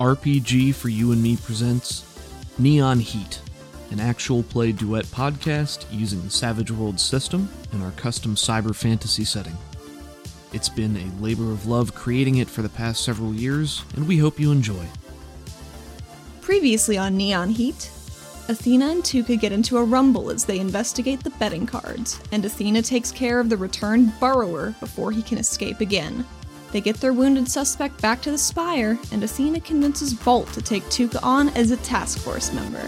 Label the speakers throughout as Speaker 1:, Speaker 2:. Speaker 1: RPG for You and Me presents Neon Heat, an actual play duet podcast using the Savage Worlds system and our custom cyber fantasy setting. It's been a labor of love creating it for the past several years, and we hope you enjoy.
Speaker 2: Previously on Neon Heat, Athena and Tuca get into a rumble as they investigate the betting cards, and Athena takes care of the returned borrower before he can escape again. They get their wounded suspect back to the spire, and Athena convinces Bolt to take Tuca on as a task force member.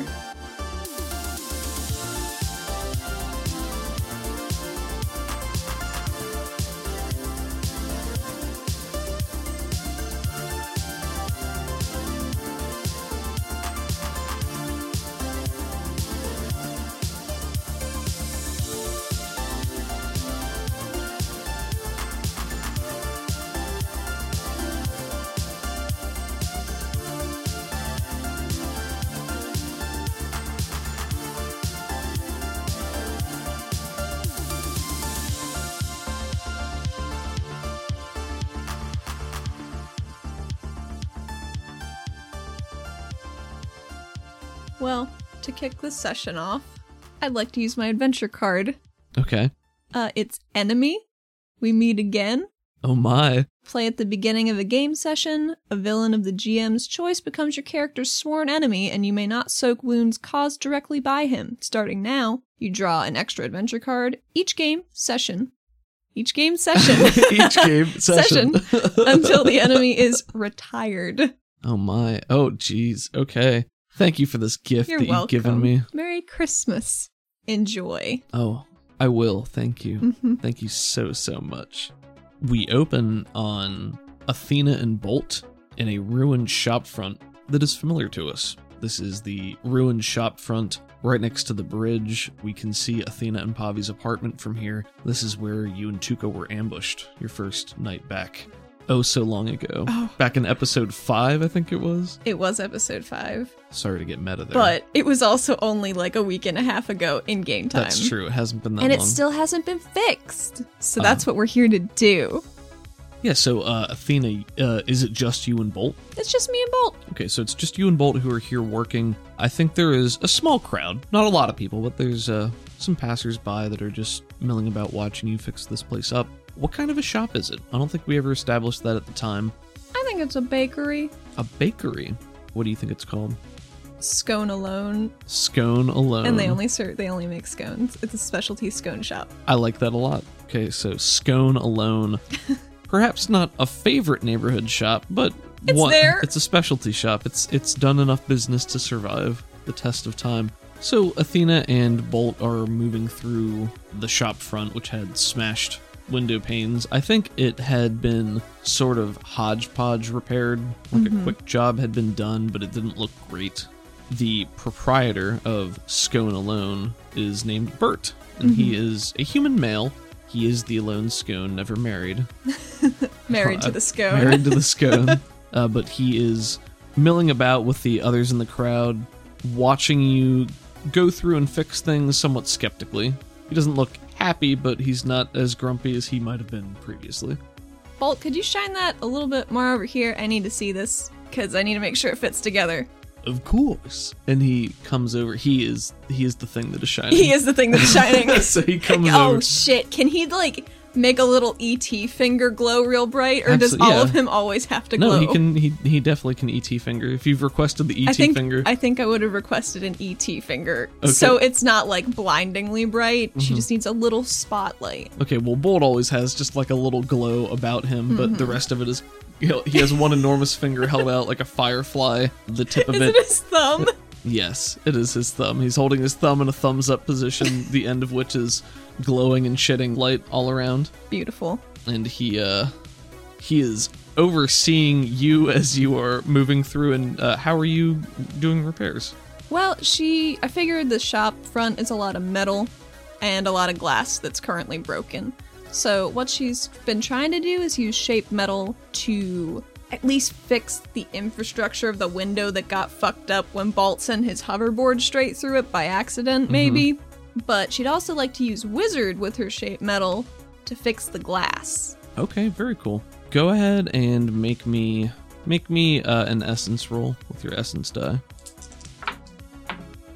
Speaker 2: Well, to kick this session off, I'd like to use my adventure card.
Speaker 1: Okay.
Speaker 2: Uh, it's Enemy. We meet again.
Speaker 1: Oh my.
Speaker 2: Play at the beginning of a game session. A villain of the GM's choice becomes your character's sworn enemy, and you may not soak wounds caused directly by him. Starting now, you draw an extra adventure card each game session. Each game session
Speaker 1: Each game session.
Speaker 2: until the enemy is retired.
Speaker 1: Oh my. Oh jeez. Okay. Thank you for this gift
Speaker 2: You're
Speaker 1: that
Speaker 2: welcome.
Speaker 1: you've given me.
Speaker 2: Merry Christmas. Enjoy.
Speaker 1: Oh, I will. Thank you.
Speaker 2: Mm-hmm.
Speaker 1: Thank you so, so much. We open on Athena and Bolt in a ruined shopfront that is familiar to us. This is the ruined shopfront right next to the bridge. We can see Athena and Pavi's apartment from here. This is where you and Tuco were ambushed your first night back. Oh, so long ago.
Speaker 2: Oh.
Speaker 1: Back in episode five, I think it was.
Speaker 2: It was episode five,
Speaker 1: Sorry to get meta there.
Speaker 2: but it was also only like a week and a half ago in game time.
Speaker 1: that's true. It hasn't been that
Speaker 2: And
Speaker 1: long. Oh.
Speaker 2: it still hasn't been fixed. So that's what we're here to do.
Speaker 1: yeah. So, uh, Athena, uh, is it just you and Bolt?
Speaker 2: It's just me and Bolt.
Speaker 1: Okay, so it's just you and Bolt who are here working. I think there is a small crowd, not a lot of people, but there's uh, some passersby that are just milling about watching you fix this place up. What kind of a shop is it? I don't think we ever established that at the time.
Speaker 2: I think it's a bakery.
Speaker 1: A bakery. What do you think it's called?
Speaker 2: Scone alone,
Speaker 1: Scone Alone.
Speaker 2: and they only serve. They only make scones. It's a specialty scone shop.
Speaker 1: I like that a lot. Okay, so Scone Alone. Perhaps not a favorite neighborhood shop, but
Speaker 2: It's
Speaker 1: one,
Speaker 2: there.
Speaker 1: it's a specialty shop. It's it's done enough business to survive the test of time. So Athena and Bolt are moving through the shop front, which had smashed window panes. I think it had been sort of hodgepodge repaired. Like
Speaker 2: Mm-hmm.
Speaker 1: a quick job had been done, but it didn't look great. The proprietor of Scone Alone is named Bert, and he
Speaker 2: Mm-hmm.
Speaker 1: is a human male. He is the alone scone, never married
Speaker 2: Married to
Speaker 1: Uh,
Speaker 2: the scone.
Speaker 1: married to the scone. uh, but he is milling about with the others in the crowd, watching you go through and fix things somewhat skeptically. He doesn't look happy, but he's not as grumpy as he might have been previously.
Speaker 2: Bolt, could you shine that a little bit more over here? I need to see this because I need to make sure it fits together.
Speaker 1: Of course. And he comes over. He is he is the thing that is shining.
Speaker 2: He is the thing that's shining.
Speaker 1: so he comes
Speaker 2: Oh
Speaker 1: over.
Speaker 2: shit! Can he like make a little ET finger glow real bright, or does
Speaker 1: Absol-
Speaker 2: all
Speaker 1: yeah.
Speaker 2: of him always have to
Speaker 1: No,
Speaker 2: glow?
Speaker 1: he can. He he definitely can ET finger. If you've requested the ET
Speaker 2: I think
Speaker 1: E finger,
Speaker 2: I think I would have requested an ET finger,
Speaker 1: Okay. Mm-hmm.
Speaker 2: so it's not like blindingly bright. She just needs a little spotlight.
Speaker 1: Okay, well, Bolt always has just like a little glow about him, but the rest of it is. he'll- He has one enormous finger held out like a firefly. The tip of
Speaker 2: Is
Speaker 1: it.
Speaker 2: it his thumb?
Speaker 1: Yes, it is his thumb. He's holding his thumb in a thumbs up position, the end of which is glowing and shedding light all around.
Speaker 2: Beautiful.
Speaker 1: And he, uh. He is overseeing you as you are moving through, and uh, how are you doing repairs?
Speaker 2: Well, she. I figured the shop front is a lot of metal and a lot of glass that's currently broken. So, what she's been trying to do is use shape metal to at least fix the infrastructure of the window that got fucked up when Bolt sent his hoverboard straight through it by
Speaker 1: Mm-hmm.
Speaker 2: accident, maybe. But she'd also like to use Wizard with her shape metal to fix the glass.
Speaker 1: Okay, very cool. Go ahead and make me Make me uh, an essence roll with your essence die.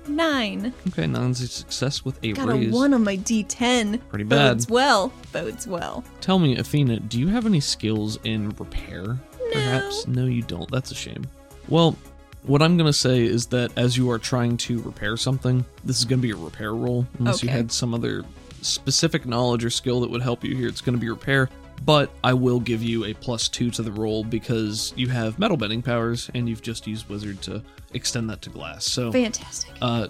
Speaker 2: Nine.
Speaker 1: Okay, nine's a success with a
Speaker 2: Got
Speaker 1: raise.
Speaker 2: a one on my D10.
Speaker 1: Pretty bad.
Speaker 2: Bodes well. Bodes well.
Speaker 1: Tell me, Athena, do you have any skills in repair? Perhaps? No, you don't. That's a shame. Well, what I'm going to say is that as you are trying to repair something, this is going to be a repair roll. Unless you
Speaker 2: Okay.
Speaker 1: had some other specific knowledge or skill that would help you here, it's going to be repair. But I will give you a plus two to the roll because you have metal bending powers and you've just used wizard to extend that to glass. So
Speaker 2: Fantastic.
Speaker 1: uh,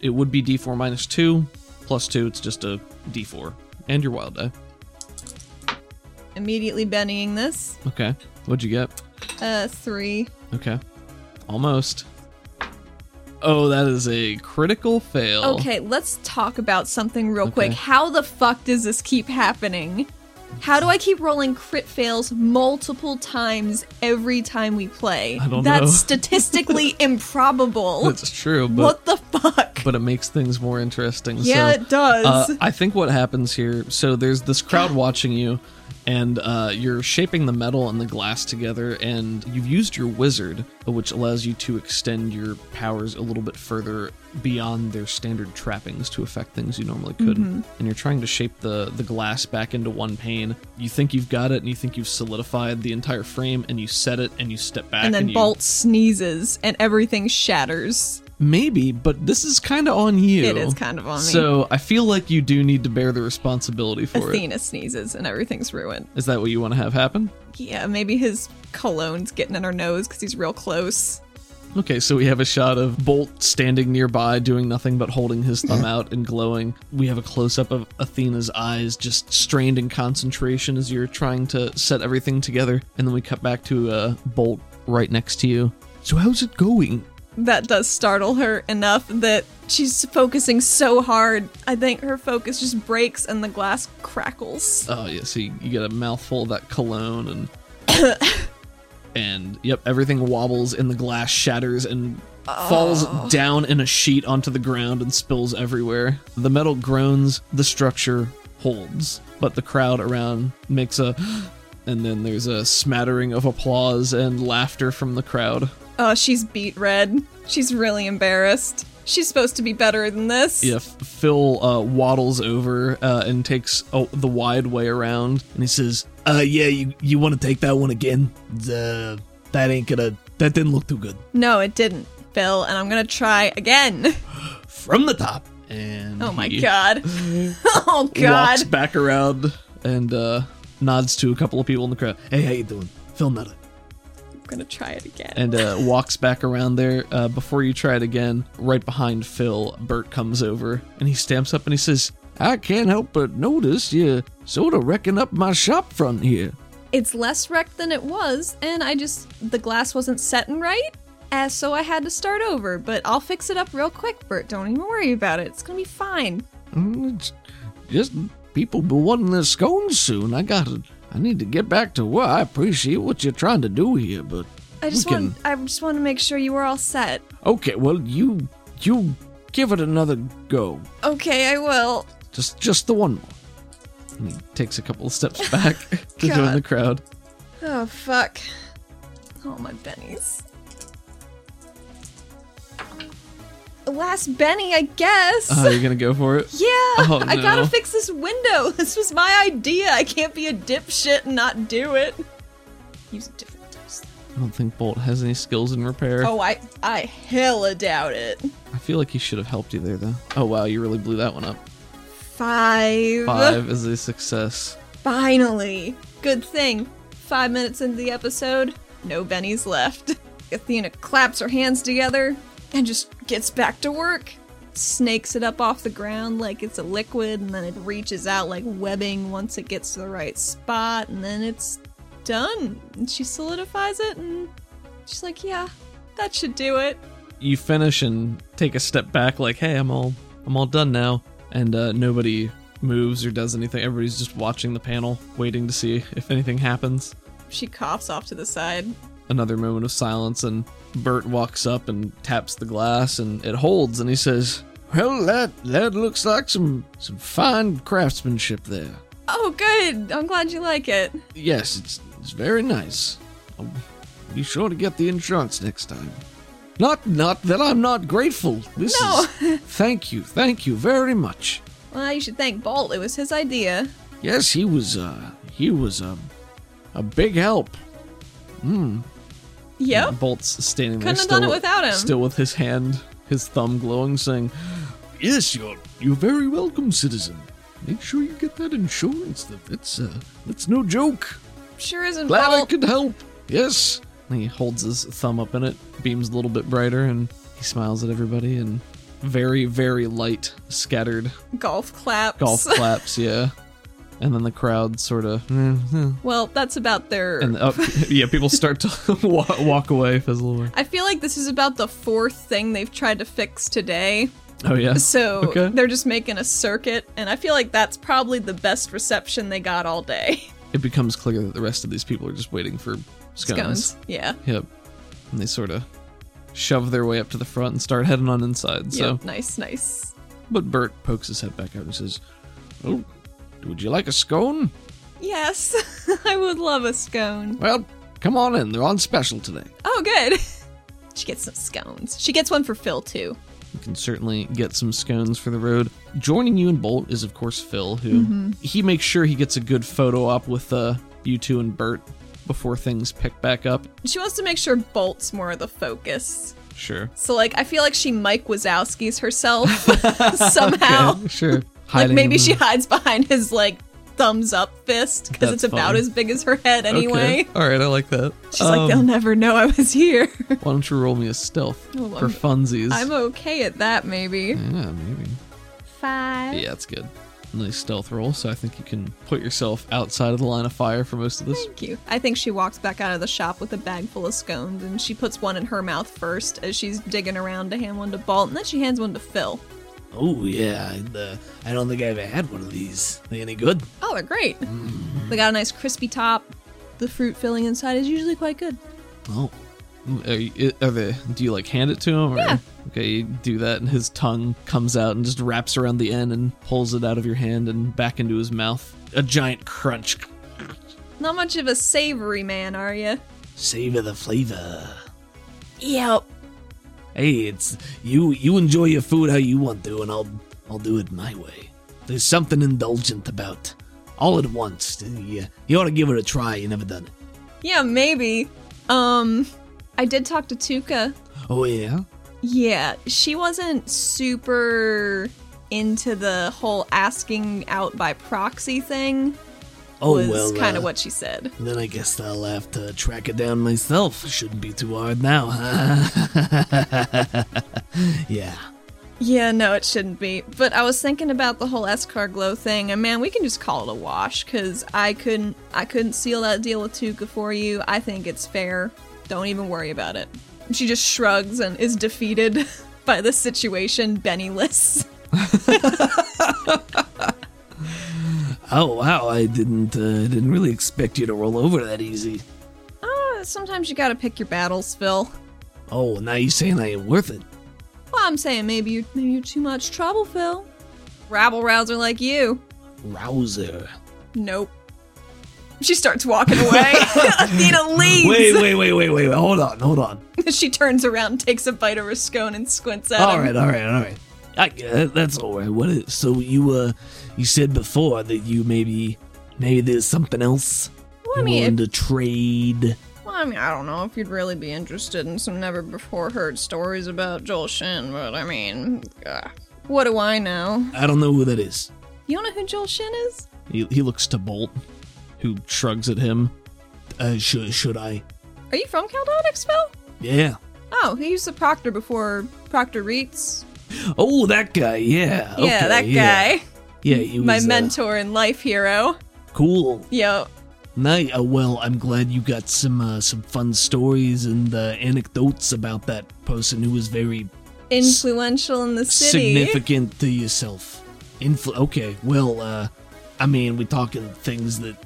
Speaker 1: it would be d4 minus 2, plus 2, it's just a d4. And your wild die.
Speaker 2: Immediately bennying this.
Speaker 1: Okay. What'd you get?
Speaker 2: Uh, three.
Speaker 1: Okay. Almost. Oh, that is a critical fail.
Speaker 2: Okay, let's talk about something real quick.
Speaker 1: Oh. Okay.
Speaker 2: How the fuck does this keep happening? How do I keep rolling crit fails multiple times every time we play?
Speaker 1: I don't
Speaker 2: That's
Speaker 1: know.
Speaker 2: statistically improbable.
Speaker 1: That's true, but
Speaker 2: what the fuck?
Speaker 1: but it makes things more interesting.
Speaker 2: yeah,
Speaker 1: so,
Speaker 2: it does.
Speaker 1: Uh, I think what happens here, so there's this crowd watching you, and uh, you're shaping the metal and the glass together, and you've used your wizard, which allows you to extend your powers a little bit further beyond their standard trappings to affect things you normally couldn't.
Speaker 2: Mm-hmm.
Speaker 1: And you're trying to shape the the glass back into one pane. You think you've got it, and you think you've solidified the entire frame, and you set it, and you step back,
Speaker 2: and then
Speaker 1: you-
Speaker 2: Bolt sneezes and everything shatters.
Speaker 1: Maybe, but this is kind of on you.
Speaker 2: It is kind of on me.
Speaker 1: So I feel like you do need to bear the responsibility for it.
Speaker 2: Athena sneezes and everything's ruined.
Speaker 1: Is that what you want to have happen?
Speaker 2: Yeah, maybe his cologne's getting in her nose because he's real close.
Speaker 1: Okay, so we have a shot of Bolt standing nearby, doing nothing but holding his thumb out and glowing. We have a close up of Athena's eyes, just strained in concentration as you're trying to set everything together. And then we cut back to uh, Bolt right next to you. So, how's it going?
Speaker 2: That does startle her enough that she's focusing so hard. I think her focus just breaks and the glass crackles.
Speaker 1: Oh yeah, so you, you get a mouthful of that cologne and and yep, everything wobbles and the glass shatters and falls down in a sheet onto the ground and spills everywhere. The metal groans, the structure holds, but the crowd around makes a and then there's a smattering of applause and laughter from the crowd.
Speaker 2: Oh, she's beat red. She's really embarrassed. She's supposed to be better than this.
Speaker 1: Yeah, F- Phil uh, waddles over uh, and takes oh, the wide way around, and he says,
Speaker 3: Uh, yeah, you, you want to take that one again? Uh, that ain't gonna. That didn't look too good.
Speaker 2: No, it didn't, Phil, and I'm gonna try again.
Speaker 3: From the top.
Speaker 1: and
Speaker 2: Oh my
Speaker 1: he-
Speaker 2: god. oh
Speaker 1: walks
Speaker 2: god.
Speaker 1: back around and uh, nods to a couple of people in the crowd
Speaker 3: Hey, how you doing? Phil Nutter.
Speaker 2: I'm gonna try it again.
Speaker 1: and uh, walks back around there uh, before you try it again right behind phil bert comes over and he stamps up and he says
Speaker 3: I can't help but notice you sort of wrecking up my shop front here.
Speaker 2: it's less wrecked than it was, and I just the glass wasn't setting right, uh, so I had to start over. But I'll fix it up real quick, Bert. Don't even worry about it. It's gonna be fine.
Speaker 3: Mm, It's just people be wanting their scones soon. I gotta. I need to get back to work. I appreciate what you're trying to do here, but
Speaker 2: I just
Speaker 3: we can.
Speaker 2: want I just want to make sure you were all set.
Speaker 3: Okay, well you you give it another go.
Speaker 2: Okay, I will.
Speaker 3: Just just the one more.
Speaker 1: and he takes a couple of steps back to join
Speaker 2: God.
Speaker 1: the crowd
Speaker 2: Oh fuck. Oh my bennies. Last Benny, I guess.
Speaker 1: oh you're gonna go for it
Speaker 2: yeah,
Speaker 1: oh,
Speaker 2: I gotta
Speaker 1: no.
Speaker 2: fix this window. This was my idea. I can't be a dipshit and not do it. Use a different dice.
Speaker 1: i don't think bolt has any skills in repair
Speaker 2: Oh, I I hella doubt it.
Speaker 1: i feel like he should have helped you there though oh wow you really blew that one up
Speaker 2: Five.
Speaker 1: five is a success
Speaker 2: Finally. Good thing. Five minutes into the episode, no Benny's left. Athena claps her hands together and just gets back to work. Snakes it up off the ground like it's a liquid, and then it reaches out like webbing once it gets to the right spot, and then it's done. And she solidifies it, and she's like, Yeah, that should do it.
Speaker 1: you finish and take a step back like hey i'm all i'm all done now and uh, nobody moves or does anything everybody's just watching the panel waiting to see if anything happens
Speaker 2: She coughs off to the side.
Speaker 1: another moment of silence and bert walks up and taps the glass and it holds and he says
Speaker 3: Well, that that looks like some some fine craftsmanship there.
Speaker 2: Oh, good. I'm glad you like it.
Speaker 3: Yes, it's it's very nice. I Be sure to get the insurance next time. Not, not that I'm not grateful. This
Speaker 2: No.
Speaker 3: is. Thank you, thank you very much.
Speaker 2: Well, you should thank Bolt. It was his idea.
Speaker 3: Yes, he was. Uh, he was a, a big help.
Speaker 2: Yep.
Speaker 1: Bolt's standing there.
Speaker 2: Couldn't have
Speaker 1: still,
Speaker 2: done it without him.
Speaker 1: Still with his hand, his thumb glowing, saying,
Speaker 3: Yes, you're you're very welcome, citizen. Make sure you get that insurance. That that's uh, that's no joke.
Speaker 2: Sure isn't
Speaker 3: Glad I
Speaker 2: Bolt.
Speaker 3: could help. Yes.
Speaker 1: and he holds his thumb up in it, beams a little bit brighter, and he smiles at everybody and very, very light, scattered
Speaker 2: Golf claps.
Speaker 1: golf claps, yeah. And then the crowd sort of,
Speaker 2: well, that's about their.
Speaker 1: and up, yeah, people start to walk, walk away, fizzle away.
Speaker 2: I feel like this is about the fourth thing they've tried to fix today.
Speaker 1: Oh yeah.
Speaker 2: So
Speaker 1: Okay.
Speaker 2: they're just making a circuit, and I feel like that's probably the best reception they got all day.
Speaker 1: it becomes clear that the rest of these people are just waiting for scones.
Speaker 2: Scones. Yeah.
Speaker 1: Yep. And they sort of shove their way up to the front and start heading on inside. So,
Speaker 2: Yep. Nice, nice.
Speaker 1: but Bert pokes his head back out and says,
Speaker 3: Oh, would you like a scone?
Speaker 2: Yes. I would love a scone.
Speaker 3: Well, come on in. They're on special today.
Speaker 2: Oh, good. She gets some scones. She gets one for Phil, too.
Speaker 1: "You can certainly get some scones for the road." Joining you and Bolt is, of course, Phil, who
Speaker 2: Mm-hmm.
Speaker 1: he makes sure he gets a good photo op with uh, you two and Bert before things pick back up.
Speaker 2: She wants to make sure Bolt's more of the focus.
Speaker 1: Sure.
Speaker 2: So, like, I feel like she Mike Wazowski's herself somehow.
Speaker 1: Yeah, sure.
Speaker 2: Like,
Speaker 1: Hiding
Speaker 2: maybe
Speaker 1: in
Speaker 2: she
Speaker 1: the-
Speaker 2: hides behind his, like, thumbs up fist because it's
Speaker 1: That's
Speaker 2: about
Speaker 1: fun.
Speaker 2: as big as her head
Speaker 1: Okay. Um,
Speaker 2: anyway.
Speaker 1: All right, I like that.
Speaker 2: She's like, they'll never know I was here.
Speaker 1: Why don't you roll me a stealth
Speaker 2: Oh,
Speaker 1: for
Speaker 2: I'm-
Speaker 1: funsies?
Speaker 2: I'm okay at that, maybe.
Speaker 1: yeah, maybe.
Speaker 2: Five.
Speaker 1: Yeah, that's good. Nice stealth roll, so I think you can put yourself outside of the line of fire for most of this.
Speaker 2: Thank you. I think she walks back out of the shop with a bag full of scones, and she puts one in her mouth first as she's digging around to hand one to Balt, and then she hands one to Phil.
Speaker 3: Oh yeah, I, uh, I don't think I ever had one of these. They any good?
Speaker 2: Oh, they're great.
Speaker 1: Mm.
Speaker 2: They got a nice crispy top. The fruit filling inside is usually quite good.
Speaker 3: Oh,
Speaker 1: Are, you, are they, do you like hand it to him? Or?
Speaker 2: Yeah.
Speaker 1: Okay, you do that, and his tongue comes out and just wraps around the end and pulls it out of your hand and back into his mouth.
Speaker 3: a giant crunch.
Speaker 2: Not much of a savory man, are you?
Speaker 3: Savor the flavor.
Speaker 2: Yep.
Speaker 3: Hey, it's you. You enjoy your food how you want to, and I'll I'll do it my way. There's something indulgent about all at once. You, you ought to give it a try. You never done it.
Speaker 2: Yeah, maybe. Um, I did talk to Tuka
Speaker 3: Oh yeah.
Speaker 2: Yeah, she wasn't super into the whole asking out by proxy thing.
Speaker 3: Oh
Speaker 2: was
Speaker 3: well.
Speaker 2: kind
Speaker 3: uh,
Speaker 2: of what she said.
Speaker 3: Then I guess I'll have to track it down myself. Shouldn't be too hard now. yeah.
Speaker 2: Yeah, no, it shouldn't be. But I was thinking about the whole Escar glow thing, and man, we can just call it a wash because I couldn't, I couldn't seal that deal with Tuka for you. I think it's fair. Don't even worry about it. She just shrugs and is defeated by the situation. Bennyless.
Speaker 3: Oh wow, I didn't uh, didn't really expect you to roll over that easy.
Speaker 2: Ah, sometimes you gotta pick your battles, Phil.
Speaker 3: Oh, now you saying I ain't worth it?
Speaker 2: Well, I'm saying maybe you're maybe you're too much trouble, Phil. Rabble rouser like you.
Speaker 3: Rouser.
Speaker 2: Nope. She starts walking away. Athena leaves.
Speaker 3: Wait, wait, wait, wait, wait. Hold on, hold on.
Speaker 2: She turns around, takes a bite of her scone, and squints at
Speaker 3: All
Speaker 2: him.
Speaker 3: right, all right, all right. I, uh, that's all right. What is so you uh you said before that you maybe maybe there's something else
Speaker 2: Well, I
Speaker 3: you
Speaker 2: mean,
Speaker 3: wanted
Speaker 2: if,
Speaker 3: to trade.
Speaker 2: well, I mean, I don't know if you'd really be interested in some never before heard stories about Joel Shin, but I mean, ugh. what do I know?
Speaker 3: I don't know who that is.
Speaker 2: You don't know who Joel Shin is?
Speaker 1: He, he looks to Bolt, who shrugs at him.
Speaker 3: Uh, should should I?
Speaker 2: Are you from Caldonics, Phil?
Speaker 3: Yeah.
Speaker 2: Oh, he used the Proctor before Proctor Reitz.
Speaker 3: Oh, that guy. Yeah.
Speaker 2: yeah,
Speaker 3: okay,
Speaker 2: that
Speaker 3: yeah.
Speaker 2: guy.
Speaker 3: Yeah, he was
Speaker 2: My
Speaker 3: uh,
Speaker 2: mentor and life hero.
Speaker 3: cool.
Speaker 2: Yo,
Speaker 3: Night. Uh, well, I'm glad you got some uh, some fun stories and uh, anecdotes about that person who was very
Speaker 2: influential in the city.
Speaker 3: significant to yourself. Influ- okay, well, uh, I mean, we talking things that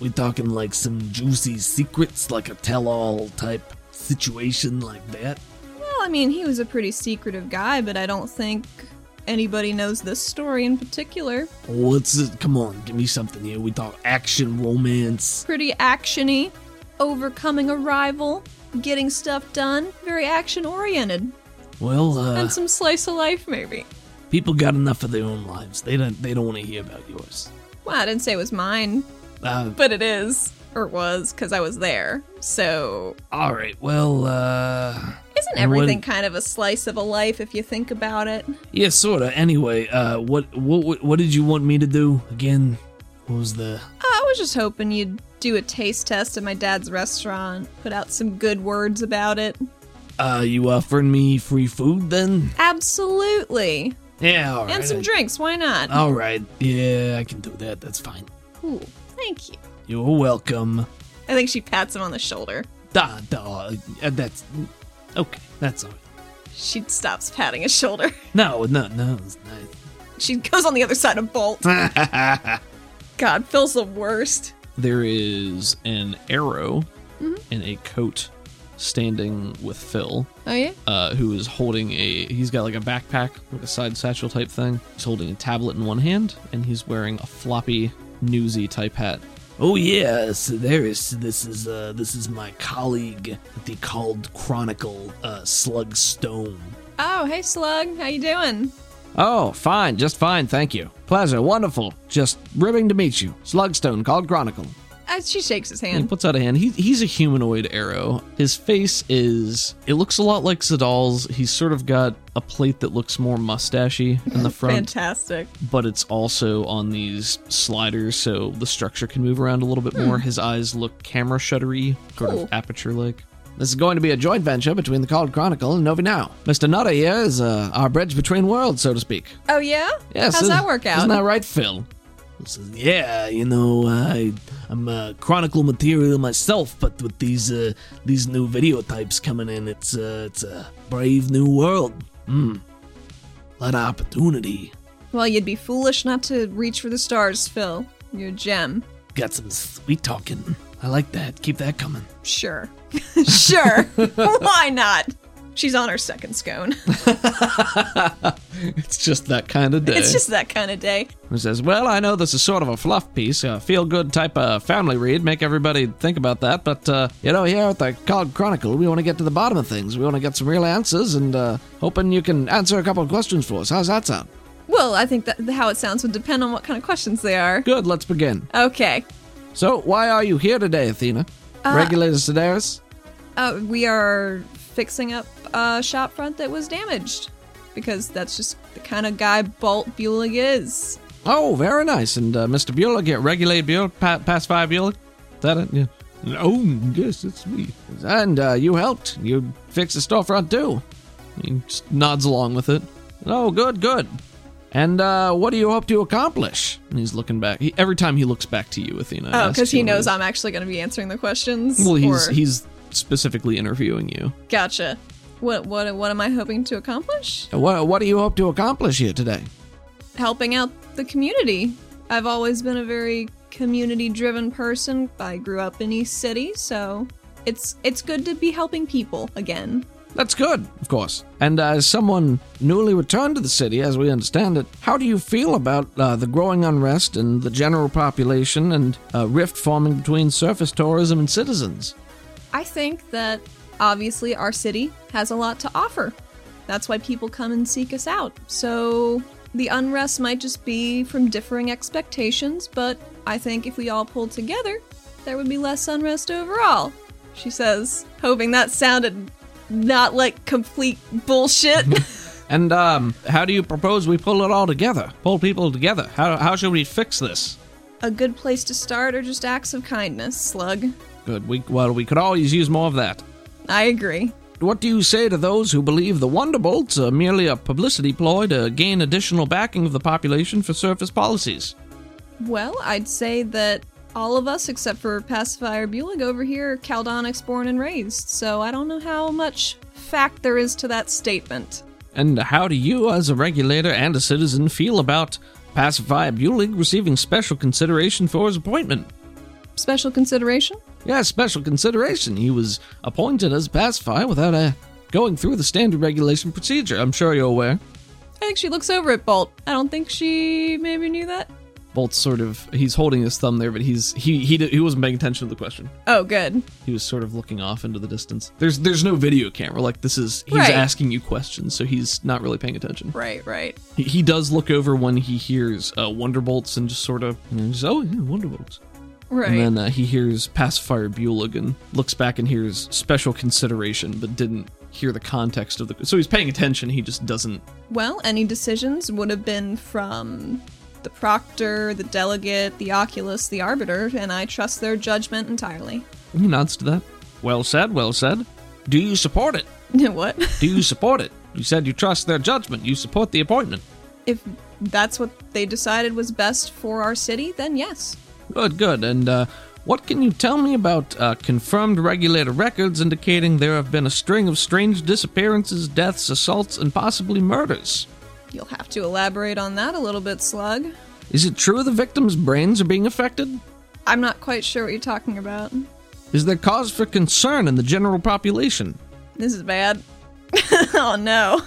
Speaker 3: we talking like some juicy secrets, like a tell-all type situation like that.
Speaker 2: Well, I mean, he was a pretty secretive guy, but I don't think anybody knows this story in particular.
Speaker 3: What's it? Come on, give me something here. We talk action, romance.
Speaker 2: Pretty actiony. overcoming a rival, getting stuff done, very action oriented,
Speaker 3: Well, uh,
Speaker 2: and some slice of life maybe.
Speaker 3: people got enough of their own lives. They don't. They don't want to hear about yours.
Speaker 2: Well, I didn't say it was mine,
Speaker 3: Uh,
Speaker 2: but it is or was because I was there. So
Speaker 3: all right. Well, uh,
Speaker 2: isn't
Speaker 3: And what-
Speaker 2: everything kind of a slice of a life if you think about it?
Speaker 3: yeah, sorta. Anyway, uh, what, what, what, what did you want me to do again? What was the?
Speaker 2: Oh, I was just hoping you'd do a taste test at my dad's restaurant, put out some good words about it.
Speaker 3: Uh, you offering me free food then?
Speaker 2: Absolutely.
Speaker 3: Yeah, all right.
Speaker 2: And some drinks, why not?
Speaker 1: Uh,
Speaker 3: all right. Yeah, I can do that. That's fine.
Speaker 2: cool. Thank you.
Speaker 3: You're welcome.
Speaker 2: I think she pats him on the shoulder.
Speaker 3: Da, da, uh, that's okay. That's all. Right.
Speaker 2: She stops patting his shoulder.
Speaker 3: No, no, no. It's nice.
Speaker 2: She goes on the other side of Bolt. God, Phil's the worst.
Speaker 4: There is an arrow and a coat standing with Phil.
Speaker 2: Oh, yeah?
Speaker 4: uh, who is holding a he's got like a backpack like a side satchel type thing he's holding a tablet in one hand and he's wearing a floppy newsy type hat
Speaker 3: Oh yeah, so there is. This is uh, this is my colleague at the called Chronicle, uh, Slug Stone.
Speaker 2: Oh, hey, Slug. How you doing?
Speaker 1: Oh, fine, just fine, thank you. Pleasure, wonderful. Just ribbing to meet you. Slugstone called Chronicle.
Speaker 2: Uh, she shakes his
Speaker 4: and he
Speaker 2: hand.
Speaker 4: puts out a hand he, he's a humanoid arrow his face is it looks a lot like Zadal's he's sort of got a plate that looks more mustachy in the front
Speaker 2: Fantastic.
Speaker 4: but it's also on these sliders so the structure can move around a little bit more his eyes look camera shuttery sort
Speaker 2: Hmm. Cool.
Speaker 4: of aperture like
Speaker 1: This is going to be a joint venture between the Called Chronicle and Novi Now. Mr. Nutter here is uh, our bridge between worlds, so to speak.
Speaker 2: Oh, yeah?
Speaker 1: Yes.
Speaker 2: How's
Speaker 1: is-
Speaker 2: that work out?
Speaker 1: Isn't that right, Phil?
Speaker 3: This is, yeah, you know, I I'm uh, Chronicle material myself, but with these uh, these new video types coming in, it's uh, it's a brave new world. Hmm, lot of opportunity.
Speaker 2: Well, you'd be foolish not to reach for the stars, Phil. You're a gem.
Speaker 3: Got some sweet talking. I like that. Keep that coming.
Speaker 2: Sure. sure. Why not? She's on her second scone.
Speaker 4: it's just that kind of day
Speaker 2: It's just that kind of day.
Speaker 1: Who says, Well, I know this is sort of a fluff piece, a feel good type of family read, make everybody think about that, but, uh, you know, here at the Called Chronicle, we want to get to the bottom of things. We want to get some real answers, and uh, hoping you can answer a couple of questions for us. How's that sound?
Speaker 2: Well, I think that how it sounds would depend on what kind of questions they are.
Speaker 1: Good, let's begin.
Speaker 2: Okay.
Speaker 1: So, why are you here today, Athena? Regulator Sedaris?
Speaker 2: Uh, we are fixing up a shop front that was damaged because that's just the kind of guy Bolt Bulig is.
Speaker 1: Oh, very nice. And uh, Mr. Bueller, get regulate Bueller, pa- pacify Bueller. Is that it? Yeah.
Speaker 4: oh yes it's me
Speaker 1: And uh, you helped. You fixed the storefront too.
Speaker 4: He just nods along with it.
Speaker 1: Oh, good, good. And uh, what do you hope to accomplish?
Speaker 4: And he's looking back. He, every time he looks back to you, Athena.
Speaker 2: Oh,
Speaker 4: asks
Speaker 2: because he
Speaker 4: you what it
Speaker 2: knows
Speaker 4: is.
Speaker 2: I'm actually going to be answering the questions.
Speaker 4: Well, he's
Speaker 2: or-
Speaker 4: he's specifically interviewing you.
Speaker 2: gotcha. What what what am I hoping to accomplish?
Speaker 1: What, what do you hope to accomplish here today?
Speaker 2: Helping out the community. I've always been a very community-driven person. I grew up in East City, so it's it's good to be helping people again.
Speaker 1: That's good, of course. And uh, as someone newly returned to the city, as we understand it, how do you feel about uh, the growing unrest and the general population and uh, rift forming between surface tourism and citizens?
Speaker 2: I think that obviously our city has a lot to offer. That's why people come and seek us out. So the unrest might just be from differing expectations, but I think if we all pulled together, there would be less unrest overall. She says, hoping that sounded not like complete bullshit.
Speaker 1: And um, how do you propose we pull it all together? Pull people together? How, how should we fix this?
Speaker 2: a good place to start are just acts of kindness, slug.
Speaker 1: Good. We, well, we could always use more of that.
Speaker 2: I agree.
Speaker 1: What do you say to those who believe the Wonderbolts are merely a publicity ploy to gain additional backing of the population for surface policies?
Speaker 2: Well, I'd say that all of us, except for Pacifier Bulig over here, are Caldonics born and raised, so I don't know how much fact there is to that statement.
Speaker 1: And how do you, as a regulator and a citizen, feel about Pacifier Bulig receiving special consideration for his appointment?
Speaker 2: Special consideration?
Speaker 1: Yes, special consideration. He was appointed as Pacifier without uh, going through the standard regulation procedure. I'm sure you're aware.
Speaker 2: I think she looks over at Bolt. I don't think she maybe knew that.
Speaker 1: Bolt's sort of he's holding his thumb there, but he's he he di- he wasn't paying attention to the question.
Speaker 2: Oh, good.
Speaker 1: He was sort of looking off into the distance. There's there's no video camera. Like this is he's
Speaker 2: Right.
Speaker 1: asking you questions, so he's not really paying attention.
Speaker 2: Right, right.
Speaker 1: He, he does look over when he hears uh, Wonderbolts and just sort of you know, just, oh yeah, Wonderbolts.
Speaker 2: Right.
Speaker 1: And then uh, he hears pacifier Bulig and looks back and hears special consideration, but didn't hear the context of the. So he's paying attention. He just doesn't.
Speaker 2: Well, any decisions would have been from the proctor, the delegate, the oculus, the arbiter, and I trust their judgment entirely.
Speaker 1: He nods to that.
Speaker 5: Well said, well said. Do you support it?
Speaker 2: what?
Speaker 5: Do you support it? You said you trust their judgment. You support the appointment.
Speaker 2: If that's what they decided was best for our city, then yes.
Speaker 5: Good, good. And uh, what can you tell me about uh, confirmed regulator records indicating there have been a string of strange disappearances, deaths, assaults, and possibly murders?
Speaker 2: You'll have to elaborate on that a little bit, Slug.
Speaker 5: Is it true the victims' brains are being affected?
Speaker 2: I'm not quite sure what you're talking about.
Speaker 5: Is there cause for concern in the general population?
Speaker 2: This is bad. oh no.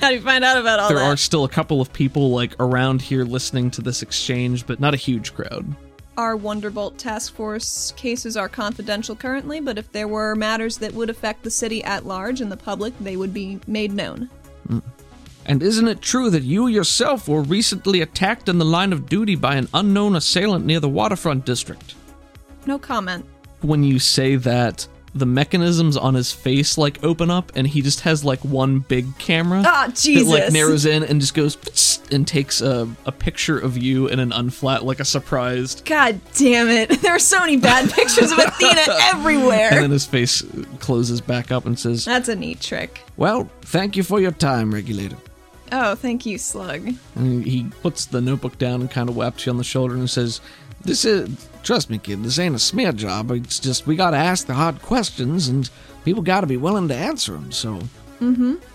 Speaker 2: How do you find out about all
Speaker 1: there are
Speaker 2: that?
Speaker 1: still a couple of people like around here listening to this exchange, but not a huge crowd.
Speaker 2: Our Wonderbolt Task Force cases are confidential currently, but if there were matters that would affect the city at large and the public, they would be made known.
Speaker 5: And isn't it true that you yourself were recently attacked in the line of duty by an unknown assailant near the waterfront district?
Speaker 2: No comment.
Speaker 1: When you say that, the mechanisms on his face like open up, and he just has like one big camera that
Speaker 2: Ah,
Speaker 1: like
Speaker 2: Jesus.
Speaker 1: narrows in and just goes "Psst," and takes a, a picture of you in an unflat, like a surprised.
Speaker 2: God damn it. There are so many bad pictures of Athena
Speaker 1: And
Speaker 2: everywhere.
Speaker 1: then his face closes back up and says,
Speaker 2: That's a neat trick.
Speaker 5: Well, thank you for your time, regulator.
Speaker 2: Oh, thank you, Slug.
Speaker 1: and he puts the notebook down and kind of whaps you on the shoulder and
Speaker 5: Says,
Speaker 1: says,
Speaker 5: this is trust me, kid, this ain't a smear job. It's just we gotta ask the hard questions and people gotta be willing to answer them. So,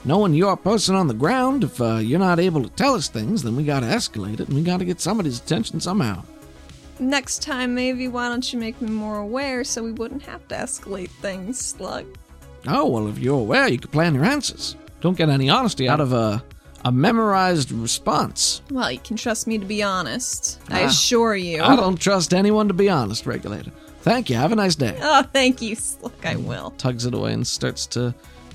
Speaker 5: knowing you're a person on the ground, if uh, you're not able to tell us things, then we gotta escalate it and we gotta get somebody's attention somehow.
Speaker 2: Next time, maybe why don't you make me more aware so we wouldn't have to escalate things, Slug?
Speaker 5: Oh, well, if you're aware, you could plan your answers. Don't get any honesty out of a, a memorized response.
Speaker 2: Well, you can trust me to be honest. I
Speaker 5: Ah.
Speaker 2: assure you.
Speaker 5: I don't trust anyone to be honest, regulator. Thank you. Have a nice day.
Speaker 2: Oh, thank you, Slug. I will.
Speaker 1: tugs it away and starts to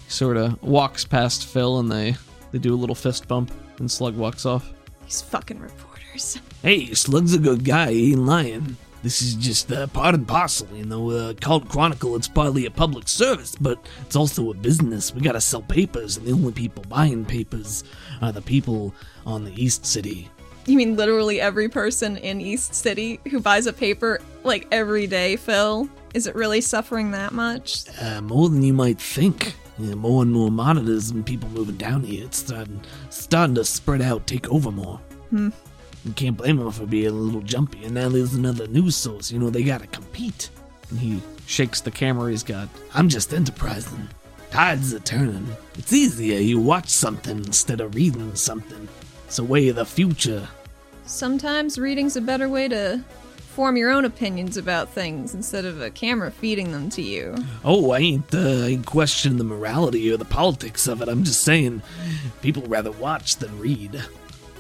Speaker 1: sort of walks past Phil and they they do a little fist bump and Slug walks off.
Speaker 2: These fucking reporters.
Speaker 3: Hey, Slug's a good guy. He ain't lying. This is just uh, part and parcel, you know. Uh, called Chronicle, it's partly a public service, but it's also a business. We gotta sell papers, and the only people buying papers are the people on the East City.
Speaker 2: You mean literally every person in East City who buys a paper like every day, Phil? Is it really suffering that much?
Speaker 3: Uh, more than you might think. Yeah, more and more monitors and people moving down here. It's starting, starting to spread out, take over more. Hmm. You can't blame them for being a little jumpy. And now there's another news source. You know, they gotta compete.
Speaker 1: And he shakes the camera he's got.
Speaker 3: I'm just enterprising. Tides are turning. It's easier you watch something instead of reading something. It's a way of the future.
Speaker 2: Sometimes reading's a better way to form your own opinions about things instead of a camera feeding them to you.
Speaker 3: Oh, I ain't, uh, I ain't questioning the morality or the politics of it. I'm just saying people rather watch than read.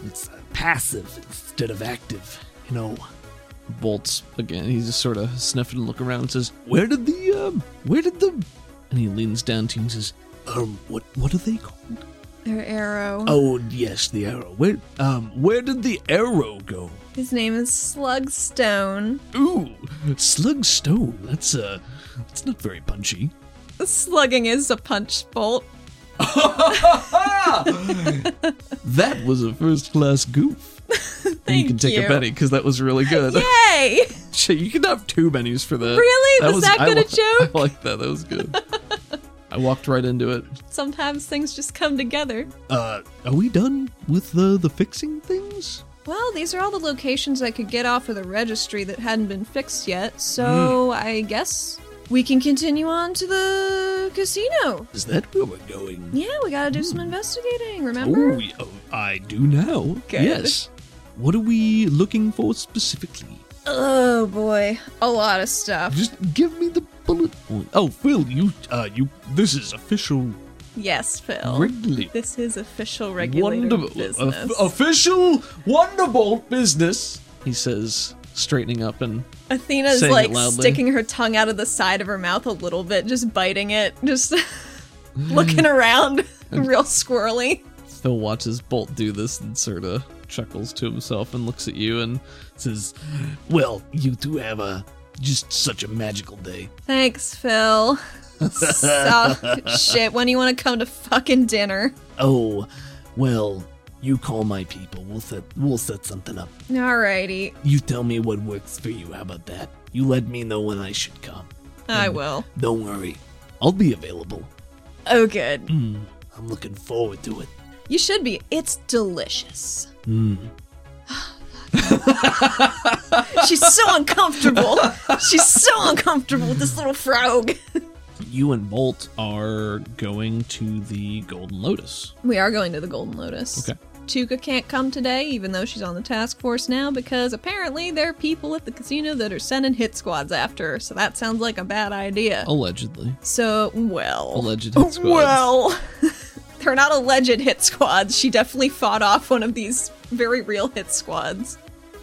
Speaker 3: It's uh, passive instead of active. You know,
Speaker 1: Bolts again. He's just sort of sniffing and look around and says, "Where did the um? Where did the?" And he leans down to you and says,
Speaker 3: um, what what are they called?
Speaker 2: Their arrow.
Speaker 3: Oh, yes, the arrow. Where, um, where did the arrow go?
Speaker 2: His name is Slug Stone.
Speaker 3: Ooh, slug stone. That's uh, that's not very punchy.
Speaker 2: Slugging is a punch bolt.
Speaker 1: "That was a first class goof." and you
Speaker 2: Thank
Speaker 1: can take a
Speaker 2: you.
Speaker 1: Betty because that was really good.
Speaker 2: Yay!
Speaker 1: Shit, you could have two Bennies for that.
Speaker 2: Really? Was that
Speaker 1: I
Speaker 2: good a
Speaker 1: li-
Speaker 2: joke?
Speaker 1: I like that. That was good. I walked right into it.
Speaker 2: Sometimes things just come together.
Speaker 3: Uh,
Speaker 1: Are we done with the the fixing things?
Speaker 2: Well, these are all the locations I could get off of the registry that hadn't been fixed yet, so
Speaker 1: Hmm.
Speaker 2: I guess we can continue on to the casino.
Speaker 3: is that where we're going?
Speaker 2: Yeah, we gotta do
Speaker 1: Hmm.
Speaker 2: some investigating, remember?
Speaker 3: Oh, y- oh, I do now.
Speaker 2: Good.
Speaker 3: Yes. What are we looking for specifically?
Speaker 2: Oh boy, a lot of stuff.
Speaker 3: Just give me the bullet point. Oh, Phil, you, uh, you. This is official
Speaker 2: Yes, Phil.
Speaker 3: Wrigley.
Speaker 2: this is official regulator
Speaker 3: Wonderbolt.
Speaker 2: business.
Speaker 3: official Wonderbolt business.
Speaker 1: he says, straightening up and
Speaker 2: Athena's
Speaker 1: Saying it
Speaker 2: like
Speaker 1: loudly.
Speaker 2: sticking her tongue out of the side of her mouth a little bit, just biting it, just looking around, real squirrely.
Speaker 1: Phil watches Bolt do this and sort of chuckles to himself and looks at you and
Speaker 3: Says, well, you two have a just such a magical day.
Speaker 2: Thanks, Phil. so, shit, when do you want to come to fucking dinner?
Speaker 3: Oh, well, you call my people. We'll set we'll set something up.
Speaker 2: Alrighty,
Speaker 3: You tell me what works for you. How about that? You let me know when I should come.
Speaker 2: I
Speaker 1: Mm.
Speaker 2: will.
Speaker 3: Don't worry, I'll be available.
Speaker 2: Oh, good.
Speaker 1: Mm.
Speaker 3: I'm looking forward to it.
Speaker 2: You should be. It's delicious.
Speaker 1: Mm.
Speaker 2: She's so uncomfortable. She's so uncomfortable with this little frog.
Speaker 1: you and Bolt are going to the Golden Lotus.
Speaker 2: We are going to the Golden Lotus.
Speaker 1: Okay.
Speaker 2: Tuka can't come today, even though she's on the task force now, because apparently there are people at the casino that are sending hit squads after her, so that sounds like a bad idea.
Speaker 1: Allegedly.
Speaker 2: So, well.
Speaker 1: Alleged hit squads.
Speaker 2: Well, they're not alleged hit squads. She definitely fought off one of these very real hit squads.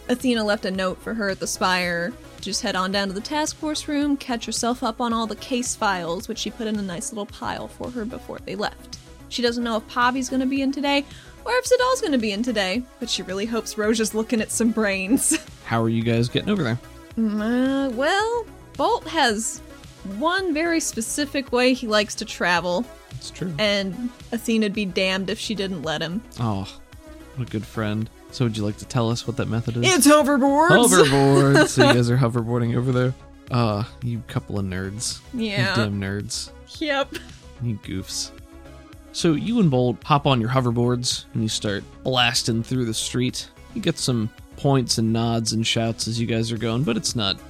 Speaker 2: Athena left a note for her at the Spire. Just head on down to the task force room, catch herself up on all the case files, which she put in a nice little pile for her before they left. She doesn't know if Pavi's gonna be in today or if Sidal's gonna be in today, but she really hopes Roja's looking at some brains.
Speaker 1: How are you guys getting over there?
Speaker 2: Uh, well, Bolt has one very specific way he likes to travel,
Speaker 1: It's true.
Speaker 2: and Athena'd be damned if she didn't let him.
Speaker 1: Oh, what a good friend. So, would you like to tell us what that method is?
Speaker 2: hoverboards!
Speaker 1: hoverboard. so you guys are hoverboarding over there. Uh, you couple of nerds.
Speaker 2: Yeah.
Speaker 1: You damn nerds.
Speaker 2: Yep.
Speaker 1: You goofs. So you and Bolt hop on your hoverboards and you start blasting through the street. You get some points and nods and shouts as you guys are going, but it's not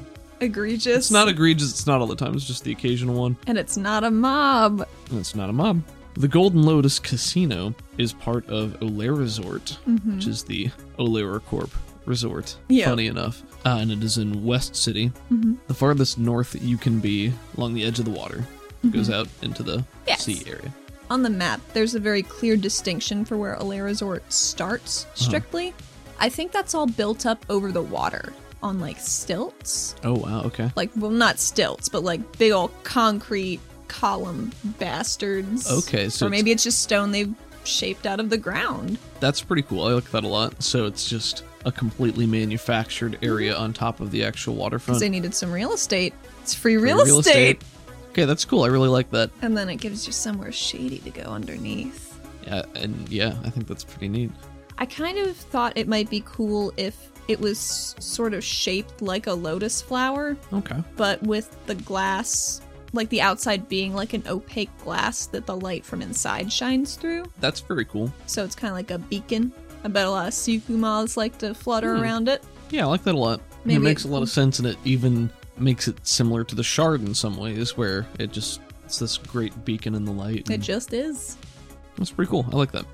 Speaker 2: Egregious.
Speaker 1: it's not egregious, it's not all the time, it's just the occasional one.
Speaker 2: and it's not a mob.
Speaker 1: And it's not a mob. The Golden Lotus Casino is part of Olair Resort, which is the Olair Corp resort.
Speaker 2: Mm-hmm. Yeah. Mm-hmm.
Speaker 1: Funny enough. Uh, and it is in West City, the farthest north that you can be along the edge of the water. It goes out into the
Speaker 2: Mm-hmm. Yes.
Speaker 1: sea area.
Speaker 2: On the map, there's a very clear distinction for where Alair Resort starts, strictly. I think that's all built up over the water on like stilts.
Speaker 1: Oh, wow. Okay.
Speaker 2: Like, well, not stilts, but like big old concrete column bastards.
Speaker 1: Okay, so
Speaker 2: Or
Speaker 1: it's-
Speaker 2: maybe it's just stone they've shaped out of the ground.
Speaker 1: That's pretty cool. I like that a lot. So it's just a completely manufactured area on top of the actual waterfront.
Speaker 2: Because they needed some real estate. It's free
Speaker 1: Free
Speaker 2: real, estate.
Speaker 1: Okay, that's cool. I really like that.
Speaker 2: And then it gives you somewhere shady to go underneath.
Speaker 1: Yeah, and yeah, I think that's pretty neat.
Speaker 2: I kind of thought it might be cool if it was sort of shaped like a lotus flower,
Speaker 1: Okay.
Speaker 2: but with the glass, like the outside being like an opaque glass that the light from inside shines through.
Speaker 1: That's very cool.
Speaker 2: So it's kind of like a beacon. I bet a lot of sukumas like to flutter
Speaker 1: Hmm.
Speaker 2: around it.
Speaker 1: Yeah, I like that a lot. And
Speaker 2: Maybe
Speaker 1: it makes
Speaker 2: it-
Speaker 1: a lot of sense, and it even makes it similar to the shard in some ways, where it just it's this great beacon in the light.
Speaker 2: It
Speaker 1: and
Speaker 2: just is.
Speaker 1: That's pretty cool. I like that.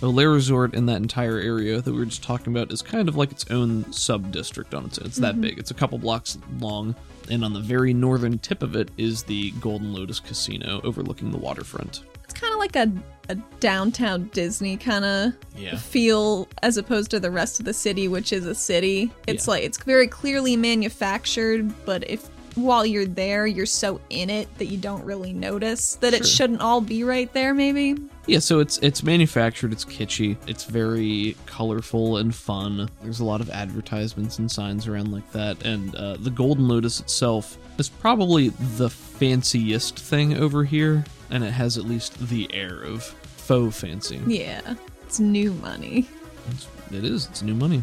Speaker 1: Olair Resort in that entire area that we were just talking about is kind of like its own sub district on its own. It's that
Speaker 2: Mm-hmm.
Speaker 1: big. It's a couple blocks long, and on the very northern tip of it is the Golden Lotus Casino overlooking the waterfront.
Speaker 2: It's kind of like a, a downtown Disney kind of
Speaker 1: Yeah.
Speaker 2: feel as opposed to the rest of the city, which is a city. It's like it's very clearly manufactured, but if while you're there, you're so in it that you don't really notice that
Speaker 1: Sure.
Speaker 2: it shouldn't all be right there. Maybe
Speaker 1: Yeah, so it's it's manufactured, it's kitschy, it's very colorful and fun. There's a lot of advertisements and signs around like that, and uh, the Golden Lotus itself is probably the fanciest thing over here, and it has at least the air of faux fancy.
Speaker 2: yeah, it's new money.
Speaker 1: It's, it is. It's new money.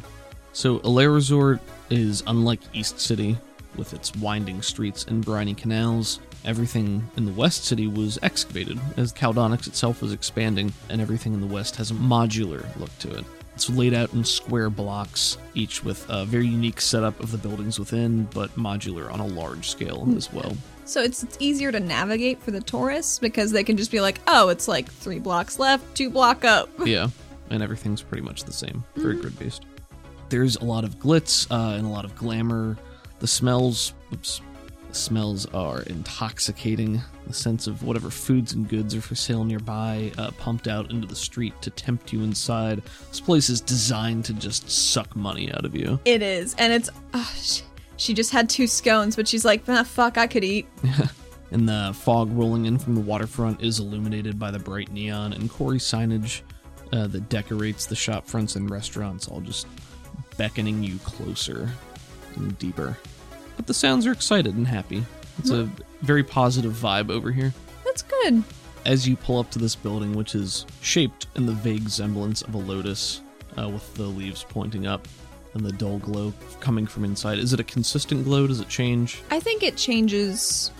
Speaker 1: So Alair Resort is unlike East City with its winding streets and briny canals. Everything in the West City was excavated as Caldonix itself was expanding, and everything in the West has a modular look to it. It's laid out in square blocks, each with a very unique setup of the buildings within, but modular on a large scale as well.
Speaker 2: So it's, it's easier to navigate for the tourists because they can just be like, oh, it's like three blocks left, two block up.
Speaker 1: yeah, and everything's pretty much the same. Very grid based. There's a lot of glitz uh, and a lot of glamour. The smells, oops, The smells are intoxicating. The sense of whatever foods and goods are for sale nearby uh, pumped out into the street to tempt you inside. This place is designed to just suck money out of you.
Speaker 2: It is, and it's. ah, sh- she just had two scones, but she's like, ah, fuck, I could eat.
Speaker 1: And the fog rolling in from the waterfront is illuminated by the bright neon and Cory signage uh, that decorates the shop fronts and restaurants, all just beckoning you closer and deeper. But the sounds are excited and happy. It's a very positive vibe over here.
Speaker 2: That's good.
Speaker 1: As you pull up to this building, which is shaped in the vague semblance of a lotus, uh, with the leaves pointing up and the dull glow coming from inside, is it a consistent glow? Does it change?
Speaker 2: I think it changes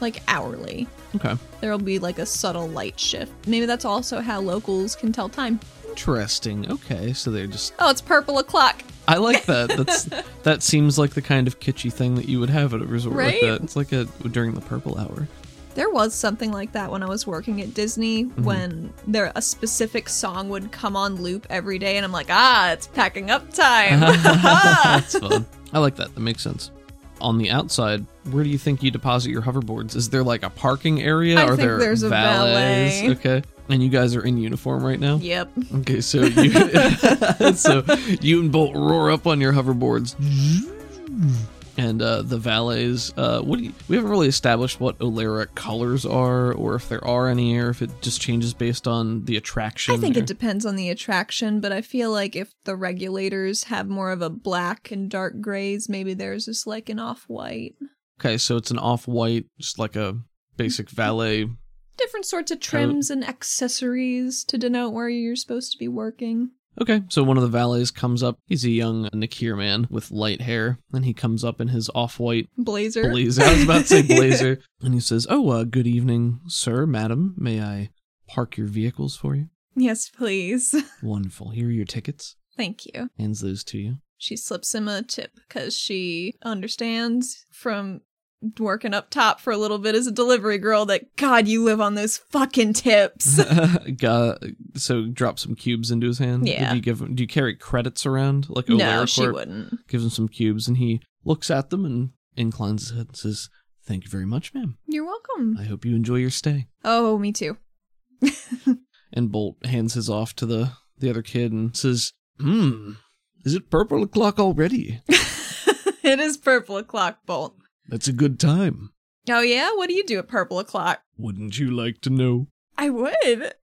Speaker 2: like hourly.
Speaker 1: Okay.
Speaker 2: There'll be like a subtle light shift. Maybe that's also how locals can tell time.
Speaker 1: Interesting. Okay, so they're just
Speaker 2: Oh, it's purple o'clock.
Speaker 1: I like that. That's that seems like the kind of kitschy thing that you would have at a resort
Speaker 2: Right?
Speaker 1: like that. It's like a during the purple hour.
Speaker 2: There was something like that when I was working at Disney when there a specific song would come on loop every day and I'm like, "Ah, it's packing up time."
Speaker 1: That's fun. I like that. That makes sense. On the outside, where do you think you deposit your hoverboards? Is there like a parking area?
Speaker 2: I
Speaker 1: are
Speaker 2: think
Speaker 1: there
Speaker 2: there's a
Speaker 1: valets?
Speaker 2: valet.
Speaker 1: Okay. And you guys are in uniform right now?
Speaker 2: yep.
Speaker 1: Okay, so you so you and Bolt roar up on your hoverboards, and uh, the valets. Uh, what do you, we haven't really established what Oleric colors are, or if there are any, or if it just changes based on the attraction.
Speaker 2: I think
Speaker 1: or-
Speaker 2: it depends on the attraction, but I feel like if the regulators have more of a black and dark grays, maybe there's just like an off-white.
Speaker 1: okay, so it's an off-white, just like a basic valet.
Speaker 2: Different sorts of trims and accessories to denote where you're supposed to be working.
Speaker 1: Okay, so one of the valets comes up. He's a young Nakir man with light hair, and he comes up in his off-white
Speaker 2: Blazer.
Speaker 1: Blazer. I was about to say blazer. and he says, "Oh, uh, good evening, sir, madam. May I park your vehicles for you?"
Speaker 2: Yes, please.
Speaker 1: Wonderful. Here are your tickets.
Speaker 2: Thank you.
Speaker 1: Hands those to you.
Speaker 2: She slips him a tip because she understands from working up top for a little bit as a delivery girl that God, you live on those fucking tips.
Speaker 1: Got- so drop some cubes into his hand.
Speaker 2: Yeah.
Speaker 1: Do you give him, Do you carry credits around like
Speaker 2: no,
Speaker 1: O'Leary
Speaker 2: she
Speaker 1: Corp?
Speaker 2: wouldn't.
Speaker 1: Gives him some cubes, and he looks at them and inclines his head and says, "Thank you very much, ma'am.
Speaker 2: You're welcome.
Speaker 1: I hope you enjoy your stay."
Speaker 2: Oh, me too.
Speaker 1: And Bolt hands his off to the the other kid and says, "Hmm, is it purple o'clock already?
Speaker 2: it is purple o'clock bolt.
Speaker 1: That's a good time."
Speaker 2: Oh yeah, what do you do at purple o'clock?
Speaker 1: Wouldn't you like to know?
Speaker 2: I would.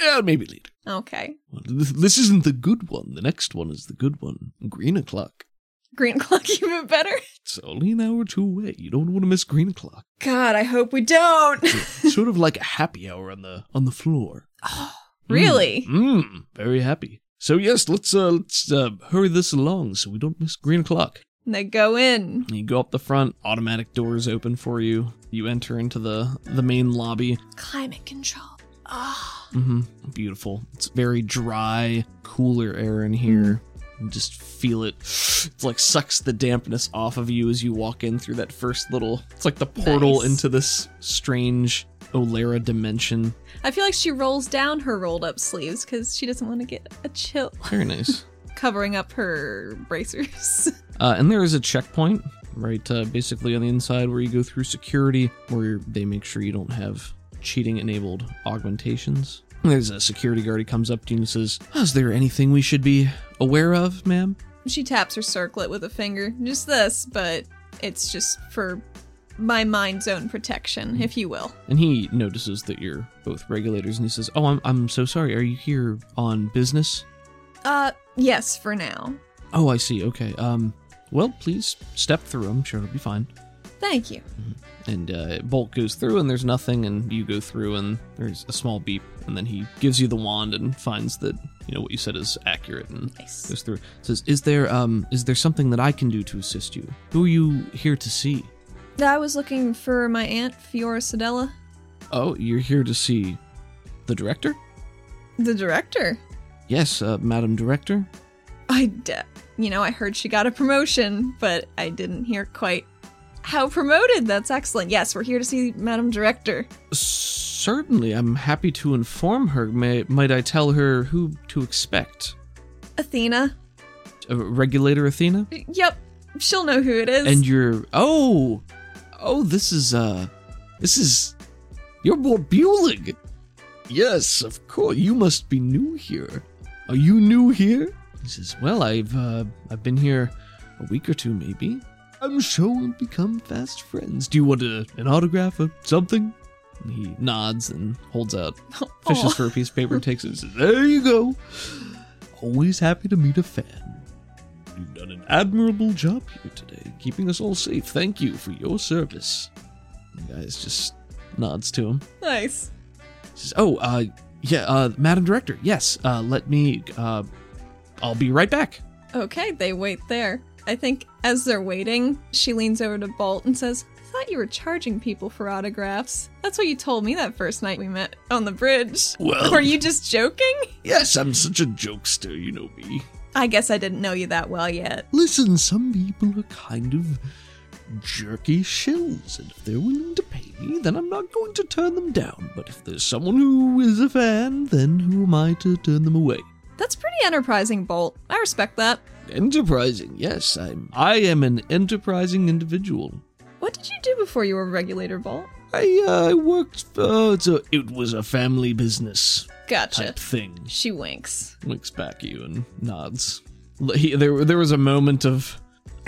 Speaker 1: Yeah, maybe later.
Speaker 2: Okay.
Speaker 1: Well, This, this isn't the good one. The next one is the good one. Green o'clock.
Speaker 2: Green o'clock even better.
Speaker 1: It's only an hour or two away. You don't want to miss green o'clock.
Speaker 2: God, I hope we don't.
Speaker 1: sort of like a happy hour on the on the floor.
Speaker 2: really?
Speaker 1: Mmm, very happy. So yes, let's uh let's uh, hurry this along so we don't miss green o'clock.
Speaker 2: And They go in.
Speaker 1: And You go up the front. Automatic doors open for you. You enter into the the main lobby.
Speaker 2: Climate control. Ah.
Speaker 1: hmm Beautiful. It's very dry, cooler air in here. You just feel it. It's like sucks the dampness off of you as you walk in through that first little. It's like the portal
Speaker 2: Nice.
Speaker 1: into this strange Olera dimension.
Speaker 2: I feel like she rolls down her rolled up sleeves because she doesn't want to get a chill
Speaker 1: Very nice.
Speaker 2: covering up her bracers.
Speaker 1: Uh, and there is a checkpoint right uh, basically on the inside where you go through security where they make sure you don't have cheating enabled augmentations there's a security guard who comes up to you and says is there anything we should be aware of ma'am
Speaker 2: she taps her circlet with a finger. Just this, but it's just for my mind's own protection, if you will.
Speaker 1: And he notices that you're both regulators and he says, Oh, I'm, I'm so sorry. Are you here on business?
Speaker 2: Uh, yes, for now.
Speaker 1: Oh, I see. Okay. Um, well, please step through. I'm sure it'll be fine.
Speaker 2: Thank you.
Speaker 1: And uh, Bolt goes through and there's nothing, and you go through and there's a small beep. And then he gives you the wand and finds that, you know, what you said is accurate and
Speaker 2: Nice.
Speaker 1: goes through. Says, Is there, um, is there something that I can do to assist you? Who are you here to see?
Speaker 2: I was looking for my aunt, Fiora Sedella,
Speaker 1: Oh, you're here to see the director?
Speaker 2: the director.
Speaker 1: Yes, uh, Madam Director.
Speaker 2: I, de- you know, I heard she got a promotion, but I didn't hear quite how promoted. That's excellent. Yes, we're here to see Madam Director.
Speaker 1: Certainly, I'm happy to inform her. May, might I tell her who to expect?
Speaker 2: Athena.
Speaker 1: Uh, Regulator Athena?
Speaker 2: Yep, she'll know who it is.
Speaker 1: And your. Oh! Oh, this is uh this is you're Lord Bulig. Yes, of course. You must be new here. Are you new here? He says, Well, I've uh, I've been here a week or two maybe. I'm sure we'll become fast friends. Do you want a, an autograph or something? And he nods and holds out fishes
Speaker 2: Aw.
Speaker 1: for a piece of paper and takes it and says, There you go. Always happy to meet a fan. You've done an admirable job here today, keeping us all safe. Thank you for your service. The guy just nods to him.
Speaker 2: Nice.
Speaker 1: Says, "Oh, uh, yeah, uh, Madam Director, yes. Uh, let me. Uh, I'll be right back."
Speaker 2: Okay, they wait there. I think as they're waiting, she leans over to Bolt and says, I thought you were charging people for autographs. That's what you told me that first night we met on the bridge.
Speaker 1: Well-
Speaker 2: Were you just joking?
Speaker 1: Yes, I'm such a jokester, you know me.
Speaker 2: I guess I didn't know you that well yet.
Speaker 1: Listen, some people are kind of jerky shills, and if they're willing to pay me, then I'm not going to turn them down. But if there's someone who is a fan, then who am I to turn them away?
Speaker 2: That's pretty enterprising, Bolt. I respect that.
Speaker 1: Enterprising, yes, I'm. I am an enterprising individual.
Speaker 2: What did you do before you were regulator, Bolt?
Speaker 1: I uh, I worked. Uh, it's a, it was a family business
Speaker 2: Gotcha.
Speaker 1: type thing.
Speaker 2: She winks.
Speaker 1: Looks back at you and nods. L- He, there, there was a moment of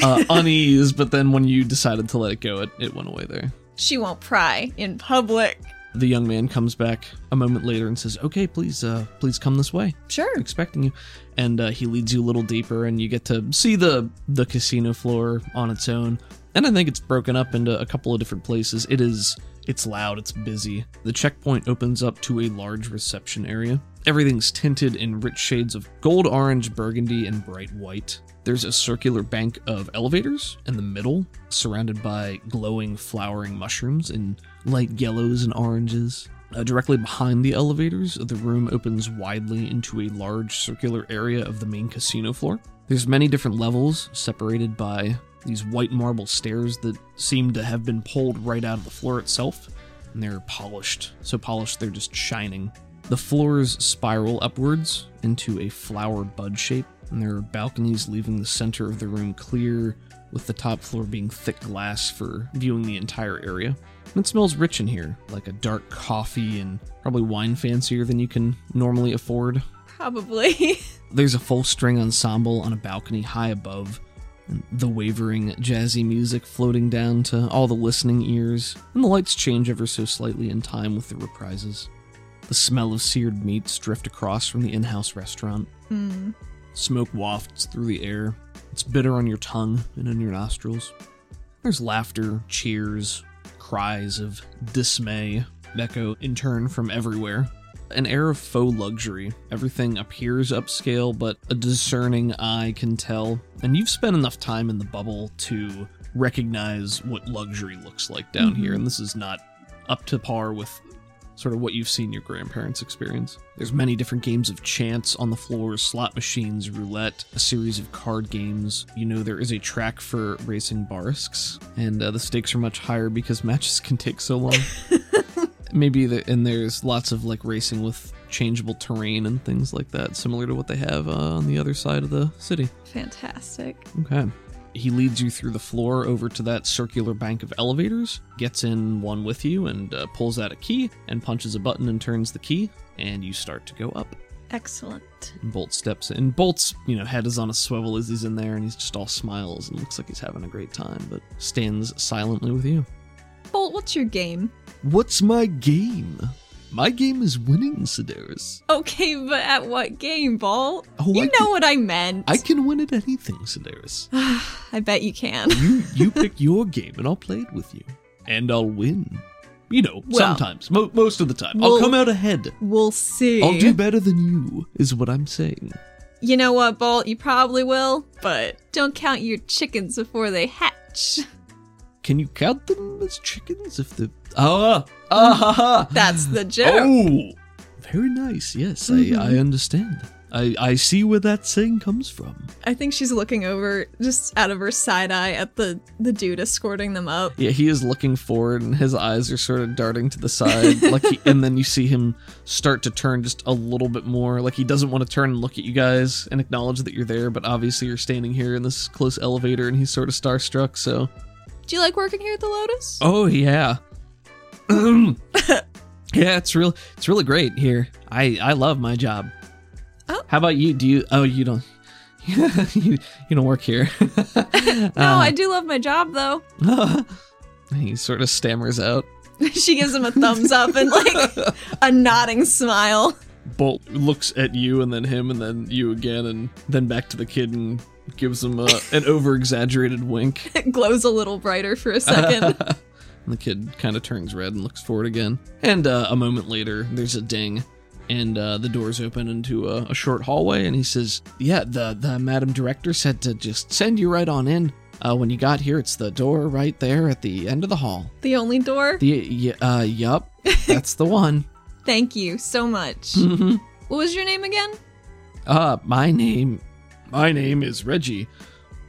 Speaker 1: uh, unease, but then when you decided to let it go, it, it went away there.
Speaker 2: She won't pry in public.
Speaker 1: The young man comes back a moment later and says, "Okay, please, uh, please come this way.
Speaker 2: Sure.
Speaker 1: We're expecting you." And uh, he leads you a little deeper, and you get to Um, see the the casino floor on its own. And I think it's broken up into a couple of different places. It is. It's loud. It's busy. The checkpoint opens up to a large reception area. Everything's tinted in rich shades of gold, orange, burgundy, and bright white. There's a circular bank of elevators in the middle, surrounded by glowing, flowering mushrooms in light yellows and oranges. Uh, directly behind the elevators, the room opens widely into a large circular area of the main casino floor. There's many different levels separated by these white marble stairs that seem to have been pulled right out of the floor itself, and they're polished. So polished, they're just shining. The floors spiral upwards into a flower bud shape, and there are balconies leaving the center of the room clear, with the top floor being thick glass for viewing the entire area. And it smells rich in here, like a dark coffee and probably wine fancier than you can normally afford.
Speaker 2: Probably.
Speaker 1: There's a full string ensemble on a balcony high above, and the wavering, jazzy music floating down to all the listening ears, and the lights change ever so slightly in time with the reprises. The smell of seared meats drift across from the in house restaurant. Smoke wafts through the air. It's bitter on your tongue and in your nostrils. There's laughter, cheers, cries of dismay echo in turn from everywhere. An air of faux luxury. Everything appears upscale, but a discerning eye can tell. And you've spent enough time in the bubble to recognize what luxury looks like down here, and this is not up to par with sort of what you've seen your grandparents experience. There's many different games of chance on the floor, slot machines, roulette, a series of card games. You know there is a track for racing barsks, and uh, the stakes are much higher because matches can take so long. Maybe the, and there's lots of like racing with changeable terrain and things like that, similar to what they have uh, on the other side of the city.
Speaker 2: Fantastic.
Speaker 1: Okay. He leads you through the floor over to that circular bank of elevators, gets in one with you, and uh, pulls out a key and punches a button and turns the key, and you start to go up.
Speaker 2: Excellent.
Speaker 1: And Bolt steps in. Bolt's, you know, head is on a swivel as he's in there, and he's just all smiles and looks like he's having a great time, but stands silently with you.
Speaker 2: Bolt, what's your game?
Speaker 1: What's my game? My game is winning, Sedaris.
Speaker 2: Okay, but at what game, Bolt?
Speaker 1: Oh,
Speaker 2: you
Speaker 1: I
Speaker 2: know
Speaker 1: can-
Speaker 2: what I meant.
Speaker 1: I can win at anything, Sedaris.
Speaker 2: I bet you can.
Speaker 1: You you pick your game and I'll play it with you, and I'll win. You know,
Speaker 2: Well-
Speaker 1: sometimes, mo- most of the time,
Speaker 2: Well-
Speaker 1: I'll come out ahead.
Speaker 2: We'll see.
Speaker 1: I'll do better than you, is what I'm saying.
Speaker 2: You know what, Bolt? You probably will, but don't count your chickens before they hatch.
Speaker 1: Can you count them as chickens if the ah ah ha ha?
Speaker 2: That's the joke.
Speaker 1: Oh, very nice. Yes, I
Speaker 2: Mm-hmm.
Speaker 1: I understand. I I see where that saying comes from.
Speaker 2: I think she's looking over just out of her side eye at the the dude escorting them up.
Speaker 1: Yeah, he is looking forward and his eyes are sort of darting to the side. like, he, and then you see him start to turn just a little bit more. Like, he doesn't want to turn and look at you guys and acknowledge that you're there, but obviously you're standing here in this close elevator and he's sort of starstruck, so
Speaker 2: Do you like working here at the Lotus?
Speaker 1: Oh yeah. yeah, it's real it's really great here. I I love my job.
Speaker 2: Oh.
Speaker 1: How about you? Do you Oh, you don't you, you don't work here. uh.
Speaker 2: no, I do love my job though.
Speaker 1: he sort of stammers out.
Speaker 2: she gives him a thumbs up and like a nodding smile.
Speaker 1: Bolt looks at you and then him and then you again and then back to the kid and gives him a, an over exaggerated wink.
Speaker 2: It glows a little brighter for a second.
Speaker 1: And the kid kind of turns red and looks forward again. And uh, a moment later, there's a ding, and uh, the doors open into a, a short hallway. And he says, "Yeah, the the madam director said to just send you right on in. Uh, when you got here, it's the door right there at the end of the hall.
Speaker 2: the only door.
Speaker 1: The y- uh, yup, that's the one. Mm-hmm.
Speaker 2: Thank you so much.
Speaker 1: Hmm.
Speaker 2: What was your name again?
Speaker 1: Uh, my name, my name is Reggie."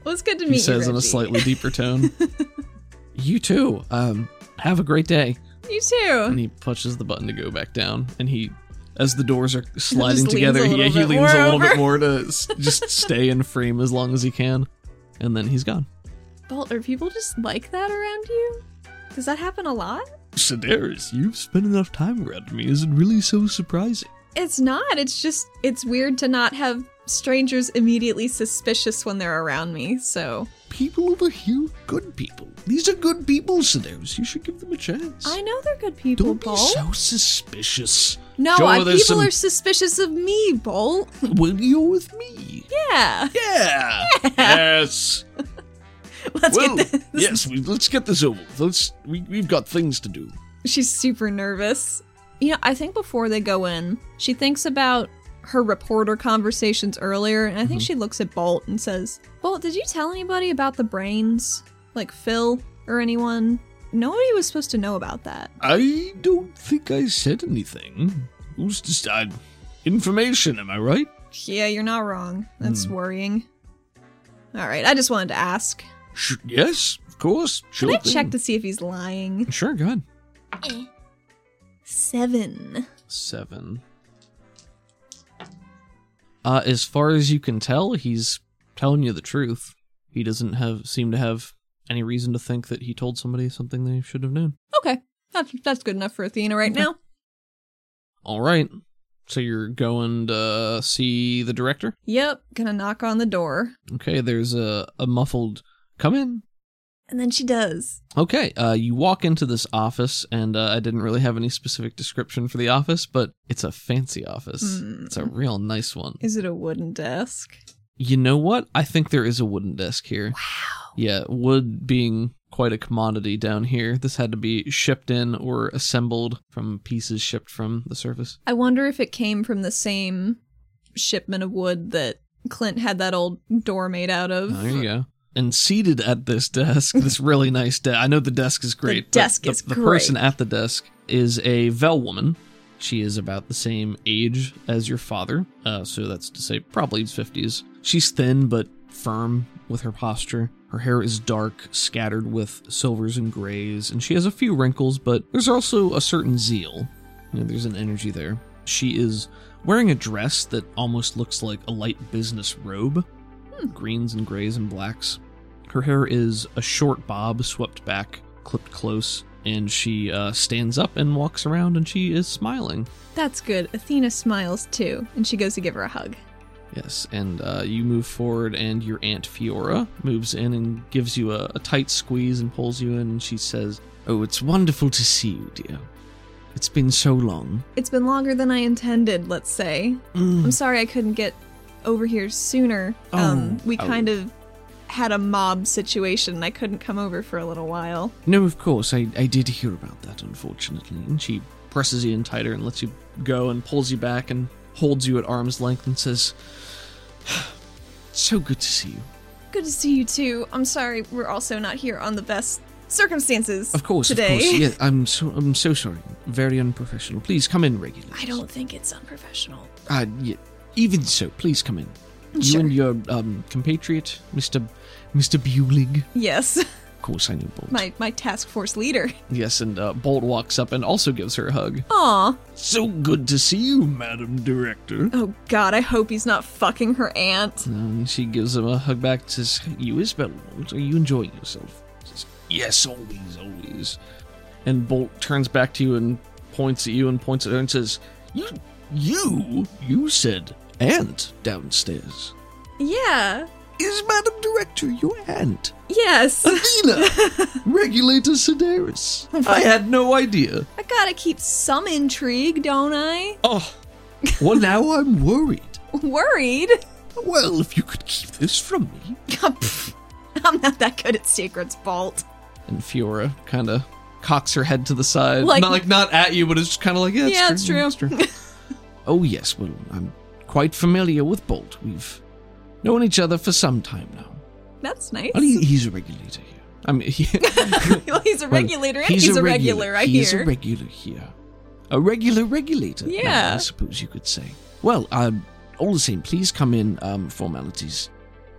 Speaker 2: Well, it's good to meet
Speaker 1: He
Speaker 2: you.
Speaker 1: says in a
Speaker 2: Reggie.
Speaker 1: slightly deeper tone. you too. Um, have a great day.
Speaker 2: You too.
Speaker 1: and he pushes the button to go back down and he as the doors are sliding
Speaker 2: leans a
Speaker 1: together
Speaker 2: little
Speaker 1: yeah, he
Speaker 2: bit
Speaker 1: leans a
Speaker 2: more
Speaker 1: little bit
Speaker 2: over.
Speaker 1: more to s- just stay in frame as long as he can and then he's gone
Speaker 2: Bolt, are people just like that around you? Does that happen a lot?
Speaker 1: sedaris you've spent enough time around me is it really so surprising
Speaker 2: It's not. It's just it's weird to not have strangers immediately suspicious when they're around me. So
Speaker 5: People over here, good people. These are good people, Sedaris. You should give them a
Speaker 1: Uh,
Speaker 5: chance.
Speaker 2: I know they're good people,
Speaker 5: Don't be
Speaker 2: Bolt.
Speaker 5: so suspicious.
Speaker 2: no,
Speaker 5: Joel,
Speaker 2: I- people
Speaker 5: there's some-
Speaker 2: are suspicious of me, Bolt.
Speaker 5: Will you with me?
Speaker 2: Yeah.
Speaker 5: Yeah. yes.
Speaker 2: Let's
Speaker 5: Well,
Speaker 2: get this.
Speaker 5: yes. We, let's get this over. with. Let's. We, we've got things to do.
Speaker 2: She's super nervous. You know, I think before they go in, she thinks about her reporter conversations earlier, and I
Speaker 5: Mm-hmm.
Speaker 2: think she looks at Bolt and says, Bolt, did you tell anybody about the brains? Like Phil or anyone? Nobody was supposed to know about that.
Speaker 5: I don't think I said anything. Who's to decide? Information, am I right?
Speaker 2: Yeah, you're not wrong.
Speaker 5: Hmm.
Speaker 2: That's worrying. All right, I just wanted to ask.
Speaker 5: Sh- yes, of course. Sure
Speaker 2: Can I
Speaker 5: thing.
Speaker 2: check to see if he's lying?
Speaker 1: sure go ahead
Speaker 2: Seven.
Speaker 1: seven uh as far as you can tell he's telling you the truth he doesn't have seem to have any reason to think that he told somebody something they should have known
Speaker 2: Okay, that's, that's good enough for Athena right now.
Speaker 1: All right. So you're going to see the director?
Speaker 2: Yep, gonna knock on the door.
Speaker 1: Okay, there's a, a muffled come in.
Speaker 2: And then she does.
Speaker 1: Okay, uh, you walk into this office, and uh, I didn't really have any specific description for the office, but it's a fancy office.
Speaker 2: Hmm.
Speaker 1: It's a real nice one.
Speaker 2: Is it a wooden desk?
Speaker 1: You know what? I think there is a wooden desk here.
Speaker 2: Wow.
Speaker 1: Yeah, wood being quite a commodity down here. This had to be shipped in or assembled from pieces shipped from the surface.
Speaker 2: I wonder if it came from the same shipment of wood that Clint had that old door made out of.
Speaker 1: Oh, There you go. And seated at this desk, this really nice desk. I know the desk is great. but
Speaker 2: desk is
Speaker 1: The person
Speaker 2: great.
Speaker 1: at the desk is a Vel woman. She is about the same age as your father, uh, so that's to say, probably 50s. She's thin but firm with her posture. Her hair is dark, scattered with silvers and grays, and she has a few wrinkles, but there's also a certain zeal. You know, there's an energy there. She is wearing a dress that almost looks like a light business robe
Speaker 2: Hmm.
Speaker 1: greens and grays and blacks. Her hair is a short bob swept back, clipped close, and she uh, stands up and walks around and she is smiling.
Speaker 2: That's good. Athena smiles too, and she goes to give her a hug.
Speaker 1: Yes, and uh, you move forward, and your Aunt Fiora moves in and gives you a, a tight squeeze and pulls you in, and she says, Oh, it's wonderful to see you, dear. It's been so long.
Speaker 2: It's been longer than I intended, let's say.
Speaker 1: Mm.
Speaker 2: I'm sorry I couldn't get over here sooner.
Speaker 1: Oh.
Speaker 2: um, we kind of had a mob situation, and I couldn't come over for a little while.
Speaker 1: No, of course, I, I did hear about that, unfortunately. And she presses you in tighter and lets you go and pulls you back and holds you at arm's length and says, So good to see you.
Speaker 2: Good to see you too. I'm sorry we're also not here on the best circumstances.
Speaker 1: Of course,
Speaker 2: today.
Speaker 1: of course. Yeah, I'm so I'm so sorry. Very unprofessional. Please come in regularly.
Speaker 2: I don't think it's unprofessional.
Speaker 1: Uh, yeah, even so, please come in. You
Speaker 2: Sure.
Speaker 1: and your um, compatriot, Mr. Mr. Bulig.
Speaker 2: Yes,
Speaker 1: Of course, I know Bolt.
Speaker 2: my my task force leader.
Speaker 1: yes, and uh, Bolt walks up and also gives her a hug.
Speaker 2: Aw.
Speaker 5: So good to see you, Madam Director.
Speaker 2: Oh God, I hope he's not fucking her aunt.
Speaker 1: Um, she gives him a hug back. Says, "You as well, Bolt. Are you enjoying yourself?" Says, Yes, always, always. And Bolt turns back to you and points at you and points at her and says, You, you, you said aunt downstairs.
Speaker 2: Yeah.
Speaker 1: Is Madam Director your aunt?
Speaker 2: Yes.
Speaker 1: Athena! Regulator Sedaris. I had no idea.
Speaker 2: I gotta keep some intrigue, don't I?
Speaker 1: Oh, well, now I'm worried.
Speaker 2: Worried?
Speaker 1: Well, if you could keep this from me.
Speaker 2: Pff, I'm not that good at secrets, Bolt.
Speaker 1: And Fiora kind of cocks her head to the side.
Speaker 2: Like-
Speaker 1: not like not at you, but it's kind of like, yeah, it's
Speaker 2: yeah, it's true.
Speaker 1: it's oh, yes, well, I'm quite familiar with Bolt. We've known each other for some time now.
Speaker 2: That's nice.
Speaker 1: Well, he, he's a regulator here. I mean, he,
Speaker 2: Well, he's a
Speaker 1: Well,
Speaker 2: regulator and he's, a regular, I
Speaker 1: he's
Speaker 2: hear.
Speaker 1: a regular here. A regular regulator. now,
Speaker 2: Yeah.
Speaker 1: I suppose you could say. Well, um, all the same, please come in. Um, formalities.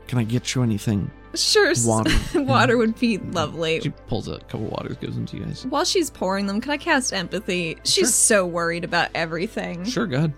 Speaker 1: Can I get you anything?
Speaker 2: sure. s-
Speaker 1: Water.
Speaker 2: water would be lovely.
Speaker 1: She pulls out a couple of waters, gives them to you guys.
Speaker 2: While she's pouring them, can I cast empathy? She's
Speaker 1: Sure.
Speaker 2: so worried about everything.
Speaker 1: Sure, God.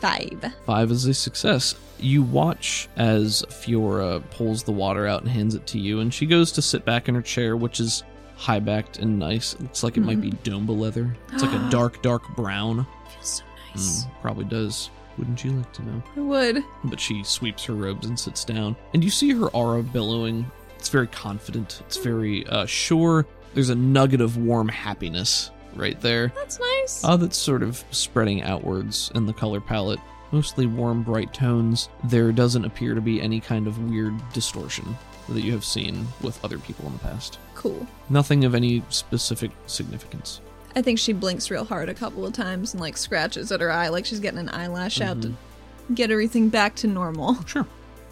Speaker 2: Five.
Speaker 1: Five is a success. You watch as Fiora pulls the water out and hands it to you, and she goes to sit back in her chair, which is high backed and nice. It looks like it might be domba leather. It's like a dark, dark brown.
Speaker 2: Mm-hmm. Feels so nice.
Speaker 1: Mm, probably does. Wouldn't you like to know?
Speaker 2: I would.
Speaker 1: but she sweeps her robes and sits down. And you see her aura billowing. It's very confident, it's very uh, sure. There's a nugget of warm happiness right there
Speaker 2: That's nice.
Speaker 1: uh, that's sort of spreading outwards in the color palette. Mostly warm, bright tones. There doesn't appear to be any kind of weird distortion that you have seen with other people in the past.
Speaker 2: cool.
Speaker 1: Nothing of any specific significance.
Speaker 2: I think she blinks real hard a couple of times and like scratches at her eye like she's getting an eyelash out to
Speaker 1: Mm-hmm.
Speaker 2: get everything back to normal.
Speaker 1: Sure.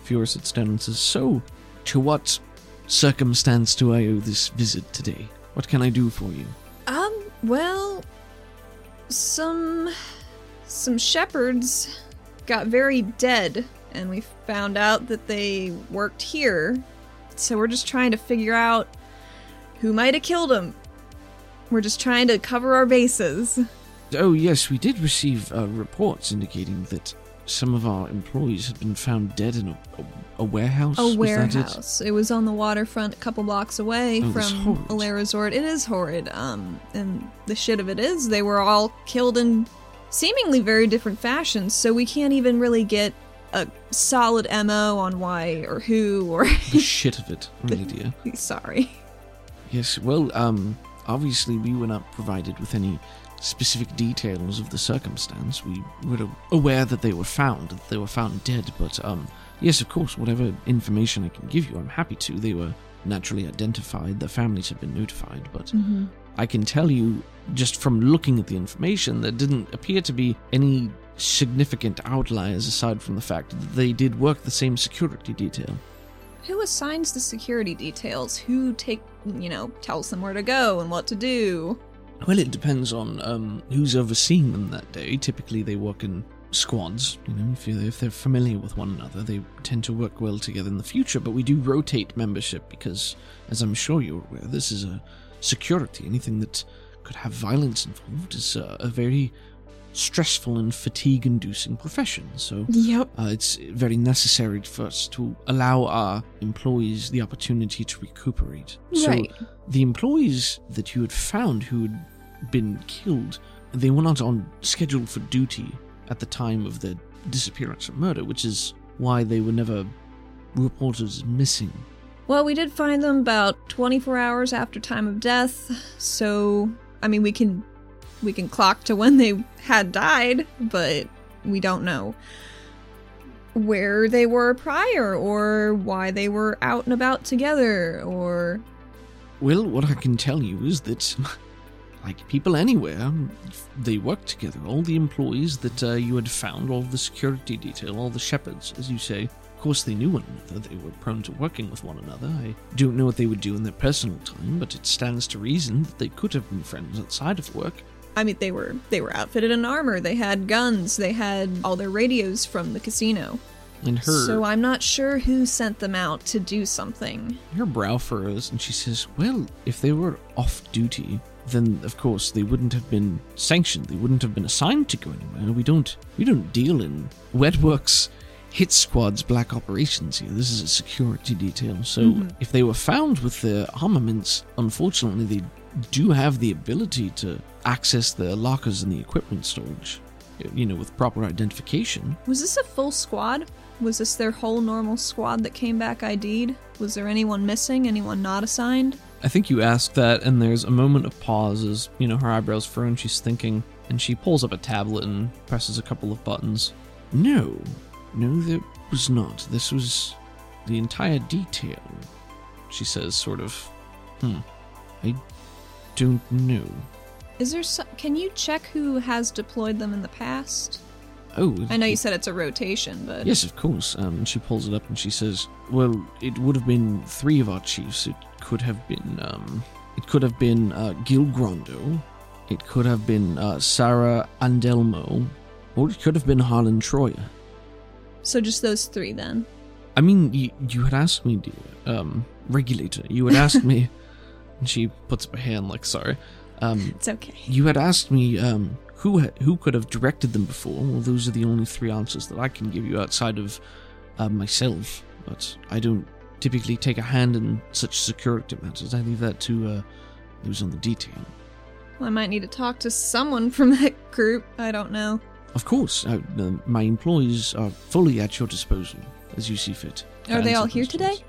Speaker 1: Fiora sits down and says, So, to what circumstance do I owe this visit today? What can I do for you?
Speaker 2: Um, well, some some shepherds got very dead and we found out that they worked here. So we're just trying to figure out who might have killed them. We're just trying to cover our bases.
Speaker 3: Oh, yes, we did receive uh, reports indicating that some of our employees had been found dead in a, a, a warehouse.
Speaker 2: A
Speaker 3: Was that it?
Speaker 2: warehouse. It? was on the waterfront, a couple blocks away
Speaker 3: Oh, that's
Speaker 2: from
Speaker 3: horrid.
Speaker 2: Alair Resort. It is horrid. Um, and the shit of it is, they were all killed in seemingly very different fashions. So we can't even really get a solid mo on why or who or
Speaker 1: The shit of it, really, dear.
Speaker 2: sorry.
Speaker 3: Yes, well, um, obviously we were not provided with any specific details of the circumstance. We were aware that they were found, that they were found dead, but, um, yes, of course, whatever information I can give you, I'm happy to. They were naturally identified, their families have been notified, but I can tell you just from looking at the information, there didn't appear to be any significant outliers aside from the fact that they did work the same security detail.
Speaker 2: Who assigns the security details? Who take you know tells them where to go and what to do?
Speaker 3: Well, it depends on um, who's overseeing them that day. Typically, they work in squads. You know, if, you, if they're familiar with one another, they tend to work well together in the future. But we do rotate membership because, as I'm sure you're aware, this is a security. Anything that could have violence involved is a, a very stressful and fatigue-inducing profession. So.
Speaker 2: Yep.
Speaker 3: Uh, it's very necessary for us to allow our employees the opportunity to recuperate.
Speaker 2: Right.
Speaker 3: So the employees that you had found who had been killed, they were not on scheduled for duty at the time of their disappearance or murder, which is why they were never reported as missing.
Speaker 2: Well, we did find them about 24 hours after time of death, so I mean we can we can clock to when they had died, but we don't know where they were prior or why they were out and about together or
Speaker 3: Well, what I can tell you is that, like people anywhere, they work together. All the employees that uh, you had found, all the security detail, all the shepherds, as you say, of course they knew one another. They were prone to working with one another. I don't know what they would do in their personal time, but it stands to reason that they could have been friends outside of work.
Speaker 2: I mean they were they were outfitted in armor, they had guns, they had all their radios from the casino.
Speaker 1: And her
Speaker 2: So I'm not sure who sent them out to do something.
Speaker 3: Her brow furrows and she says, Well, if they were off duty, then of course they wouldn't have been sanctioned. They wouldn't have been assigned to go anywhere. We don't we don't deal in wet works
Speaker 1: hit squad's black operations here. This is a security detail. So if they were found with their armaments, unfortunately, they do have the ability to access their lockers and the equipment storage, you know, with proper identification.
Speaker 2: Was this a full squad? Was this their whole normal squad that came back ID'd? Was there anyone missing? Anyone not assigned?
Speaker 6: I think you asked that, and there's a moment of pause as, you know, her eyebrows furrow and she's thinking, and she pulls up a tablet and presses a couple of buttons.
Speaker 1: No, no, there was not. This was the entire detail,
Speaker 6: She says, sort of, hmm,
Speaker 1: don't know.
Speaker 2: Is there? So- Can you check who has deployed them in the past?
Speaker 1: Oh,
Speaker 2: I know you said it's a rotation, but
Speaker 1: Yes, of course. Um, and she pulls it up and she says, "Well, it would have been three of our chiefs. It could have been, um, it could have been uh, Gil Grondo, it could have been uh, Sarah Andelmo, or it could have been Harlan Troyer.
Speaker 2: so just those three then.
Speaker 1: I mean, you, you had asked me, dear um, regulator. You had asked me." And she puts up her hand, like sorry. Um,
Speaker 2: It's okay.
Speaker 1: you had asked me um, who ha- who could have directed them before. Well, those are the only three answers that I can give you outside of uh, myself. But I don't typically take a hand in such security matters. I leave that to uh, those on the detail.
Speaker 2: Well, I might need to talk to someone from that group. I don't know.
Speaker 1: Of course, I, uh, my employees are fully at your disposal as you see fit. to
Speaker 2: Are they
Speaker 1: answer
Speaker 2: all here
Speaker 1: those
Speaker 2: today?
Speaker 1: calls.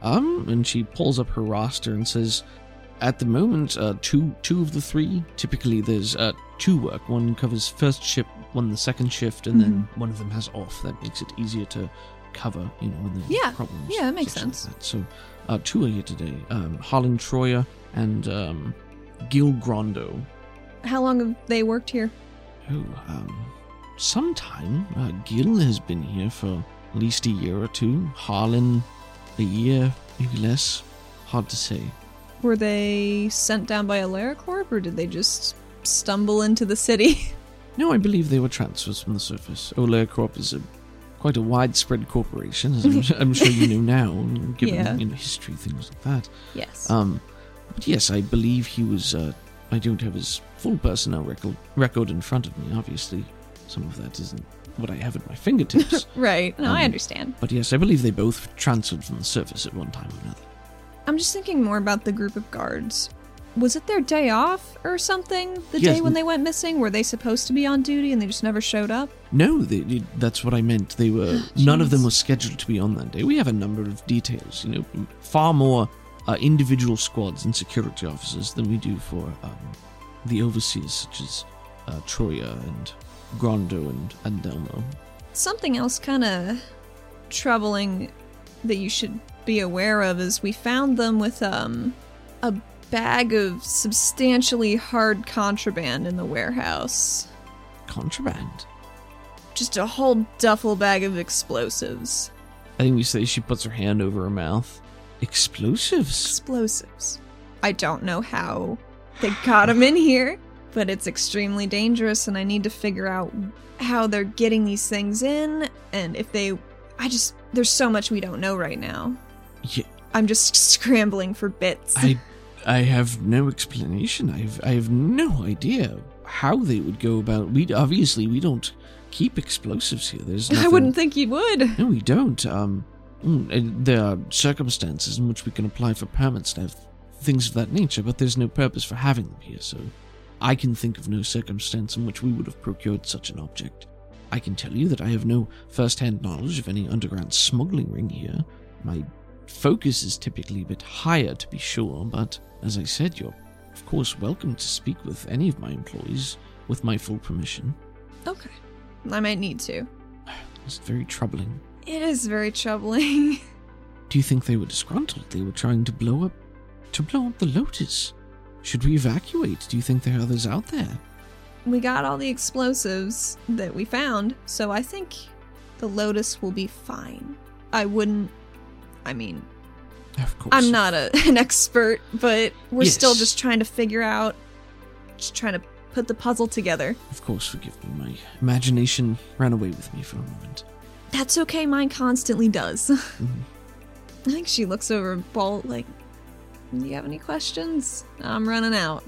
Speaker 1: Um, and she pulls up her roster and says, "At the moment, uh, two two of the three. Typically, there's uh, two work. One covers first shift, one the second shift, and then
Speaker 2: Mm-hmm.
Speaker 1: one of them has off. That makes it easier to cover, you know, when there's
Speaker 2: Yeah.
Speaker 1: problems.
Speaker 2: Yeah, that makes
Speaker 1: such like
Speaker 2: sense.
Speaker 1: that. So, uh, two are here today. Um, Harlan Troyer and um, Gil Grondo.
Speaker 2: How long have they worked here?
Speaker 1: Oh, um, sometime uh, Gil has been here for at least a year or two. Harlan, a year, maybe less. Hard to say.
Speaker 2: Were they sent down by AlariCorp, or did they just stumble into the city?
Speaker 1: No, I believe they were transfers from the surface. Olair Corp is a quite a widespread corporation, as I'm, I'm sure you know now, given
Speaker 2: Yeah.
Speaker 1: you know, history, things like that.
Speaker 2: yes.
Speaker 1: Um, but yes, I believe he was. Uh, I don't have his full personnel record record in front of me. Obviously, some of that isn't what I have at my fingertips.
Speaker 2: right. No, I
Speaker 1: um,
Speaker 2: understand.
Speaker 1: But yes, I believe they both transferred from the surface at one time or another.
Speaker 2: I'm just thinking more about the group of guards. Was it their day off or something? The
Speaker 1: Yes,
Speaker 2: day when
Speaker 1: n-
Speaker 2: they went missing? Were they supposed to be on duty and they just never showed up?
Speaker 1: No, they, they- that's what I meant. They were none of them
Speaker 2: Jeez.
Speaker 1: were scheduled to be on that day. We have a number of details, you know, far more uh, individual squads and security officers than we do for um, the overseers, such as uh, Troya and Grondo and Andelmo.
Speaker 2: Something else kind of troubling that you should be aware of is we found them with um a bag of substantially hard contraband in the warehouse.
Speaker 1: Contraband.
Speaker 2: Just a whole duffel bag of explosives.
Speaker 6: I think we say she puts her hand over her mouth.
Speaker 1: Explosives.
Speaker 2: Explosives. I don't know how they got them in here, but it's extremely dangerous and I need to figure out how they're getting these things in and if they I just there's so much we don't know right now.
Speaker 1: Yeah,
Speaker 2: I'm just scrambling for bits.
Speaker 1: I, I have no explanation. I have, I have no idea how they would go about. We obviously we don't keep explosives here. There's.
Speaker 2: I
Speaker 1: nothing-
Speaker 2: wouldn't think you would.
Speaker 1: No, we don't. Um, mm, and there are circumstances in which we can apply for permits to have things of that nature, but there's no purpose for having them here. So, I can think of no circumstance in which we would have procured such an object. I can tell you that I have no first-hand knowledge of any underground smuggling ring here. My focus is typically a bit higher, to be sure, but as I said, you're of course welcome to speak with any of my employees with my full permission.
Speaker 2: Okay. I might need to.
Speaker 1: It's very troubling.
Speaker 2: It is very troubling.
Speaker 1: Do you think they were disgruntled? They were trying to blow up to blow up the Lotus. Should we evacuate? Do you think there are others out there?
Speaker 2: we got all the explosives that we found, so I think the Lotus will be fine. I wouldn't. I mean,
Speaker 1: Of course.
Speaker 2: I'm not a, an expert, but we're still
Speaker 1: Yes.
Speaker 2: just trying to figure out, just trying to put the puzzle together.
Speaker 1: Of course, forgive me. My imagination ran away with me for a moment.
Speaker 2: That's okay, mine constantly does.
Speaker 1: Mm-hmm.
Speaker 2: I think she looks over at Bolt like, Do you have any questions? I'm running out.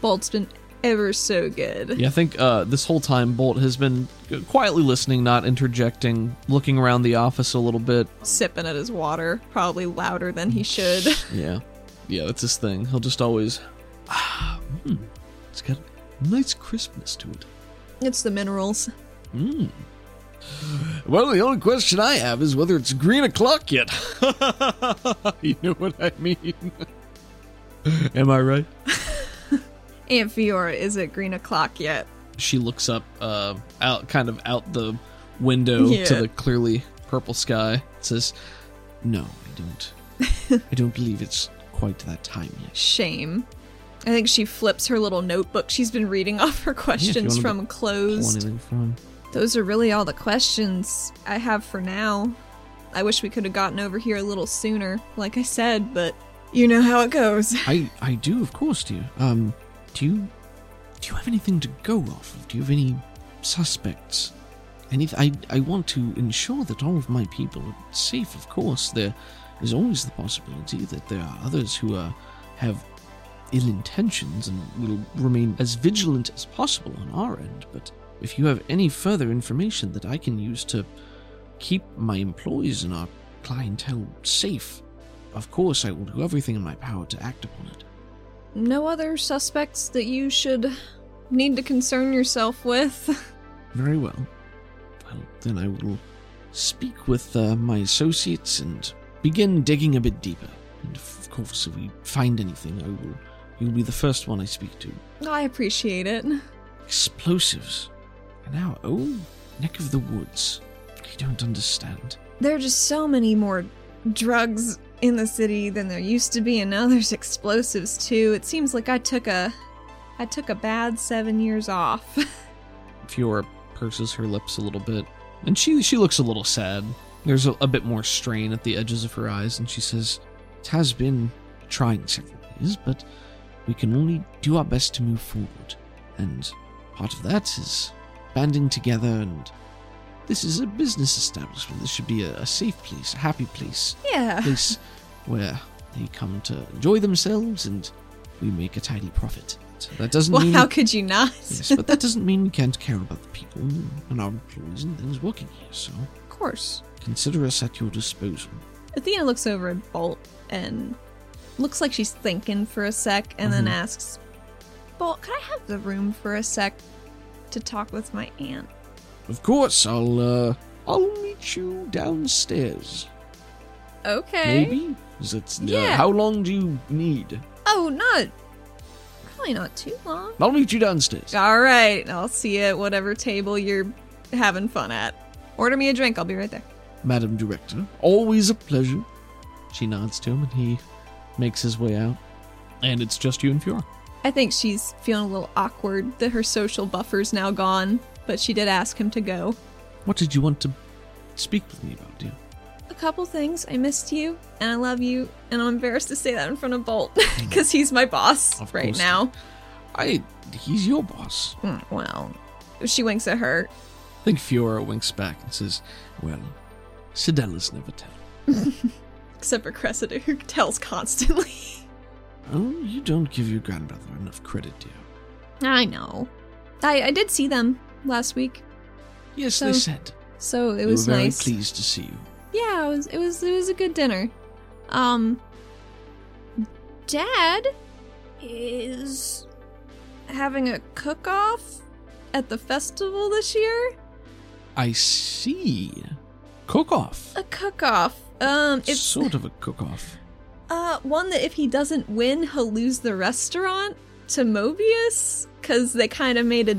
Speaker 2: Bolt's been ever so good.
Speaker 1: Yeah, I think uh, this whole time Bolt has been quietly listening, not interjecting, looking around the office a little bit.
Speaker 2: Sipping at his water, probably louder than he should.
Speaker 1: Yeah, yeah, that's his thing. He'll just always, ah, mm, it's got a nice crispness to it.
Speaker 2: it's the minerals.
Speaker 3: Well, the only question I have is whether it's green o'clock yet. you know what I mean?
Speaker 1: Am I right?
Speaker 2: Aunt Fiora is at green o'clock yet.
Speaker 1: She looks up, uh, out kind of out the window
Speaker 2: Yeah.
Speaker 1: to the clearly purple sky. Says,
Speaker 3: No, I don't. I don't believe it's quite that time yet.
Speaker 2: Shame. I think she flips her little notebook. She's been reading off her questions
Speaker 1: wanna
Speaker 2: from
Speaker 1: "Want
Speaker 2: closed.
Speaker 1: anything from?"
Speaker 2: Those are really all the questions I have for now. I wish we could have gotten over here a little sooner, like I said, but you know how it goes.
Speaker 3: I I do, of course, dear. Um, do you do you have anything to go off of? Do you have any suspects? Any I I want to ensure that all of my people are safe. Of course, there is always the possibility that there are others who are have ill intentions and will remain as vigilant as possible on our end. But if you have any further information that I can use to keep my employees and our clientele safe, of course I will do everything in my power to act upon it.
Speaker 2: No other suspects that you should need to concern yourself with.
Speaker 3: Very well. Well, then I will speak with uh, my associates and begin digging a bit deeper. And of course, if we find anything, I will. You'll be the first one I speak to.
Speaker 2: I appreciate it.
Speaker 3: Explosives, in our own neck of the woods. I don't understand.
Speaker 2: There are just so many more drugs in the city than there used to be, and now there's explosives too. It seems like I took a, I took a bad seven years off.
Speaker 1: Fiora purses her lips a little bit, and she she looks a little sad. There's a, a bit more strain at the edges of her eyes, and she says,
Speaker 3: It has been trying several years, but we can only do our best to move forward. And part of that is banding together and. This is a business establishment. This should be a, a safe place, a happy place.
Speaker 2: yeah.
Speaker 3: place where they come to enjoy themselves and we make a tidy profit. That doesn't
Speaker 2: Well,
Speaker 3: mean
Speaker 2: how could you not?
Speaker 3: yes, but that doesn't mean we can't care about the people and our employees and things working here. So
Speaker 2: Of course.
Speaker 3: consider us at your disposal.
Speaker 2: Athena looks over at Bolt and looks like she's thinking for a sec, and then asks, "Bolt, could I have the room for a sec to talk with my aunt?"
Speaker 3: Of course, I'll uh, I'll meet you downstairs.
Speaker 2: Okay.
Speaker 3: Maybe. Is it, uh,
Speaker 2: Yeah.
Speaker 3: how long do you need?
Speaker 2: Oh, not probably not too long.
Speaker 3: I'll meet you downstairs.
Speaker 2: All right, I'll see you at whatever table you're having fun at. Order me a drink. I'll be right there.
Speaker 3: Madam Director, always a pleasure.
Speaker 1: she nods to him, and he makes his way out. And it's just you and Fiora.
Speaker 2: I think she's feeling a little awkward that her social buffer's now gone, but she did ask him to go.
Speaker 3: What did you want to speak with me about, dear?
Speaker 2: A couple things. I missed you, and I love you, and I'm embarrassed to say that in front of Bolt because he's my boss
Speaker 3: Of
Speaker 2: right
Speaker 3: course.
Speaker 2: now.
Speaker 3: I he's your boss.
Speaker 2: Mm, Well, she winks at her.
Speaker 1: I think Fiora winks back and says,
Speaker 3: Well, Sidella's never tell.
Speaker 2: Except for Cressida, who tells constantly.
Speaker 3: Oh, you don't give your grandmother enough credit, dear.
Speaker 2: I know. I, I did see them last week,
Speaker 3: Yes,
Speaker 2: So-
Speaker 3: they said.
Speaker 2: so it
Speaker 3: They
Speaker 2: was
Speaker 3: were very
Speaker 2: nice.
Speaker 3: pleased to see you.
Speaker 2: yeah, it was it was it was a good dinner. Um Dad is having a cook-off at the festival this year.
Speaker 3: I see. Cook off.
Speaker 2: A cook-off. Um it's
Speaker 3: sort of a cook off.
Speaker 2: uh one that if he doesn't win, he'll lose the restaurant to Mobius cuz they kind of made a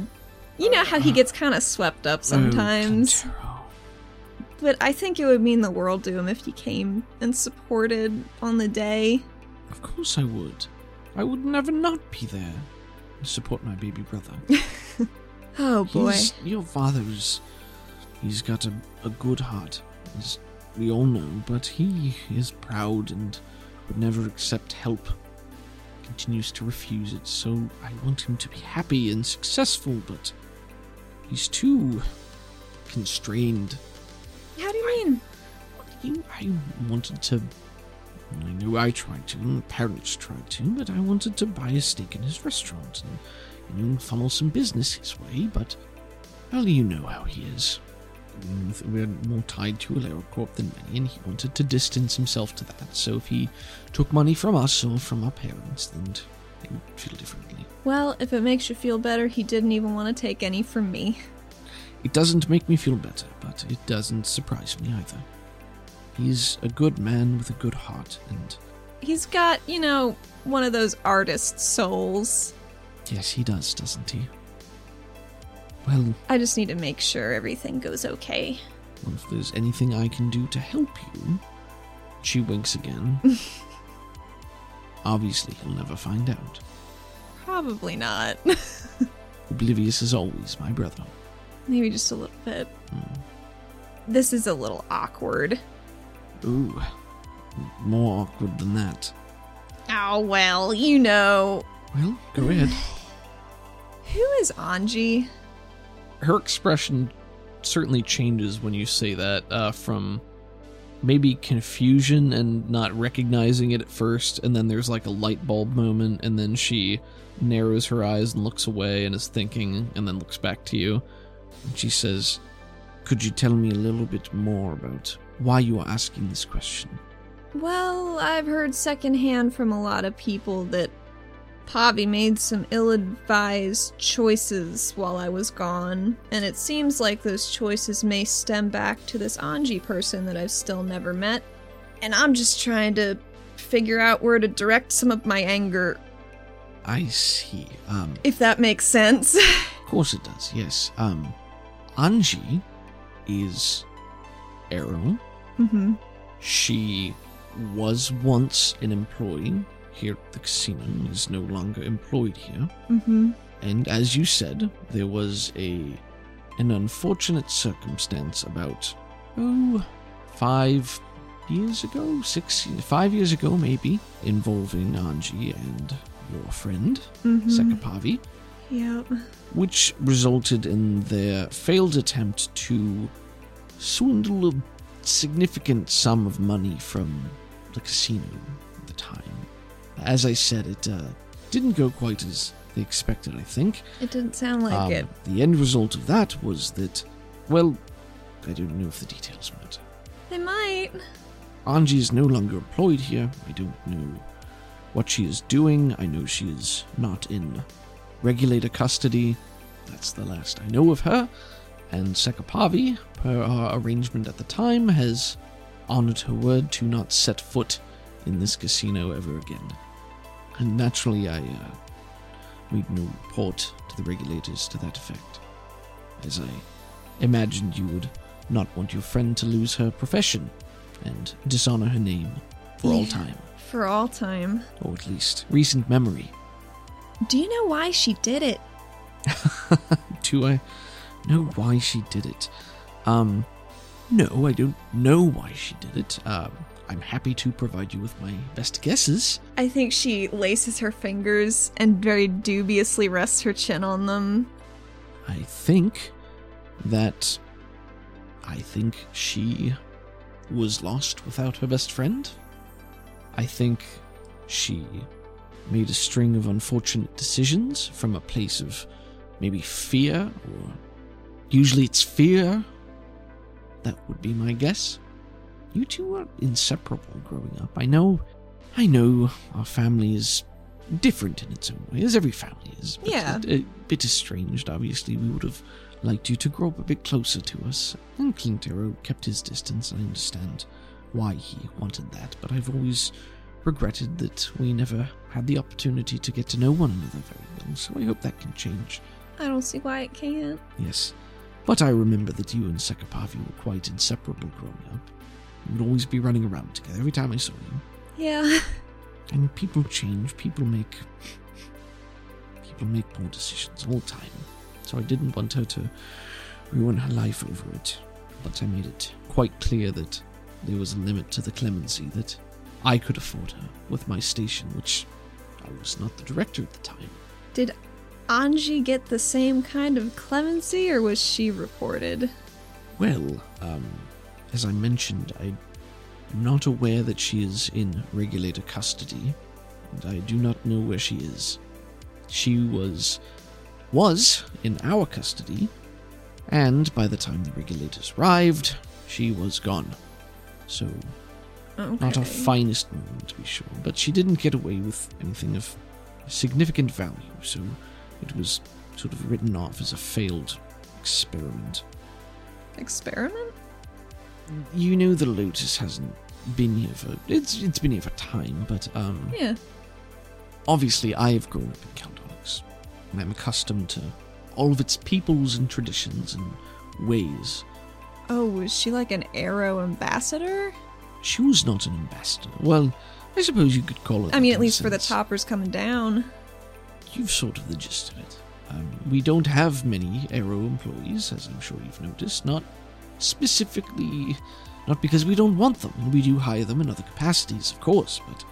Speaker 2: you know how he gets kind of swept up
Speaker 3: Oh,
Speaker 2: sometimes. But I think it would mean the world to him if he came and supported on the day.
Speaker 3: Of course I would. I would never not be there. to Support my baby brother.
Speaker 2: Oh boy.
Speaker 3: He's, your father's. He's got a, a good heart, as we all know, but he is proud and would never accept help. Continues to refuse it, so I want him to be happy and successful, but he's too constrained.
Speaker 2: How do you mean?
Speaker 3: You, I wanted to. I know I tried to, and the parents tried to, but I wanted to buy a stake in his restaurant and and he'll funnel some business his way, but well, you know how he is. Mm, We're more tied to AleraCorp than many, and he wanted to distance himself to that, so if he took money from us or from our parents, then they would feel differently.
Speaker 2: Well, if it makes you feel better, he didn't even want to take any from me.
Speaker 3: It doesn't make me feel better, but it doesn't surprise me either. He's a good man with a good heart, and
Speaker 2: He's got, you know, one of those artist souls.
Speaker 3: yes, he does, doesn't he? Well,
Speaker 2: I just need to make sure everything goes okay.
Speaker 3: well, if there's anything I can do to help you. She winks again. Obviously, he'll never find out.
Speaker 2: Probably not.
Speaker 3: Oblivious as always, my brother.
Speaker 2: Maybe just a little bit. Hmm. This is a little awkward.
Speaker 3: Ooh, more awkward than that.
Speaker 2: Oh, well, you know.
Speaker 3: Well, go ahead.
Speaker 2: Who is Anji?
Speaker 1: her expression certainly changes when you say that uh, from maybe confusion and not recognizing it at first and then there's like a light bulb moment and then she narrows her eyes and looks away and is thinking and then looks back to you
Speaker 3: And she says, Could you tell me a little bit more about why you are asking this question?
Speaker 2: Well, I've heard secondhand from a lot of people that Pavi made some ill advised choices while I was gone, and it seems like those choices may stem back to this Anji person that I've still never met. And I'm just trying to figure out where to direct some of my anger,
Speaker 3: I see. Um,
Speaker 2: if that makes sense.
Speaker 3: of course it does, yes. Um, Anji is Errol.
Speaker 2: mm-hmm.
Speaker 3: She was once an employee here at the casino and is no longer employed here.
Speaker 2: Mm-hmm.
Speaker 3: And as you said, there was a an unfortunate circumstance about oh five years ago, six five years ago maybe, involving Anji and your friend,
Speaker 2: Mm-hmm.
Speaker 3: Sekapavi,
Speaker 2: Yep.
Speaker 3: which resulted in their failed attempt to swindle a significant sum of money from the casino at the time. As I said, it uh, didn't go quite as they expected, I think.
Speaker 2: It didn't sound like
Speaker 3: Um,
Speaker 2: it.
Speaker 3: The end result of that was that, well, I don't know if the details matter.
Speaker 2: They might.
Speaker 3: Anji is no longer employed here. I don't know what she is doing. I know she is not in regulator custody. That's the last I know of her. And Sekapavi, per our arrangement at the time, has honored her word to not set foot in this casino ever again. And naturally, I uh, made no report to the regulators to that effect, as I imagined you would not want your friend to lose her profession and dishonor her name for all
Speaker 2: Yeah.
Speaker 3: time,
Speaker 2: For all time.
Speaker 3: or at least recent memory.
Speaker 2: Do you know why she did it?
Speaker 3: Do I know why she did it? Um, no, I don't know why she did it. Um, I'm happy to provide you with my best guesses.
Speaker 2: I think she laces her fingers and very dubiously rests her chin on them.
Speaker 3: I think that. I think she was lost without her best friend. I think she made a string of unfortunate decisions from a place of maybe fear, or usually it's fear. That would be my guess. You two were inseparable growing up. I know, I know our family is different in its own way, as every family is. but
Speaker 2: Yeah.
Speaker 3: A, a bit estranged, obviously. We would have liked you to grow up a bit closer to us. And Clintero kept his distance. I understand why he wanted that, but I've always regretted that we never had the opportunity to get to know one another very well, so I hope that can change.
Speaker 2: I don't see why it can't.
Speaker 3: Yes. But I remember that you and Sekapavi were quite inseparable growing up. You would always be running around together every time I saw you.
Speaker 2: Yeah.
Speaker 3: And people change, people make people make poor decisions all the time. So I didn't want her to ruin her life over it. But I made it quite clear that there was a limit to the clemency that I could afford her with my station, which I was not the director at the time.
Speaker 2: Did Anji get the same kind of clemency or was she reported?
Speaker 3: Well, um, as I mentioned, I'm not aware that she is in regulator custody, and I do not know where she is. She was was in our custody, and by the time the regulators arrived, she was gone. So,
Speaker 2: Okay.
Speaker 3: not our finest moment, to be sure, but she didn't get away with anything of significant value, so it was sort of written off as a failed experiment.
Speaker 2: Experiment?
Speaker 3: You know the Lotus hasn't been here for it's it's been here for time, but um
Speaker 2: Yeah.
Speaker 3: Obviously, I have grown up in Caldonix, and I'm accustomed to all of its peoples and traditions and ways.
Speaker 2: Oh, was she like an arrow ambassador?
Speaker 3: She was not an ambassador. Well, I suppose you could call it.
Speaker 2: I mean, at
Speaker 3: that in a
Speaker 2: least for the
Speaker 3: sense.
Speaker 2: toppers coming down.
Speaker 3: You've sort of the gist of it. Um, we don't have many Aero employees, as I'm sure you've noticed. Not specifically, not because we don't want them. We do hire them in other capacities, of course, but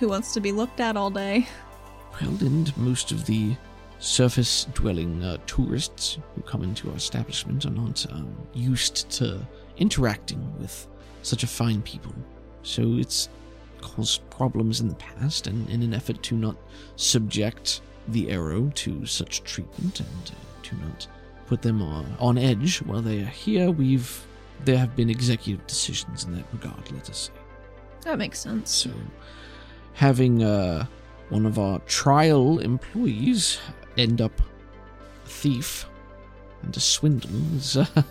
Speaker 2: Who wants to be looked at all day?
Speaker 3: Well, and most of the surface dwelling uh, tourists who come into our establishment are not um, used to interacting with such a fine people. So it's caused problems in the past, and in an effort to not subject the arrow to such treatment and uh, to not put them on, on edge while they are here, we've there have been executive decisions in that regard, let us say.
Speaker 2: That makes sense.
Speaker 3: So, having uh, one of our trial employees end up a thief and a swindle is uh, a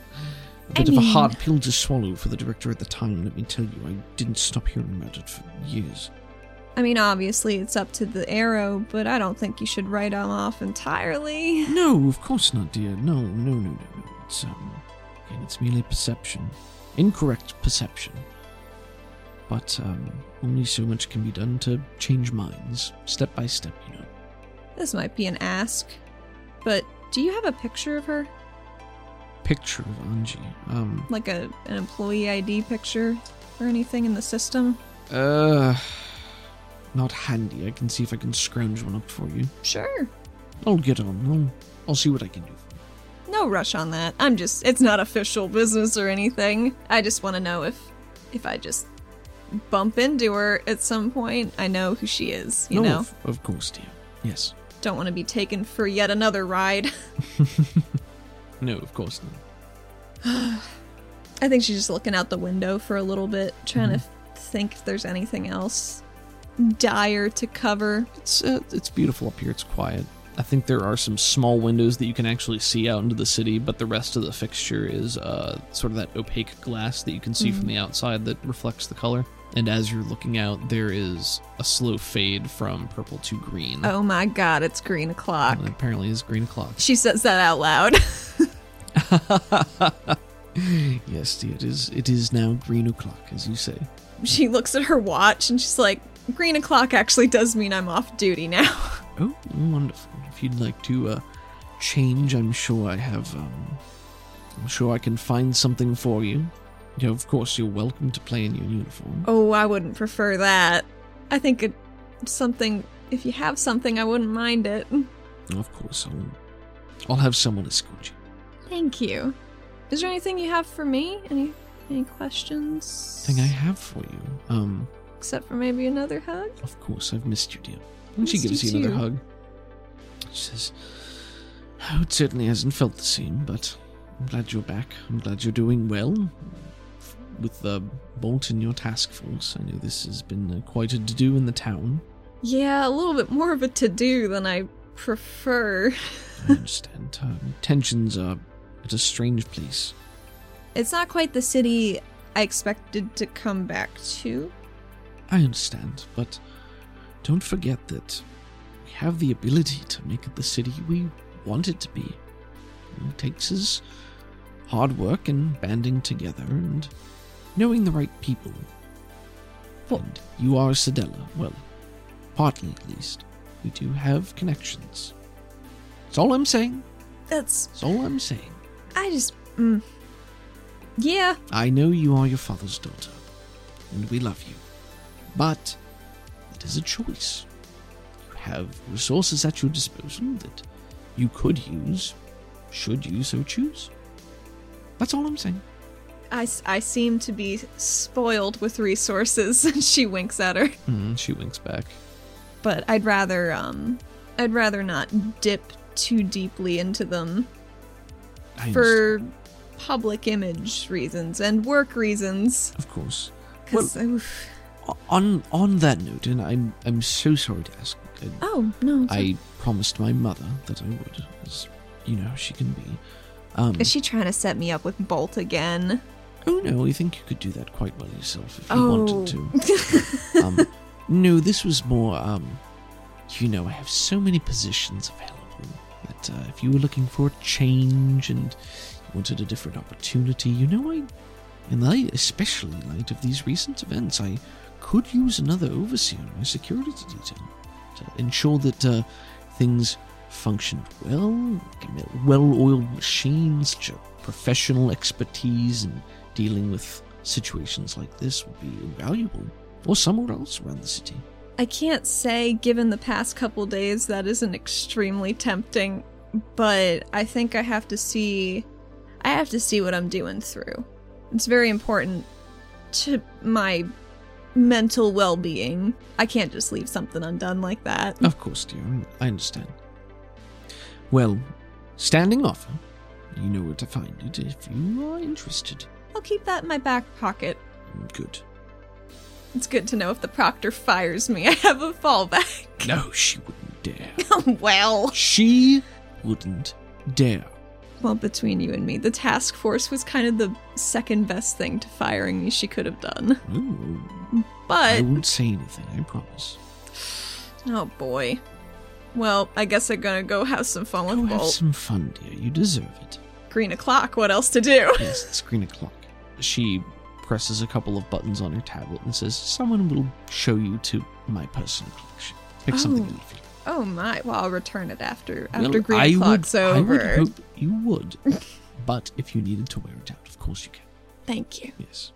Speaker 3: bit of a
Speaker 2: mean-
Speaker 3: hard pill to swallow for the director at the time. Let me tell you, I didn't stop hearing about it for years.
Speaker 2: I mean, obviously it's up to the arrow, but I don't think you should write them off entirely.
Speaker 3: No, of course not, dear. No, no, no, no, no. It's um, again, it's merely perception, incorrect perception. But um, only so much can be done to change minds, step by step, you know.
Speaker 2: This might be an ask, but do you have a picture of her?
Speaker 3: Picture of Anji. Um,
Speaker 2: Like a an employee ID picture or anything in the system?
Speaker 3: Uh, not handy. I can see if I can scrounge one up for you.
Speaker 2: Sure.
Speaker 3: I'll get on. I'll, I'll see what I can do. For you.
Speaker 2: No rush on that. I'm just it's not official business or anything. I just want to know if if I just bump into her at some point, I know who she is, you
Speaker 3: no,
Speaker 2: know.
Speaker 3: Of, of course, dear. Yes.
Speaker 2: Don't want to be taken for yet another ride.
Speaker 3: No, of course not.
Speaker 2: I think she's just looking out the window for a little bit, trying
Speaker 3: Mm-hmm.
Speaker 2: to think if there's anything else dire to cover.
Speaker 1: It's uh, it's beautiful up here. It's quiet. I think there are some small windows that you can actually see out into the city, but the rest of the fixture is uh, sort of that opaque glass that you can see from
Speaker 3: Mm-hmm.
Speaker 1: the outside that reflects the color. And as you're looking out, there is a slow fade from purple to green.
Speaker 2: Oh my god, it's green o'clock.
Speaker 1: And apparently, is green o'clock.
Speaker 2: She says that out loud.
Speaker 3: Yes, dear. It is. It is now green o'clock, as you say.
Speaker 2: she looks at her watch and she's like, green o'clock actually does mean I'm off duty now.
Speaker 3: Oh, wonderful. If you'd like to uh, change, I'm sure I have. Um, I'm sure I can find something for you. You know, of course, you're welcome to play in your uniform.
Speaker 2: Oh, I wouldn't prefer that. I think it, something, if you have something, I wouldn't mind it.
Speaker 3: Of course, I'll, I'll have someone escort you.
Speaker 2: Thank you. Is there anything you have for me? Any any questions?
Speaker 3: Thing I have for you. Um,
Speaker 2: Except for maybe another hug?
Speaker 3: of course, I've missed you, dear. And she
Speaker 2: Missed
Speaker 3: gives
Speaker 2: you
Speaker 3: you another
Speaker 2: too.
Speaker 3: hug. She says, "Oh, it certainly hasn't felt the same, but I'm glad you're back. I'm glad you're doing well." With the bolt in your task force, I know this has been uh, quite a to-do in the town.
Speaker 2: Yeah, a little bit more of a to do than I prefer.
Speaker 3: I understand. Um, tensions are at a strange place.
Speaker 2: It's not quite the city I expected to come back to.
Speaker 3: I understand, but don't forget that we have the ability to make it the city we want it to be. It takes us hard work and banding together and knowing the right people.
Speaker 2: Well-
Speaker 3: And you are a Sedella. Well, partly at least. We do have connections. That's all I'm saying.
Speaker 2: That's.
Speaker 3: That's all I'm saying.
Speaker 2: I just. Mm, yeah,
Speaker 3: I know you are your father's daughter, and we love you. But it is a choice. You have resources at your disposal that you could use, should you so choose. That's all I'm saying.
Speaker 2: I, s- I seem to be spoiled with resources. And she winks at her.
Speaker 1: Mm, she winks back.
Speaker 2: But I'd rather, um. I'd rather not dip too deeply into them
Speaker 1: I understand.
Speaker 2: for public image reasons and work reasons.
Speaker 1: of course.
Speaker 2: 'Cause I-
Speaker 1: On on that note, and I'm I'm so sorry to ask. I,
Speaker 2: oh no, it's
Speaker 1: I promised my mother that I would, as you know she can be. Um,
Speaker 2: Is she trying to set me up with Bolt again?
Speaker 1: oh no, I think you could do that quite well yourself if you
Speaker 2: Oh.
Speaker 1: wanted to. um, no, this was more. Um, you know, I have so many positions available that uh, if you were looking for a change and you wanted a different opportunity, you know, I, in light, especially in light of these recent events, I could use another overseer in my security detail to ensure that uh, things functioned well, like a well-oiled machines, such a professional expertise in dealing with situations like this would be invaluable. Or somewhere else around the city.
Speaker 2: I can't say, given the past couple days, that isn't extremely tempting, but I think I have to see. I have to see what I'm doing through. It's very important to my mental well being. I can't just leave something undone like that.
Speaker 1: Of course, dear. I understand. Well, standing offer. You know where to find it if you are interested.
Speaker 2: I'll keep that in my back pocket.
Speaker 1: Good.
Speaker 2: It's good to know if the proctor fires me, I have a fallback. Oh,
Speaker 1: No, she wouldn't dare.
Speaker 2: well.
Speaker 1: she wouldn't dare.
Speaker 2: Well, between you and me, the task force was kind of the second best thing to firing me she could have done.
Speaker 1: Ooh, I
Speaker 2: But,
Speaker 1: won't say anything, I promise.
Speaker 2: oh boy. Well, I guess I'm gonna go have some fun
Speaker 1: Go
Speaker 2: with
Speaker 1: have
Speaker 2: Bolt.
Speaker 1: some fun, dear. You deserve it.
Speaker 2: Green o'clock, what else to do?
Speaker 1: Yes, it's green o'clock. She presses a couple of buttons on her tablet and says, Someone will show you to my personal collection. Pick something
Speaker 2: Oh.
Speaker 1: out for you.
Speaker 2: Oh my, well, I'll return it after after
Speaker 1: Well,
Speaker 2: green
Speaker 1: I
Speaker 2: o'clock's
Speaker 1: would,
Speaker 2: over.
Speaker 1: I would hope you would. but if you needed to wear it out, of course you can.
Speaker 2: Thank you.
Speaker 1: Yes.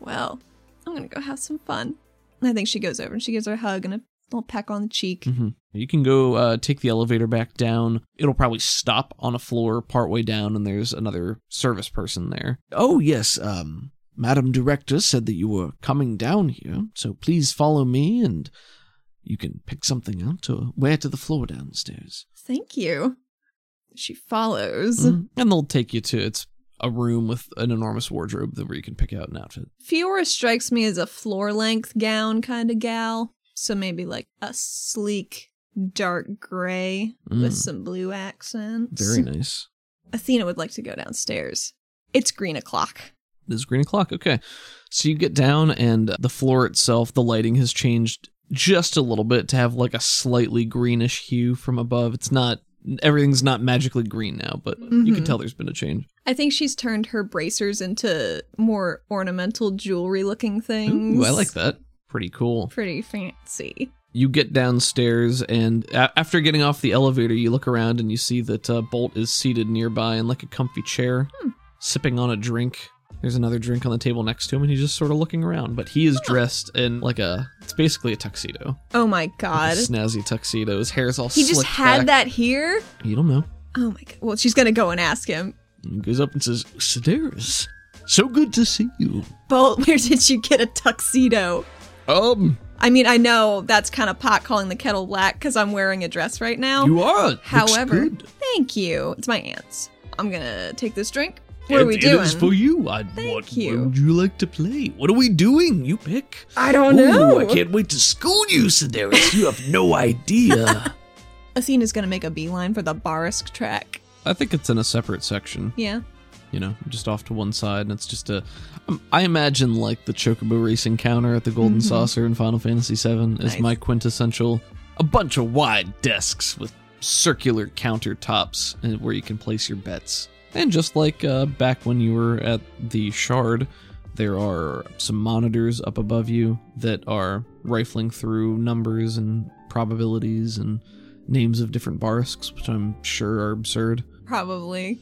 Speaker 2: Well, I'm gonna go have some fun. And I think she goes over and she gives her a hug and a little peck on the cheek.
Speaker 1: Mm-hmm. You can go uh, take the elevator back down. It'll probably stop on a floor partway down, and there's another service person there.
Speaker 5: Oh, yes, um, Madam Director said that you were coming down here, so please follow me and you can pick something out to wear to the floor downstairs.
Speaker 2: Thank you. She follows.
Speaker 1: Mhm. And they'll take you to it's a room with an enormous wardrobe that- where you can pick out an outfit.
Speaker 2: Fiora strikes me as a floor length gown kind of gal. So maybe like a sleek dark gray
Speaker 1: Mm.
Speaker 2: with some blue accents.
Speaker 1: Very nice.
Speaker 2: Athena would like to go downstairs. It's green o'clock.
Speaker 1: This is green o'clock. Okay. So you get down, and the floor itself, the lighting has changed just a little bit to have like a slightly greenish hue from above. It's not, everything's not magically green now, but you can
Speaker 2: Mhm.
Speaker 1: tell there's been a change.
Speaker 2: I think she's turned her bracers into more ornamental jewelry looking things.
Speaker 1: Ooh, I like that. Pretty cool.
Speaker 2: Pretty fancy.
Speaker 1: You get downstairs, and a- after getting off the elevator, you look around and you see that uh, Bolt is seated nearby in like a comfy chair, sipping on a drink. There's another drink on the table next to him, and he's just sort of looking around. But he is dressed in like a, it's basically a tuxedo.
Speaker 2: Oh my
Speaker 1: Like
Speaker 2: god.
Speaker 1: a snazzy tuxedo. His hair's all
Speaker 2: He just
Speaker 1: slicked
Speaker 2: had
Speaker 1: back.
Speaker 2: that here?
Speaker 1: You don't know.
Speaker 2: Oh my god. Well, she's gonna go and ask him.
Speaker 1: And he goes up and says, "Sedaris, so good to see you."
Speaker 2: Bolt, where did you get a tuxedo?
Speaker 1: Um,
Speaker 2: I mean, I know that's kind of pot calling the kettle black because I'm wearing a dress right now.
Speaker 1: you are. Looks
Speaker 2: However,
Speaker 1: good.
Speaker 2: thank you. It's my aunt's. I'm gonna take this drink. What are we
Speaker 1: It-
Speaker 2: doing?
Speaker 1: It is for you. I
Speaker 2: Thank
Speaker 1: what,
Speaker 2: you.
Speaker 1: what would you like to play? What are we doing? You pick.
Speaker 2: I don't
Speaker 5: Ooh, I can't wait to school you, Sedaris. You have no idea.
Speaker 2: Athena's gonna make a beeline for the Barisk track.
Speaker 1: I think it's in a separate section.
Speaker 2: Yeah.
Speaker 1: You know, just off to one side, and it's just a. um, I imagine like the Chocobo racing counter at the Golden Saucer in Final Fantasy VII is
Speaker 2: Nice.
Speaker 1: my quintessential. A bunch of wide desks with circular countertops and where you can place your bets. And just like uh, back when you were at the Shard, there are some monitors up above you that are rifling through numbers and probabilities and names of different barisks, which I'm sure are absurd.
Speaker 2: Probably.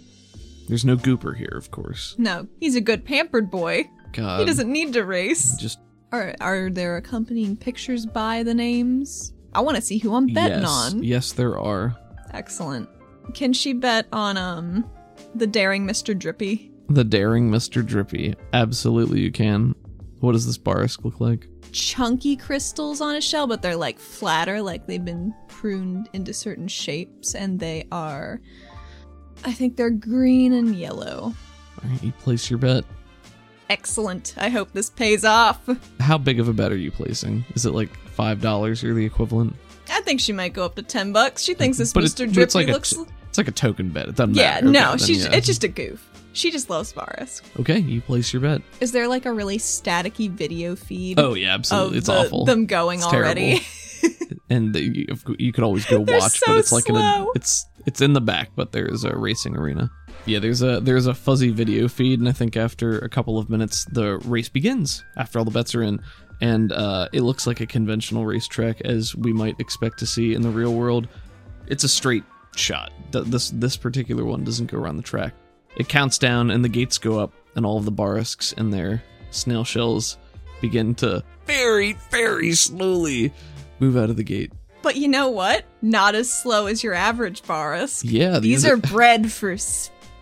Speaker 1: There's no gooper here, of course.
Speaker 2: No, he's a good pampered boy.
Speaker 1: God,
Speaker 2: He doesn't need to race.
Speaker 1: just
Speaker 2: Are are there accompanying pictures by the names? I want to see who I'm betting
Speaker 1: yes,
Speaker 2: on.
Speaker 1: yes, there are.
Speaker 2: Excellent. Can she bet on um the daring Mr. Drippy?
Speaker 1: The daring Mr. Drippy. Absolutely, you can. What does this barisk look like?
Speaker 2: chunky crystals on a shell, but they're like flatter, like they've been pruned into certain shapes, and they are. I think they're green and yellow.
Speaker 1: All right, you place your bet.
Speaker 2: Excellent. I hope this pays off.
Speaker 1: How big of a bet are you placing? Is it like five dollars or the equivalent?
Speaker 2: I think she might go up to ten bucks. She thinks this
Speaker 1: But it's-
Speaker 2: Mr.
Speaker 1: but
Speaker 2: Drippy
Speaker 1: it's like a
Speaker 2: looks.
Speaker 1: t- It's like a token bet. It doesn't
Speaker 2: yeah,
Speaker 1: matter.
Speaker 2: no,
Speaker 1: Okay, then
Speaker 2: she's
Speaker 1: yeah.
Speaker 2: it's just a goof. She just loves Varus.
Speaker 1: okay. You place your bet.
Speaker 2: Is there like a really staticky video feed?
Speaker 1: Oh yeah,
Speaker 2: of
Speaker 1: absolutely. It's
Speaker 2: the-
Speaker 1: awful.
Speaker 2: them going
Speaker 1: It's
Speaker 2: already.
Speaker 1: terrible. and the, you, of cou- you could always go
Speaker 2: They're
Speaker 1: watch,
Speaker 2: so
Speaker 1: but it's like in a,
Speaker 2: slow.
Speaker 1: it's it's in the back, but there's a racing arena. Yeah, there's a there's a fuzzy video feed, and I think after a couple of minutes, the race begins. After all the bets are in, and uh, it looks like a conventional racetrack as we might expect to see in the real world. It's a straight shot. Th- This this particular one doesn't go around the track. It counts down, and the gates go up, and all of the barisks and their snail shells begin to very very slowly move out of the gate.
Speaker 2: but you know what? Not as slow as your average Varus.
Speaker 1: Yeah,
Speaker 2: These are bred for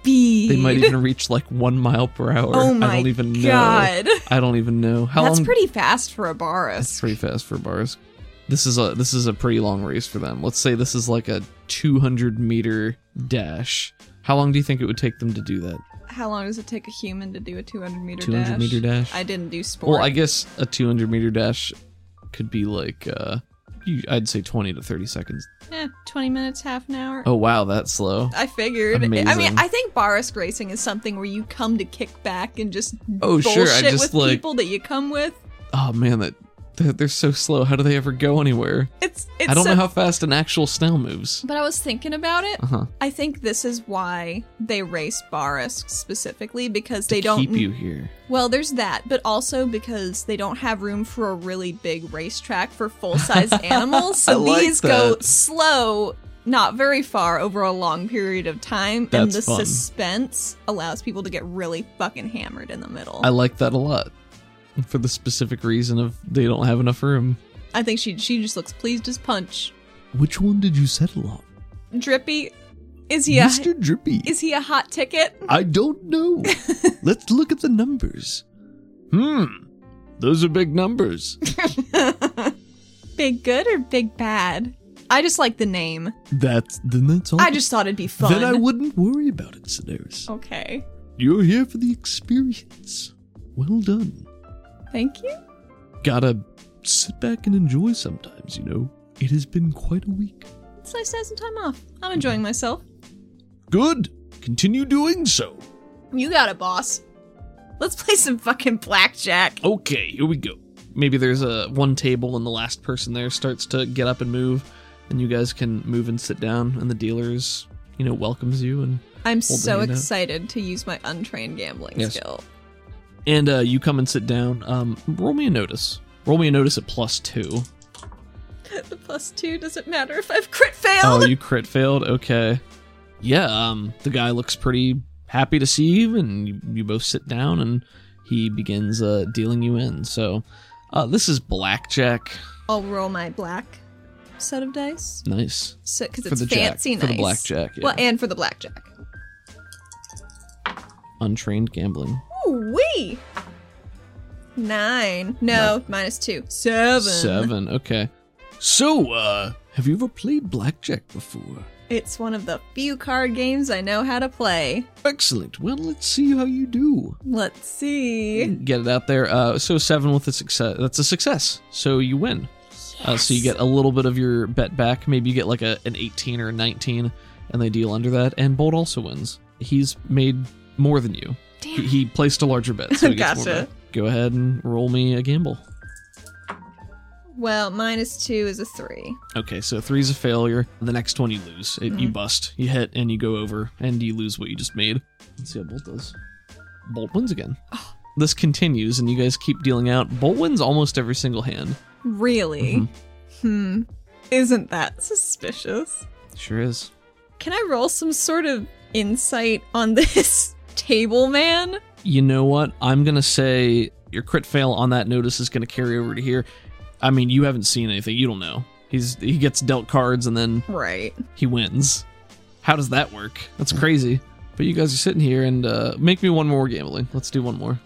Speaker 2: speed.
Speaker 1: They might even reach like one mile per hour.
Speaker 2: Oh my
Speaker 1: I don't even know.
Speaker 2: god,
Speaker 1: I don't even know how
Speaker 2: that's
Speaker 1: long.
Speaker 2: pretty fast for a
Speaker 1: That's
Speaker 2: Baris.
Speaker 1: pretty fast for bars. This is a this is a pretty long race for them. Let's say this is like a 200 meter dash. How long do you think it would take them to do that?
Speaker 2: How long does it take a human to do a 200 meter
Speaker 1: 200
Speaker 2: dash?
Speaker 1: meter dash.
Speaker 2: I didn't do sport.
Speaker 1: Well, I guess a 200 meter dash could be like uh, you, I'd say 20 to 30 seconds.
Speaker 2: Eh, 20 minutes, half an hour.
Speaker 1: Oh wow, that's slow.
Speaker 2: I figured. I
Speaker 1: Amazing.
Speaker 2: mean, I think Baris racing is something where you come to kick back and just
Speaker 1: Oh,
Speaker 2: bullshit
Speaker 1: sure, I just,
Speaker 2: with
Speaker 1: like-
Speaker 2: people that you come with.
Speaker 1: Oh man, that they're, they're so slow. How do they ever go anywhere?
Speaker 2: It's it's.
Speaker 1: I don't
Speaker 2: so-
Speaker 1: know how fast an actual snail moves.
Speaker 2: But I was thinking about it.
Speaker 1: Uh huh.
Speaker 2: I think this is why they race Baris specifically because they don't
Speaker 1: keep you here.
Speaker 2: Well, there's that, but also because they don't have room for a really big racetrack for full size animals.
Speaker 1: I
Speaker 2: So
Speaker 1: like
Speaker 2: these go
Speaker 1: that.
Speaker 2: slow, not very far over a long period of time. and
Speaker 1: That's
Speaker 2: the
Speaker 1: fun.
Speaker 2: suspense allows people to get really fucking hammered in the middle.
Speaker 1: I
Speaker 2: I,
Speaker 1: like that a lot. For the specific reason of they don't have enough room.
Speaker 2: think she she just looks pleased as punch.
Speaker 3: Which one did you settle on?
Speaker 2: Drippy, is he a,
Speaker 3: Mr. Drippy.
Speaker 2: is he a hot ticket?
Speaker 3: I don't know. Let's look at the numbers. Hmm. Those are big numbers.
Speaker 2: Big good or big bad? I just like the name.
Speaker 3: That's then that's all.
Speaker 2: I just thought it'd be fun.
Speaker 3: Then I wouldn't worry about it, Sedaris.
Speaker 2: okay.
Speaker 3: You're here for the experience. Well done.
Speaker 2: Thank you.
Speaker 3: Gotta sit back and enjoy sometimes, you know. It has been quite a week.
Speaker 2: It's nice to have some time off. I'm enjoying myself.
Speaker 3: Good. Continue doing so.
Speaker 2: You got it, boss. Let's play some fucking blackjack.
Speaker 3: Okay, here we go.
Speaker 1: Maybe there's a one table and the last person there starts to get up and move, and you guys can move and sit down, and the dealer's you know welcomes you and
Speaker 2: I'm
Speaker 1: Hold the
Speaker 2: so
Speaker 1: hand out.
Speaker 2: excited to use my untrained gambling
Speaker 1: Yes.
Speaker 2: skill.
Speaker 1: and uh, you come and sit down. Um, roll me a notice. Roll me a notice at plus two.
Speaker 2: The plus two doesn't matter if I've crit failed.
Speaker 1: Oh, you crit failed. Okay. Yeah. Um, the guy looks pretty happy to see you, and you, you both sit down, and he begins uh, dealing you in. So, uh, this is blackjack.
Speaker 2: I'll roll my black set of dice.
Speaker 1: Nice.
Speaker 2: So, because
Speaker 1: For
Speaker 2: it's
Speaker 1: the jack-
Speaker 2: fancy
Speaker 1: for the
Speaker 2: nice.
Speaker 1: blackjack, yeah.
Speaker 2: Well, and for the blackjack.
Speaker 1: Untrained gambling.
Speaker 2: Ooh wee! Nine. No, minus two. Seven.
Speaker 1: Seven. Okay.
Speaker 3: So, uh, have you ever played blackjack before?
Speaker 2: It's one of the few card games I know how to play.
Speaker 3: Excellent. Well, let's see how you do.
Speaker 2: Let's see.
Speaker 1: Get it out there. Uh, so seven with a success. That's a success. So you win. Uh, so you get a little bit of your bet back. Maybe you get like a, an 18 or a 19, and they deal under that. And Bolt also wins. He's made more than you.
Speaker 2: Damn.
Speaker 1: He, he placed a larger bet. So he gets more
Speaker 2: Gotcha.
Speaker 1: bet. Go ahead and roll me a gamble.
Speaker 2: Well, minus two is a three.
Speaker 1: Okay, so three's a failure. The next one you lose. It,
Speaker 2: Mm-hmm.
Speaker 1: You bust. You hit and you go over and you lose what you just made. Let's see how Bolt does. Bolt wins again.
Speaker 2: Oh.
Speaker 1: This continues and you guys keep dealing out. Bolt wins almost every single hand.
Speaker 2: Really?
Speaker 1: Mm-hmm.
Speaker 2: Hmm. Isn't that suspicious?
Speaker 1: Sure is.
Speaker 2: Can I roll some sort of insight on this table man?
Speaker 1: You know what? I'm going to say your crit fail on that notice is going to carry over to here. I mean, you haven't seen anything. You don't know. He's he gets dealt cards and then
Speaker 2: Right.
Speaker 1: he wins. How does that work? That's crazy. But you guys are sitting here and uh, make me one more gambling. Let's do one more.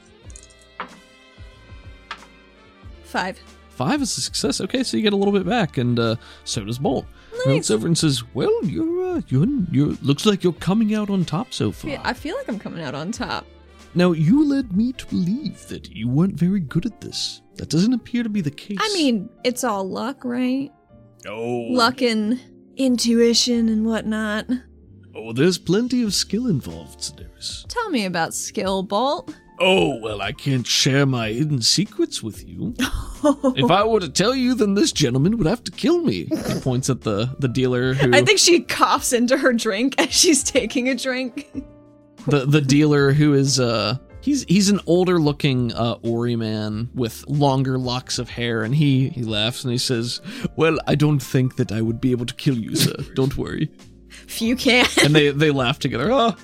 Speaker 2: Five.
Speaker 1: Five is a success. Okay, so you get a little bit back, and uh, so does Bolt. And looks
Speaker 2: Nice.
Speaker 1: over and says, "Well, you're uh, you're you're looks like you're coming out on top so far."
Speaker 2: I feel like I'm coming out on top.
Speaker 1: Now you led me to believe that you weren't very good at this. That doesn't appear to be the case.
Speaker 2: I mean, it's all luck, right?
Speaker 1: oh,
Speaker 2: Luck and intuition and whatnot.
Speaker 1: oh, there's plenty of skill involved, Sedaris.
Speaker 2: Tell me about skill, Bolt.
Speaker 1: Oh, well, I can't share my hidden secrets with you. if I were to tell you, then this gentleman would have to kill me. He points at the, the dealer who
Speaker 2: I think she coughs into her drink as she's taking a drink.
Speaker 1: the, the dealer who is uh he's he's an older looking uh Ori man with longer locks of hair and he he laughs and he says, "Well, I don't think that I would be able to kill you, sir. Don't worry."
Speaker 2: If you can.
Speaker 1: And they they laugh together. Ah,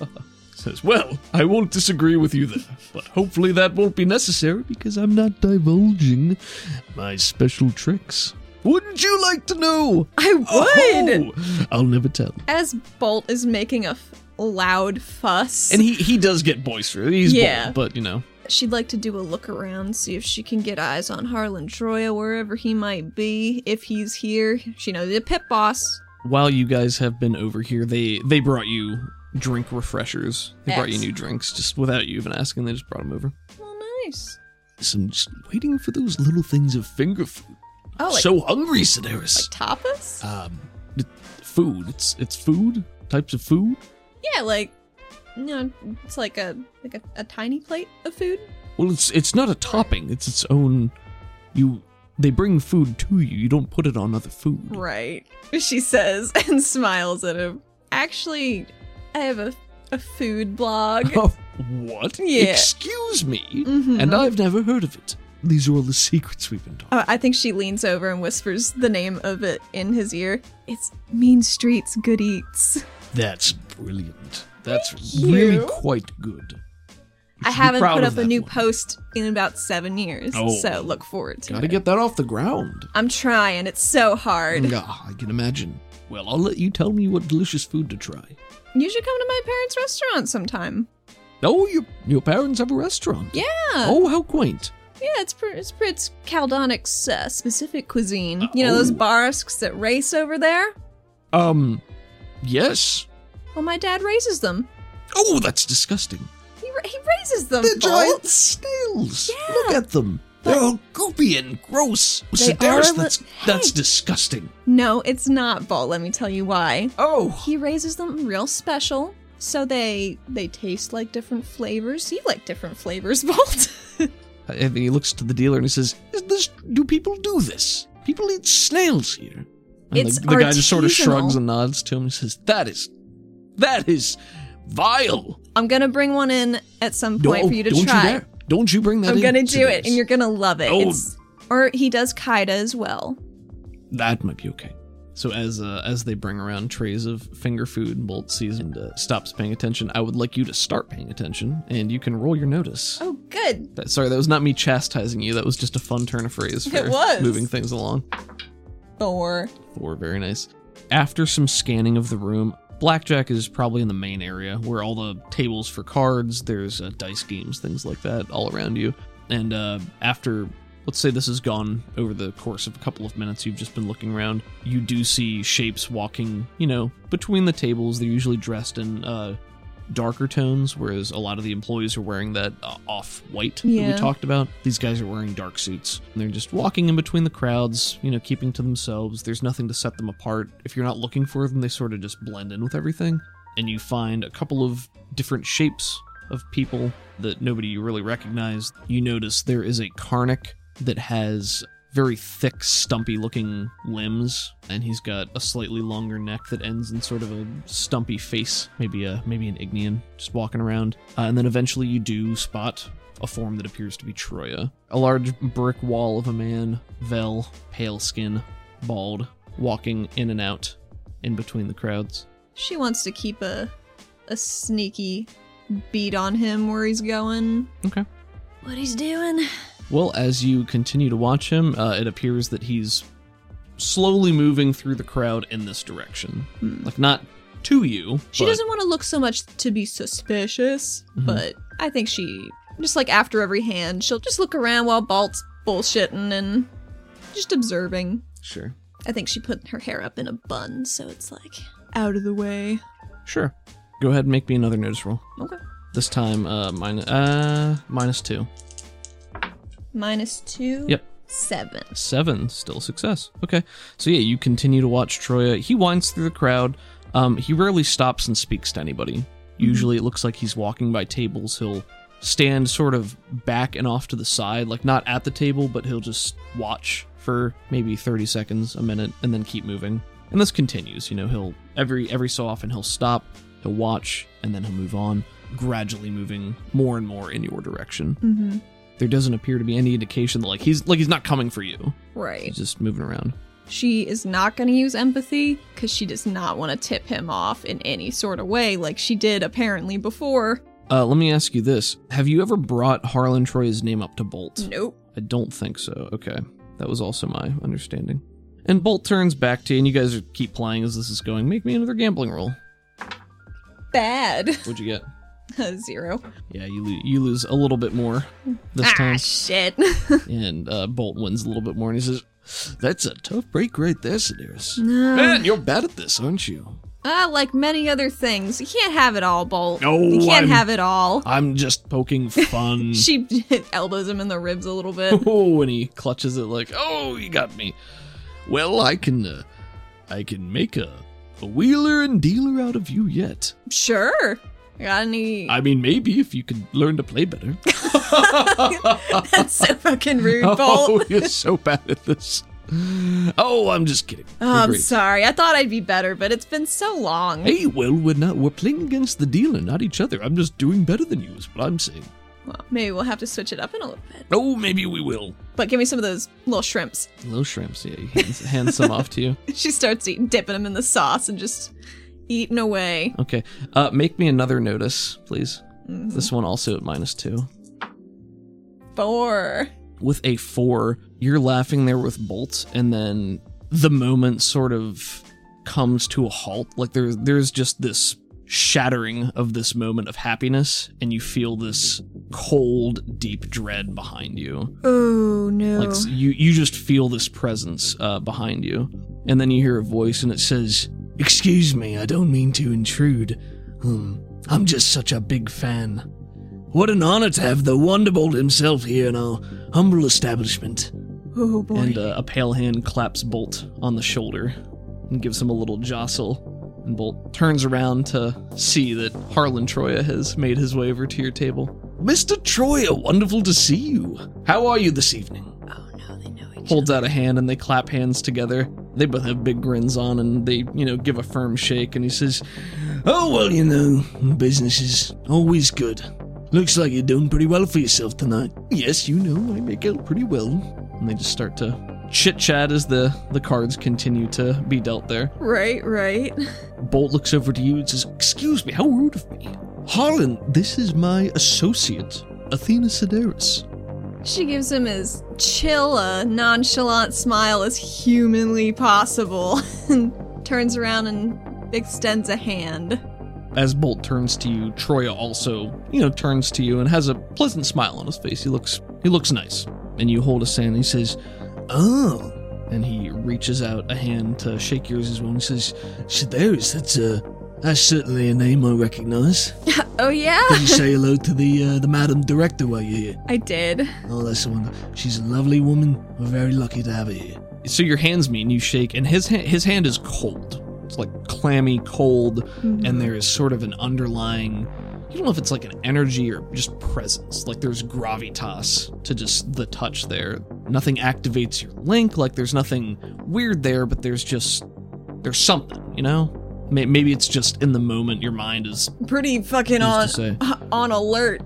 Speaker 1: says, "Well, I won't disagree with you there, but hopefully that won't be necessary because I'm not divulging my special tricks." Wouldn't you like to know?
Speaker 2: I would.
Speaker 1: Oh, I'll never tell.
Speaker 2: As Bolt is making a f- loud fuss,
Speaker 1: And he he does get boisterous. He's
Speaker 2: Yeah.
Speaker 1: bold, but you know.
Speaker 2: she'd like to do a look around, see if she can get eyes on Harlan Troya wherever he might be. If he's here, she knows the pit boss.
Speaker 1: while you guys have been over here, they they brought you drink refreshers. They brought you new drinks just without you even asking. They just brought them over.
Speaker 2: Well, nice.
Speaker 1: So I'm just waiting for those little things of finger food.
Speaker 2: Oh, like,
Speaker 1: so hungry, Sedaris.
Speaker 2: like tapas?
Speaker 1: um, it- food. It's it's food. Types of food.
Speaker 2: yeah, like no, it's like a like a, a tiny plate of food.
Speaker 1: Well, it's it's not a topping. It's its own. You they bring food to you. You don't put it on other food.
Speaker 2: Right. She says and smiles at him. Actually, I have a a food blog.
Speaker 1: Oh, what?
Speaker 2: Yeah.
Speaker 1: Excuse me.
Speaker 2: Mhm.
Speaker 1: And I've never heard of it. These are all the secrets we've been talking.
Speaker 2: Uh, I think she leans over and whispers the name of it in his ear. It's Mean Streets Good Eats.
Speaker 1: That's brilliant. That's
Speaker 2: Thank
Speaker 1: really
Speaker 2: you.
Speaker 1: quite good.
Speaker 2: I
Speaker 1: be
Speaker 2: haven't
Speaker 1: proud
Speaker 2: put
Speaker 1: of
Speaker 2: up a
Speaker 1: that
Speaker 2: new
Speaker 1: one.
Speaker 2: post in about seven years,
Speaker 1: Oh.
Speaker 2: so look forward to
Speaker 1: Gotta
Speaker 2: it.
Speaker 1: get Mm. that off the ground.
Speaker 2: I'm trying. It's so hard.
Speaker 1: Yeah, I can imagine. Well, I'll let you tell me what delicious food to try.
Speaker 2: You should come to my parents' restaurant sometime.
Speaker 1: Oh, your your parents have a restaurant.
Speaker 2: Yeah.
Speaker 1: Oh, how quaint.
Speaker 2: Yeah, it's pr- it's pr- it's Caldonic's uh, specific cuisine. You know those barsks that race over there.
Speaker 1: Um, yes.
Speaker 2: Well, my dad raises them.
Speaker 1: Oh, that's disgusting.
Speaker 2: He, ra- he raises them.
Speaker 1: They're
Speaker 2: Bolt.
Speaker 1: giant snails.
Speaker 2: Yeah.
Speaker 1: Look at them. They're all goopy and gross.
Speaker 2: They
Speaker 1: Sedaris,
Speaker 2: are li-
Speaker 1: that's that's
Speaker 2: Hey.
Speaker 1: disgusting.
Speaker 2: No, it's not, Bolt. Let me tell you why.
Speaker 1: Oh,
Speaker 2: He raises them real special, so they they taste like different flavors. You like different flavors, Bolt.
Speaker 1: And he looks to the dealer and he says, Is this do people do this? People eat snails here. And
Speaker 2: It's
Speaker 1: the, the guy just sort of shrugs
Speaker 2: artisanal.
Speaker 1: and nods to him and says, That is that is vile.
Speaker 2: I'm gonna bring one in at some
Speaker 1: No,
Speaker 2: point for you to
Speaker 1: don't
Speaker 2: try.
Speaker 1: you dare. Don't you bring that
Speaker 2: I'm
Speaker 1: in
Speaker 2: gonna
Speaker 1: to
Speaker 2: do it,
Speaker 1: this.
Speaker 2: and you're gonna love it.
Speaker 1: Oh.
Speaker 2: It's, or he does kaida as well.
Speaker 1: That might be okay. So as uh, as they bring around trays of finger food, Bolt sees and uh, stops paying attention. I would like you to start paying attention, and you can roll your notice.
Speaker 2: Oh, good.
Speaker 1: That- sorry, that was not me chastising you. That was just a fun turn of phrase for
Speaker 2: It was.
Speaker 1: moving things along.
Speaker 2: Thor.
Speaker 1: Four, very nice. After some scanning of the room, blackjack is probably in the main area where all the tables for cards, there's uh, dice games, things like that, all around you. And uh, after, let's say this is gone over the course of a couple of minutes, you've just been looking around. You do see shapes walking, you know, between the tables. They're usually dressed in uh, darker tones, whereas a lot of the employees are wearing that uh, off white that
Speaker 2: Yeah.
Speaker 1: we talked about. These guys are wearing dark suits. And they're just walking in between the crowds, you know, keeping to themselves. There's nothing to set them apart. If you're not looking for them, they sort of just blend in with everything. And you find a couple of different shapes of people that nobody you really recognize. You notice there is a Karnak that has very thick, stumpy looking limbs, and he's got a slightly longer neck that ends in sort of a stumpy face, maybe a maybe an Ignean, just walking around. Uh, and then eventually you do spot a form that appears to be Troya. A large brick wall of a man, Vel, pale skin, bald, walking in and out in between the crowds.
Speaker 2: She wants to keep a a sneaky beat on him where he's going.
Speaker 1: Okay.
Speaker 2: What he's doing.
Speaker 1: Well, as you continue to watch him, uh, it appears that he's slowly moving through the crowd in this direction. Like, not to you.
Speaker 2: Hmm. She
Speaker 1: but-
Speaker 2: doesn't want to look so much to be suspicious,
Speaker 1: Mhm.
Speaker 2: but I think she just like after every hand, she'll just look around while Balt's bullshitting and just observing.
Speaker 1: Sure.
Speaker 2: I think she put her hair up in a bun, so it's like out of the way.
Speaker 1: Sure. Go ahead and make me another notice roll.
Speaker 2: Okay.
Speaker 1: This time, uh, minus, uh, minus two.
Speaker 2: Minus two.
Speaker 1: Yep.
Speaker 2: Seven.
Speaker 1: Seven, still success. Okay. So yeah, you continue to watch Troya. He winds through the crowd. Um, he rarely stops and speaks to anybody. Usually, it looks like he's walking by tables. He'll stand sort of back and off to the side, like not at the table, but he'll just watch for maybe 30 seconds, a minute, and then keep moving. And this continues. You know, he'll every every so often he'll stop, he'll watch, and then he'll move on, gradually moving more and more in your direction.
Speaker 2: Mm-hmm.
Speaker 1: There doesn't appear to be any indication that like he's like he's not coming for you.
Speaker 2: Right.
Speaker 1: He's just moving around.
Speaker 2: She is not going to use empathy because she does not want to tip him off in any sort of way, like she did apparently before.
Speaker 1: Uh, let me ask you this: Have you ever brought Harlan Troy's name up to Bolt?
Speaker 2: Nope.
Speaker 1: I don't think so. Okay, that was also my understanding. And Bolt turns back to you, and you guys are, keep playing as this is going. Make me another gambling roll.
Speaker 2: Bad.
Speaker 1: What'd you get?
Speaker 2: Zero.
Speaker 1: Yeah, you lo- you lose a little bit more this
Speaker 2: ah,
Speaker 1: time,
Speaker 2: shit.
Speaker 1: and uh, Bolt wins a little bit more, and he says,
Speaker 5: That's a tough break right there, Sedaris.
Speaker 2: no.
Speaker 5: Man, you're bad at this, aren't you?
Speaker 2: Ah, like many other things, you can't have it all, Bolt.
Speaker 5: No,
Speaker 2: you can't
Speaker 5: I'm-
Speaker 2: have it all.
Speaker 5: I'm just poking fun.
Speaker 2: She elbows him in the ribs a little bit.
Speaker 1: "Oh," and he clutches it like, "Oh, you got me."
Speaker 5: well, I can, uh, I can make a, a wheeler and dealer out of you yet.
Speaker 2: sure. Got any?
Speaker 5: I mean, maybe if you could learn to play better.
Speaker 2: That's so fucking rude, Bolt.
Speaker 5: Oh, you're so bad at this. Oh, I'm just kidding.
Speaker 2: Oh, I'm sorry. I thought I'd be better, but it's been so long.
Speaker 5: Hey, well, we're not. We're playing against the dealer, not each other. I'm just doing better than you, is what I'm saying.
Speaker 2: Well, maybe we'll have to switch it up in a little bit.
Speaker 5: Oh, maybe we will.
Speaker 2: But give me some of those little shrimps.
Speaker 1: Little shrimps, yeah, he hands, hands some off to you.
Speaker 2: She starts eating, dipping them in the sauce and just eating away.
Speaker 1: Okay, uh, make me another notice, please. This one also at minus two.
Speaker 2: Four.
Speaker 1: with a four, you're laughing there with Bolt, and then the moment sort of comes to a halt. Like there's there's just this shattering of this moment of happiness, and you feel this cold, deep dread behind you.
Speaker 2: Oh no.
Speaker 1: Like s- you you just feel this presence uh, behind you, and then you hear a voice, and it says,
Speaker 3: Excuse me, I don't mean to intrude. Hmm, I'm just such a big fan. What an honor to have the Wonderbolt himself here in our humble establishment.
Speaker 2: oh boy.
Speaker 1: and uh, a pale hand claps Bolt on the shoulder and gives him a little jostle. And Bolt turns around to see that Harlan Troya has made his way over to your table.
Speaker 5: Mr. Troyer, wonderful to see you. How are you this evening?
Speaker 2: oh no, they know each
Speaker 1: holds out a hand and they clap hands together. They both have big grins on and they, you know, give a firm shake and he says,
Speaker 3: Oh, well, you know, business is always good. Looks like you're doing pretty well for yourself tonight.
Speaker 5: Yes, you know, I make out pretty well.
Speaker 1: and they just start to chit chat as the, the cards continue to be dealt there.
Speaker 2: other. Right, right.
Speaker 1: Bolt looks over to you and says,
Speaker 5: Excuse me, how rude of me. Harlan, this is my associate, Athena Sedaris.
Speaker 2: She gives him as chill a nonchalant smile as humanly possible and turns around and extends a hand.
Speaker 1: As Bolt turns to you, Troya also, you know, turns to you and has a pleasant smile on his face. He looks he looks nice. And you hold his hand and he says,
Speaker 3: Oh,
Speaker 1: and he reaches out a hand to shake yours as well and he says, uh,
Speaker 3: Sedaris, that's a. That's certainly a name I recognize.
Speaker 2: Oh yeah?
Speaker 3: Did you say hello to the uh, the madam director while you're here?
Speaker 2: I did.
Speaker 3: Oh, that's the one. She's a lovely woman. We're very lucky to have her here.
Speaker 1: so your hands meet and you shake and his ha- his hand is cold it's like clammy cold and there is sort of an underlying you don't know if it's like an energy or just presence like there's gravitas to just the touch there nothing activates your link like there's nothing weird there but there's just there's something you know May- maybe it's just in the moment your mind is
Speaker 2: Pretty fucking on uh,
Speaker 1: used to say
Speaker 2: on alert.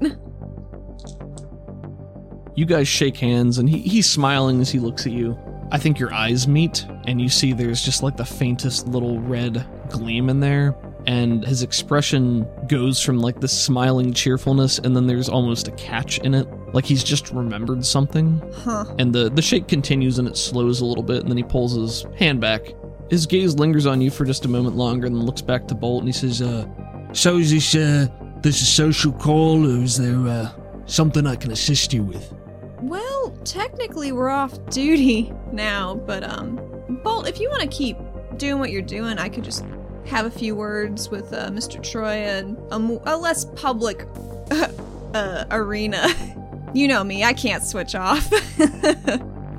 Speaker 1: You guys shake hands, and he, he's smiling as he looks at you. I think your eyes meet, and you see there's just like the faintest little red gleam in there. And his expression goes from like this smiling cheerfulness, and then there's almost a catch in it. Like he's just remembered something.
Speaker 2: Huh.
Speaker 1: And the, the shake continues and it slows a little bit, and then he pulls his hand back. His gaze lingers on you for just a moment longer, and then looks back to Bolt, and he says, uh,
Speaker 3: So is this uh, this a social call, or is there uh, something I can assist you with?
Speaker 2: Well, technically we're off duty now, but um, Bolt, if you want to keep doing what you're doing, I could just have a few words with uh, Mr. Troy and a, mo- a less public uh, arena. you know me, I can't switch off.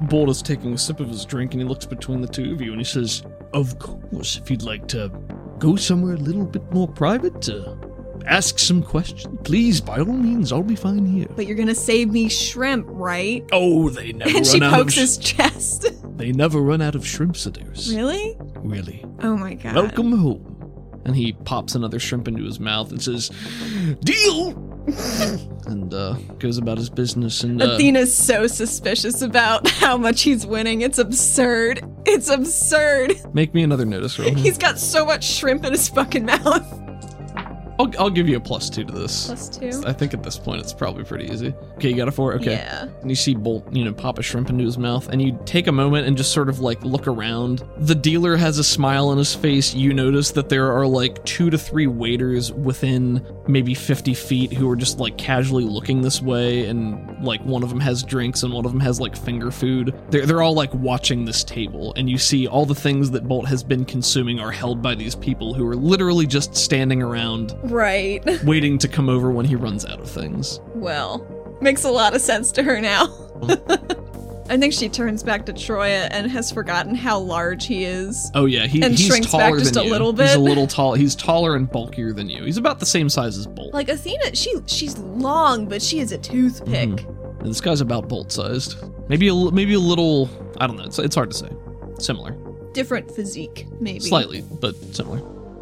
Speaker 1: Bolt is taking a sip of his drink and he looks between the two of you and he says, Of course, if you'd like to go somewhere a little bit more private to ask some questions, please, by all means, I'll be fine here.
Speaker 2: but you're gonna save me shrimp, right?
Speaker 1: Oh, they never
Speaker 2: and
Speaker 1: run
Speaker 2: she
Speaker 1: out
Speaker 2: pokes
Speaker 1: of sh-
Speaker 2: his chest.
Speaker 1: They never run out of shrimp sitters.
Speaker 2: really?
Speaker 1: Really.
Speaker 2: Oh my god.
Speaker 1: Welcome home. And he pops another shrimp into his mouth and says, Deal! and uh, goes about his business and. Uh,
Speaker 2: Athena's so suspicious about how much he's winning. It's absurd. It's absurd.
Speaker 1: make me another notice roll.
Speaker 2: He's got so much shrimp in his fucking mouth.
Speaker 1: I'll, I'll give you a plus two to this.
Speaker 2: Plus two.
Speaker 1: I think at this point it's probably pretty easy. Okay, you got a four? Okay.
Speaker 2: Yeah.
Speaker 1: And you see Bolt, you know, pop a shrimp into his mouth, and you take a moment and just sort of like look around. The dealer has a smile on his face. You notice that there are like two to three waiters within maybe 50 feet who are just like casually looking this way, and like one of them has drinks and one of them has like finger food. They're, they're all like watching this table, and you see all the things that Bolt has been consuming are held by these people who are literally just standing around
Speaker 2: Right.
Speaker 1: waiting to come over when he runs out of things.
Speaker 2: Well, makes a lot of sense to her now. I think she turns back to Troya and has forgotten how large he is.
Speaker 1: Oh yeah, he,
Speaker 2: And
Speaker 1: he's
Speaker 2: shrinks back
Speaker 1: taller
Speaker 2: just
Speaker 1: than
Speaker 2: a
Speaker 1: you.
Speaker 2: little
Speaker 1: He's a
Speaker 2: bit.
Speaker 1: little tall. He's taller and bulkier than you. He's about the same size as Bolt.
Speaker 2: Like Athena, she she's long, but she is a toothpick.
Speaker 3: Mm-hmm.
Speaker 1: And this guy's about Bolt sized. Maybe a li- maybe a little. I don't know. It's it's hard to say. Similar,
Speaker 2: Different physique, maybe.
Speaker 1: slightly, but similar.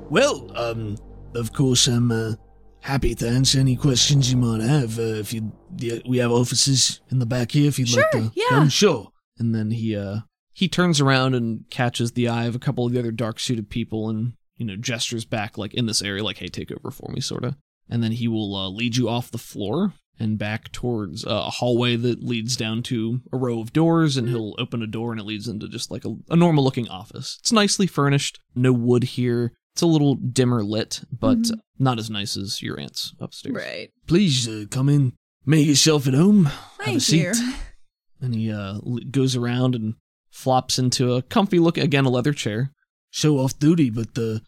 Speaker 3: Well, um, of course, I'm uh, happy to answer any questions you might have. Uh, if you, yeah, we have offices in the back here. If you'd like
Speaker 2: Sure,
Speaker 3: to
Speaker 2: yeah.
Speaker 3: come, sure.
Speaker 1: And then he uh he turns around and catches the eye of a couple of the other dark suited people and you know gestures back like in this area like hey take over for me sorta. And then he will uh, lead you off the floor and back towards uh, a hallway that leads down to a row of doors and he'll open a door and it leads into just like a, a normal looking office. It's nicely furnished, no wood here. It's a little dimmer lit, but
Speaker 2: Mhm.
Speaker 1: not as nice as your aunt's upstairs.
Speaker 2: Right.
Speaker 3: Please uh, come in. Make yourself at home. Have a
Speaker 2: Thank
Speaker 3: seat.
Speaker 2: you.
Speaker 1: And he uh, l- goes around and flops into a comfy look again a leather chair.
Speaker 3: Show off duty, but uh,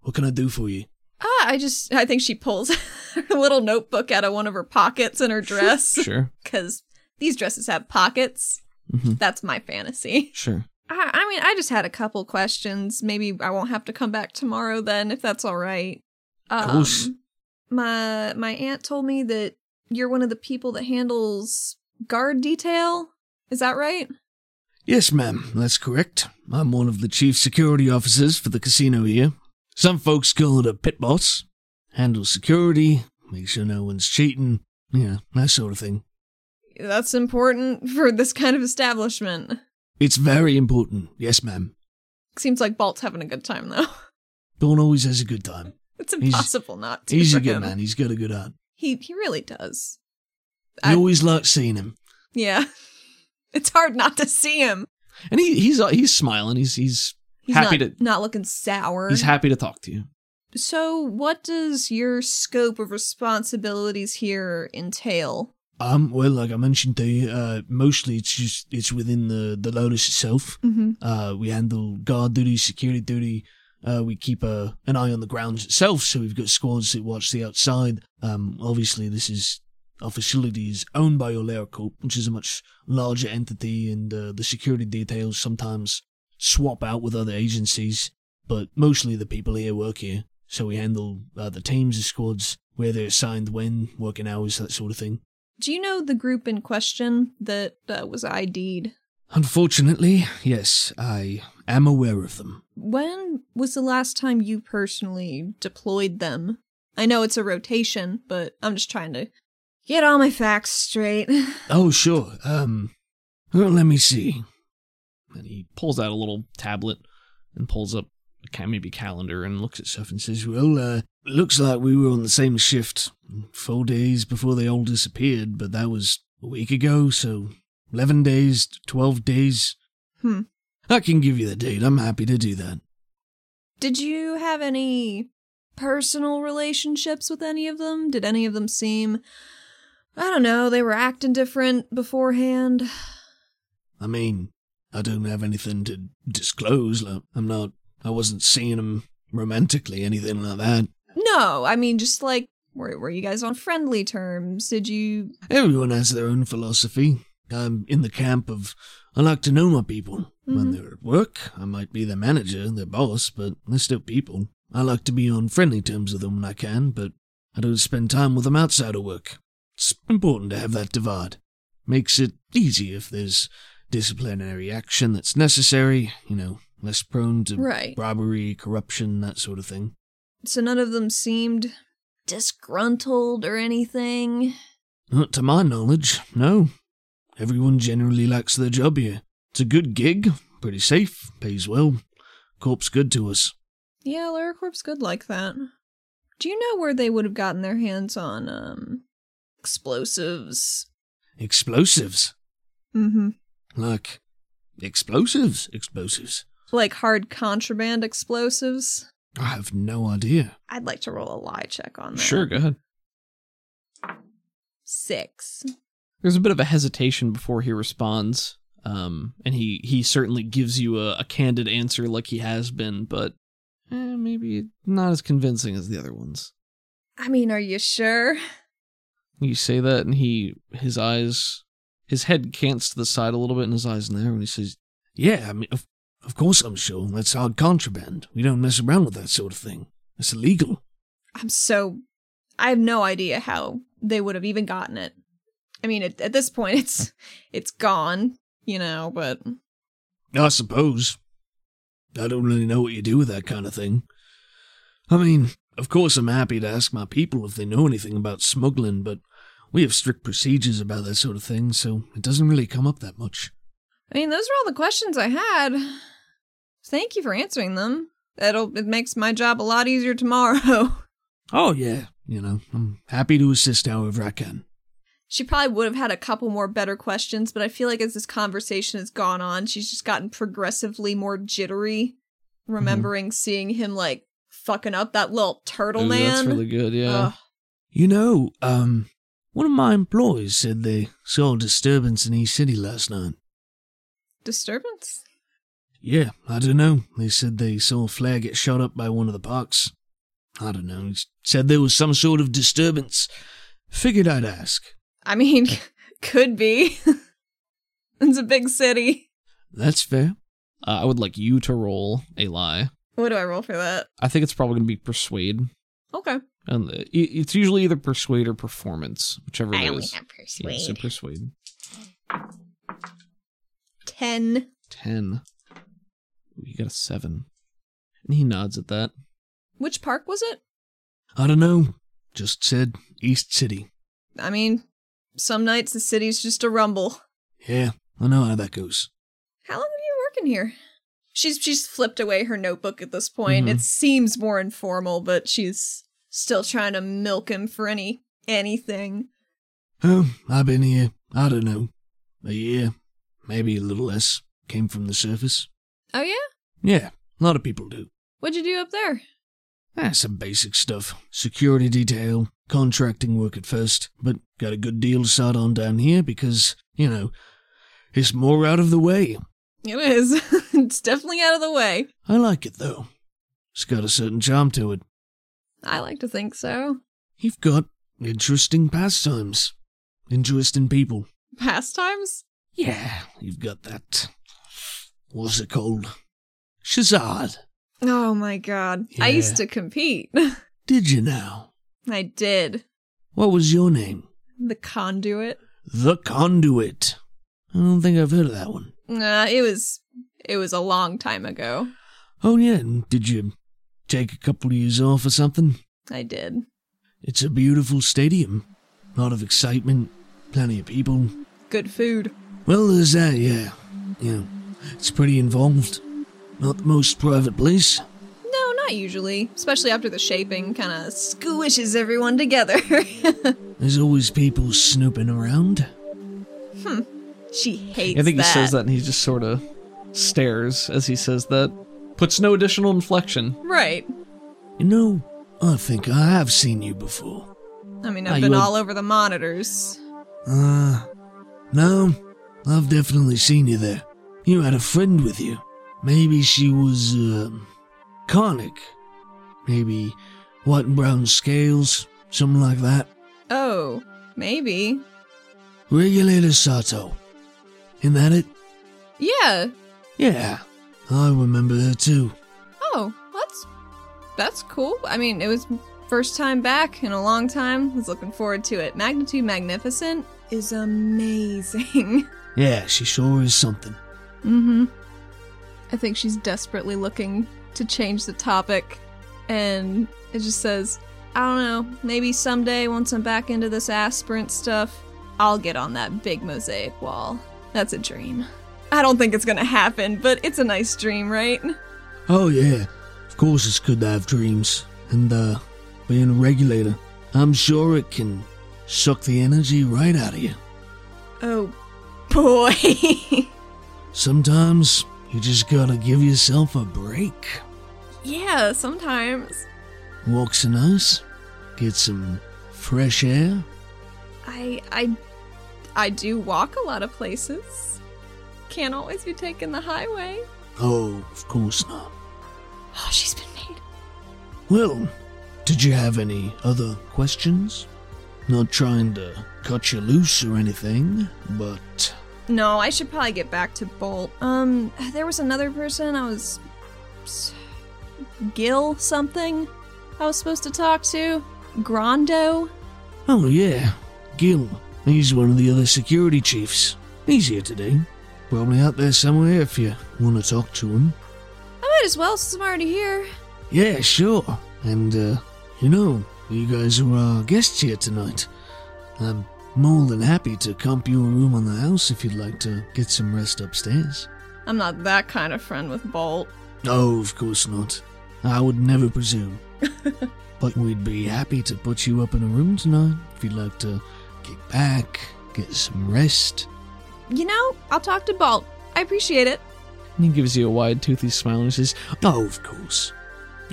Speaker 3: what can I do for you?
Speaker 2: Ah, I just I think she pulls her little notebook out of one of her pockets in her dress
Speaker 1: Sure.
Speaker 2: because these dresses have pockets.
Speaker 1: Mhm.
Speaker 2: That's my fantasy.
Speaker 1: Sure.
Speaker 2: I, I mean, I just had a couple questions. Maybe I won't have to come back tomorrow then, if that's all right. Um,
Speaker 3: course.
Speaker 2: My my aunt told me that you're one of the people that handles guard detail. Is that right?
Speaker 3: Yes, ma'am, that's correct. I'm one of the chief security officers for the casino here. Some folks call it a pit boss. Handle security, make sure no one's cheating, yeah, that sort of thing.
Speaker 2: That's important for this kind of establishment.
Speaker 3: It's very important, yes, ma'am.
Speaker 2: Seems like Balt's having a good time though.
Speaker 3: Dawn always has a good time.
Speaker 2: It's
Speaker 3: He's-
Speaker 2: impossible not to.
Speaker 3: He's
Speaker 2: for
Speaker 3: a good
Speaker 2: him.
Speaker 3: man, he's got a good heart.
Speaker 2: He he really does.
Speaker 3: I
Speaker 2: I-
Speaker 3: always like seeing him.
Speaker 2: Yeah. It's hard not to see him.
Speaker 1: And he he's uh, he's smiling. He's he's
Speaker 2: He's
Speaker 1: Happy
Speaker 2: not, not looking sour.
Speaker 1: he's happy to talk to you.
Speaker 2: so what does your scope of responsibilities here entail?
Speaker 3: Um, well, like I mentioned to you, uh, mostly it's just, it's within the, the Lotus itself.
Speaker 2: Mm-hmm.
Speaker 3: Uh, we handle guard duty, security duty. Uh, we keep a, an eye on the grounds itself, so we've got squads that watch the outside. Um, obviously, this is our facility is owned by Olera Corp, which is a much larger entity, and uh, the security details sometimes swap out with other agencies. But mostly, the people here work here, so we handle uh, the teams, the squads, where they're assigned, when, working hours, that sort of thing.
Speaker 2: Do you know the group in question that uh, was ID'd?
Speaker 3: Unfortunately, yes, I am aware of them.
Speaker 2: When was the last time you personally deployed them? I know it's a rotation, but I'm just trying to get all my facts straight.
Speaker 3: Oh, sure. Um, well, let me see.
Speaker 1: And he pulls out a little tablet and pulls up a ca- maybe calendar and looks at
Speaker 3: Stuff and says, well, uh, looks like we were on the same shift four days before they all disappeared, but that was a week ago, so 11 days, 12 days.
Speaker 2: Hmm.
Speaker 3: I can give you the date. I'm happy to do that.
Speaker 2: Did you have any personal relationships with any of them? Did any of them seem I don't know, they were acting different beforehand.
Speaker 3: I mean, I don't have anything to disclose. Like, I'm not. I wasn't seeing him romantically, anything like that.
Speaker 2: No, I mean, just like, were, were you guys on friendly terms? Did you.
Speaker 3: Everyone has their own philosophy. I'm in the camp of I like to know my people. When
Speaker 2: Mhm.
Speaker 3: they're at work, I might be their manager, their boss, but they're still people. I like to be on friendly terms with them when I can, but I don't spend time with them outside of work. It's important to have that divide. Makes it easy if there's disciplinary action that's necessary, you know, less prone to
Speaker 2: Right.
Speaker 3: robbery, corruption, that sort of thing.
Speaker 2: So none of them seemed disgruntled or anything?
Speaker 3: Not to my knowledge, no. Everyone generally likes their job here. It's a good gig, pretty safe, pays well. Corp's good to us.
Speaker 2: Yeah, LaraCorp's good like that. Do you know where they would have gotten their hands on, um, explosives?
Speaker 3: Explosives.
Speaker 2: Mm hmm.
Speaker 3: Like, explosives, explosives.
Speaker 2: Like hard contraband explosives?
Speaker 3: I have no idea.
Speaker 2: I'd like to roll a lie check on that.
Speaker 1: Sure, go ahead.
Speaker 2: Six.
Speaker 1: There's a bit of a hesitation before he responds, um, and he he certainly gives you a, a candid answer like he has been, but eh, maybe not as convincing as the other ones.
Speaker 2: I mean, are you sure?
Speaker 1: You say that, and he his eyes, his head cants to the side a little bit, and his eyes narrow, and he says,
Speaker 3: Yeah, I mean, of, of course I'm sure. That's hard contraband. We don't mess around with that sort of thing. It's illegal.
Speaker 2: I'm so. I have no idea how they would have even gotten it. I mean, at, at this point, it's it's gone, you know. But
Speaker 3: I suppose. I don't really know what you do with that kind of thing. I mean, of course, I'm happy to ask my people if they know anything about smuggling, but we have strict procedures about that sort of thing, so it doesn't really come up that much.
Speaker 2: I mean, those were all the questions I had. Thank you for answering them. That'll it makes my job a lot easier tomorrow.
Speaker 3: Oh, yeah. You know, I'm happy to assist however I can.
Speaker 2: She probably would have had a couple more better questions, but I feel like as this conversation has gone on, she's just gotten progressively more jittery, remembering seeing him like fucking up that little Uh. turtle
Speaker 1: "Ooh,
Speaker 2: man.
Speaker 1: that's really good, yeah."
Speaker 2: Ugh.
Speaker 3: You know, um, one of my employees said they saw a disturbance in East City last night.
Speaker 2: disturbance?
Speaker 3: Yeah, I don't know. They said they saw a flare get shot up by one of the parks. I don't know. He said there was some sort of disturbance. Figured I'd ask.
Speaker 2: I mean, could be. it's a big city.
Speaker 3: That's fair.
Speaker 1: Uh, I would like you to roll a lie.
Speaker 2: What do I roll for that?
Speaker 1: I think it's probably going to be persuade,
Speaker 2: Okay.
Speaker 1: and the- it- it's usually either persuade or performance, whichever it is. Yeah, so persuade.
Speaker 2: 10.
Speaker 1: 10. Ooh, You got a 7. And he nods at that.
Speaker 2: Which park was it?
Speaker 3: I don't know. Just said East City.
Speaker 2: I mean, some nights the city's just a rumble.
Speaker 3: Yeah, I know how that goes.
Speaker 2: How long have you been working here? She's she's flipped away her notebook at this point.
Speaker 1: Mhm.
Speaker 2: It seems more informal, but she's still trying to milk him for any anything.
Speaker 3: Oh, I've been here, I don't know, a year, maybe a little less. Came from the surface.
Speaker 2: Oh yeah?
Speaker 3: Yeah, a lot of people do.
Speaker 2: What'd you do up there?
Speaker 3: Ah, some basic stuff. Security detail, contracting work at first, but got a good deal side on down here because, you know, it's more out of the way.
Speaker 2: It is. it's definitely out of the way.
Speaker 3: I like it though. It's got a certain charm to it.
Speaker 2: I like to think so.
Speaker 3: You've got interesting pastimes, interesting people.
Speaker 2: Pastimes?
Speaker 3: Yeah, you've got that. What's it called? Shazad.
Speaker 2: Oh my god. I
Speaker 3: Yeah.
Speaker 2: used to compete.
Speaker 3: Did you now?
Speaker 2: I did.
Speaker 3: What was your name?
Speaker 2: The conduit.
Speaker 3: The Conduit. I don't think I've heard of that one.
Speaker 2: Uh, it was it was a long time ago.
Speaker 3: Oh yeah, and did you take a couple of years off or something?
Speaker 2: I did.
Speaker 3: It's a beautiful stadium. Lot of excitement, plenty of people.
Speaker 2: Good food.
Speaker 3: Well, there's that, yeah. Yeah, it's pretty involved. Not the most private place.
Speaker 2: No, not usually. Especially after the shaping kind of squishes everyone together.
Speaker 3: There's always people snooping around.
Speaker 2: she hates
Speaker 1: I think he says that and he just sort of stares as he says that. Puts no additional inflection.
Speaker 2: Right.
Speaker 3: You know, I think I have seen you before.
Speaker 2: I mean,
Speaker 3: Are
Speaker 2: I've
Speaker 3: you
Speaker 2: been
Speaker 3: a-
Speaker 2: all over the monitors.
Speaker 3: Uh, no, I've definitely seen you there. You had a friend with you. Maybe she was, um, conic. Maybe white and brown scales, something like that.
Speaker 2: Oh, maybe.
Speaker 3: Regulator Sato. Isn't that it?
Speaker 2: Yeah.
Speaker 3: Yeah, I remember her too.
Speaker 2: Oh, that's that's cool. I mean, it was first time back in a long time. Was looking forward to it. Magnitude Magnificent is amazing.
Speaker 3: Yeah, she sure is something.
Speaker 2: Mm-hmm. I think she's desperately looking to change the topic, and it just says, I don't know, maybe someday once I'm back into this aspirant stuff, I'll get on that big mosaic wall. That's a dream. I don't think it's gonna happen, but it's a nice dream, right?
Speaker 3: Oh yeah, of course it's good to have dreams. And uh, being a regulator, I'm sure it can suck the energy right out of you.
Speaker 2: Oh boy.
Speaker 3: Sometimes you just gotta give yourself a break.
Speaker 2: yeah, sometimes.
Speaker 3: Walk some ice, get some fresh air.
Speaker 2: I I I do walk a lot of places. Can't always be taking the highway.
Speaker 3: Oh, of course not.
Speaker 2: Oh, she's been made.
Speaker 3: Well, did you have any other questions? Not trying to cut you loose or anything, but
Speaker 2: No, I should probably get back to Bolt. Um, there was another person I was. Gil something I was supposed to talk to. Grondo?
Speaker 3: oh yeah, Gil. He's one of the other security chiefs. He's here today. Probably out there somewhere if you want to talk to him.
Speaker 2: I might as well since I'm already here.
Speaker 3: Yeah, sure. And, uh, you know, you guys are our guests here tonight. I'm more than happy to comp you a room on the house if you'd like to get some rest upstairs.
Speaker 2: I'm not that kind of friend with Bolt.
Speaker 3: Oh, of course not. I would never presume. but we'd be happy to put you up in a room tonight if you'd like to get back, get some rest.
Speaker 2: You know, I'll talk to Bolt. I appreciate it.
Speaker 1: And he gives you a wide toothy smile and he says,
Speaker 3: Oh, of course.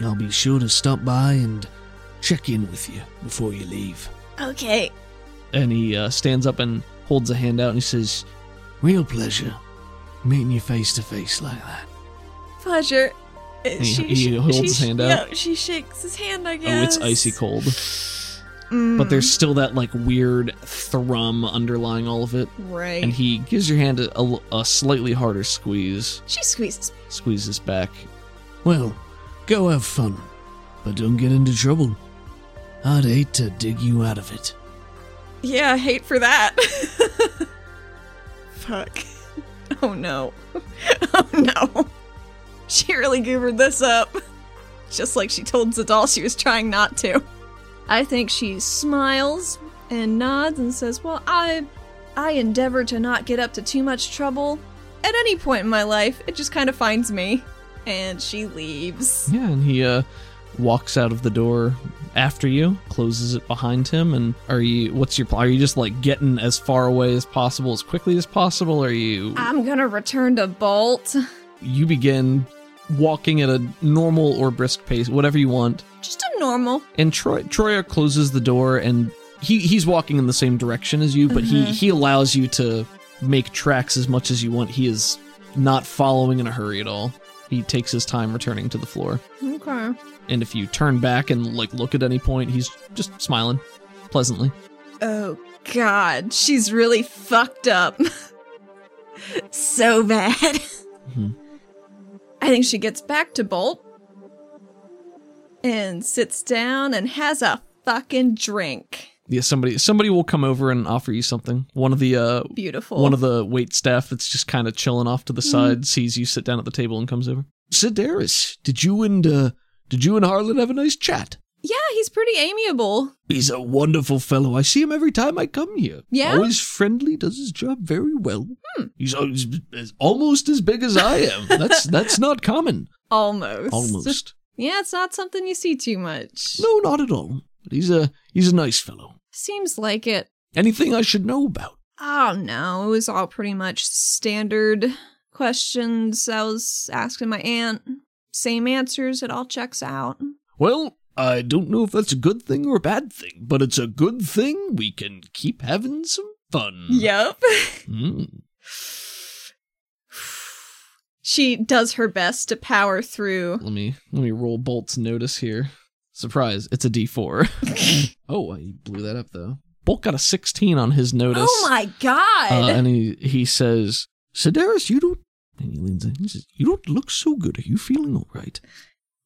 Speaker 3: I'll be sure to stop by and check in with you before you leave.
Speaker 2: Okay.
Speaker 1: and he uh, stands up and holds a hand out and he says,
Speaker 3: Real pleasure meeting you face to face like that.
Speaker 2: Pleasure. Uh,
Speaker 1: He- he holds his
Speaker 2: she-
Speaker 1: hand out.
Speaker 2: Yeah, she shakes his hand, I
Speaker 1: Oh,
Speaker 2: guess.
Speaker 1: it's icy cold.
Speaker 2: Mm,
Speaker 1: But there's still that like weird thrum underlying all of it.
Speaker 2: Right.
Speaker 1: And he gives your hand a, a- a slightly harder squeeze,
Speaker 2: she squeezes.
Speaker 1: squeezes back.
Speaker 3: Well, go have fun, but don't get into trouble. I'd hate to dig you out of it.
Speaker 2: Yeah, hate for that. Fuck. Oh no. Oh no. She really goobered this up. Just like she told Zadal she was trying not to. I think she smiles and nods and says, Well, I I endeavor to not get up to too much trouble. At any point in my life, it just kind of finds me. And she leaves.
Speaker 1: Yeah, and he uh, walks out of the door after you, closes it behind him. And are you? What's your? pl- Are you just like getting as far away as possible, as quickly as possible? Are you?
Speaker 2: I'm gonna return to Bolt.
Speaker 1: You begin walking at a normal or brisk pace, whatever you want.
Speaker 2: Just a normal.
Speaker 1: And Troy Troyer closes the door and he he's walking in the same direction as you, but he he allows you to make tracks as much as you want. He is not following in a hurry at all. He takes his time returning to the floor.
Speaker 2: Okay.
Speaker 1: And if you turn back and like look at any point, he's just smiling pleasantly.
Speaker 2: Oh god, she's really fucked up. so bad.
Speaker 1: Mhm.
Speaker 2: I think she gets back to Bolt and sits down and has a fucking drink.
Speaker 1: Yeah, somebody somebody will come over and offer you something. One of the uh
Speaker 2: Beautiful.
Speaker 1: one of the wait staff that's just kind of chilling off to the
Speaker 3: Mm.
Speaker 1: side sees you sit down at the table and comes over.
Speaker 3: Sedaris, did you and uh, did you and Harlan have a nice chat?
Speaker 2: yeah, he's pretty amiable.
Speaker 3: He's a wonderful fellow. I see him every time I come here.
Speaker 2: Yeah?
Speaker 3: always friendly. Does his job very well. He's always, as- almost as big as I am. That's that's not common.
Speaker 2: Almost.
Speaker 3: Almost.
Speaker 2: Yeah, it's not something you see too much.
Speaker 3: No, not at all. But he's a he's a nice fellow.
Speaker 2: Seems like it.
Speaker 3: Anything I should know about?
Speaker 2: Oh no, it was all pretty much standard questions I was asking my aunt. Same answers, it all checks out.
Speaker 3: Well, I don't know if that's a good thing or a bad thing, but it's a good thing we can keep having some fun.
Speaker 2: Yep.
Speaker 3: Mm.
Speaker 2: she does her best to power through.
Speaker 1: Let me let me roll Bolt's notice here. Surprise, it's a D4. oh, he blew that up though. Bolt got a 16 on his notice.
Speaker 2: Oh my god!
Speaker 1: Uh, and he he says,
Speaker 3: Sedaris, you don't. And he leans in and says, You don't look so good. Are you feeling all right?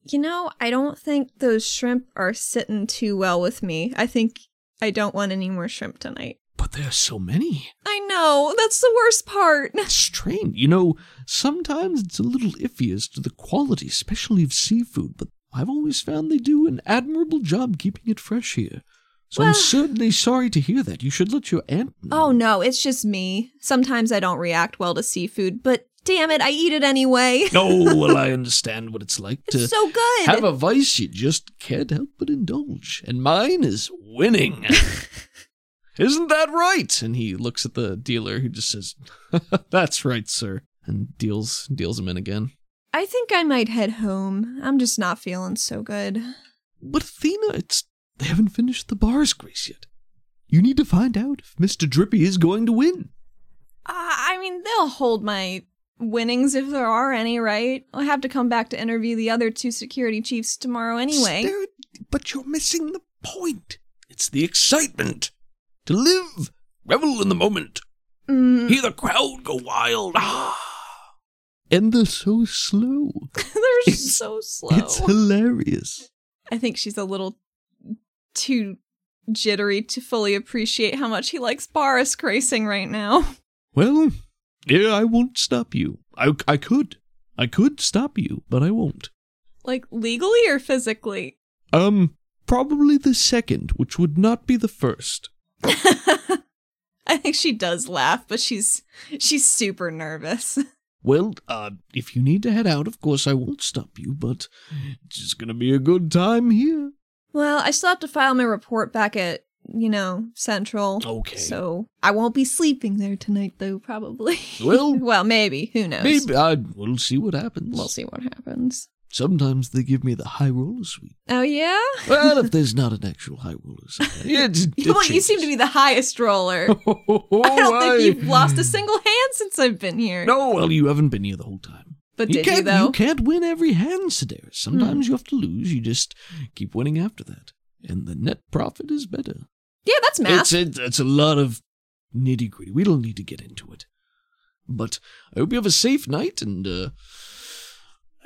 Speaker 2: you know, I don't think those shrimp are sitting too well with me. I think I don't want any more shrimp tonight.
Speaker 3: But there are so many.
Speaker 2: I know, that's the worst part.
Speaker 3: It's strange. You know, sometimes it's a little iffy as to the quality, especially of seafood, but I've always found they do an admirable job keeping it fresh here. So I'm
Speaker 2: Well-
Speaker 3: certainly sorry to hear that. You should let your aunt know.
Speaker 2: Oh no, it's just me. Sometimes I don't react well to seafood, but damn it, I eat it anyway.
Speaker 3: oh, well, I understand what it's like to
Speaker 2: It's so good.
Speaker 3: have a vice you just can't help but indulge. And mine is winning. Isn't that right?
Speaker 1: and he looks at the dealer who just says, "That's right, sir." And deals deals him in again.
Speaker 2: I think I might head home. I'm just not feeling so good.
Speaker 3: But Athena, it's they haven't finished the bars grace yet. You need to find out if Mr. Drippy is going to win.
Speaker 2: Uh, I mean, they'll hold my winnings if there are any, right? I'll have to come back to interview the other two security chiefs tomorrow anyway.
Speaker 3: Stare- but you're missing the point. It's the excitement. To live, revel in the moment,
Speaker 2: Mm,
Speaker 3: hear the crowd go wild. Ah. And they're so slow.
Speaker 2: they're so slow.
Speaker 3: It's hilarious.
Speaker 2: I think she's a little too jittery to fully appreciate how much he likes Boris Gracing right now.
Speaker 3: Well, yeah, I won't stop you. I, I could. I could stop you, but I won't.
Speaker 2: Like, legally or physically?
Speaker 3: Um, probably the second, which would not be the first.
Speaker 2: I think she does laugh, but she's she's super nervous.
Speaker 3: Well, uh, if you need to head out, of course I won't stop you, but it's just gonna be a good time here.
Speaker 2: Well, I still have to file my report back at, you know, Central.
Speaker 3: Okay.
Speaker 2: So I won't be sleeping there tonight, though, probably.
Speaker 3: Well-
Speaker 2: well, maybe. Who knows?
Speaker 3: Maybe I we'll see what happens.
Speaker 2: We'll see what happens.
Speaker 3: Sometimes they give me the high roller suite.
Speaker 2: Oh, yeah?
Speaker 3: Well, if there's not an actual high roller suite, it, it
Speaker 2: well, you seem to be the highest roller. I don't think you've lost a single hand since I've been here.
Speaker 3: No, well, you haven't been here the whole time.
Speaker 2: But
Speaker 3: you
Speaker 2: did
Speaker 3: can't,
Speaker 2: you, though? Hmm.
Speaker 3: can't win every hand, Sedaris. Sometimes you have to lose. You just keep winning after that, and the net profit is better.
Speaker 2: Yeah, that's math.
Speaker 3: It's a, it's a lot of nitty gritty. We don't need to get into it. But I hope you have a safe night and uh,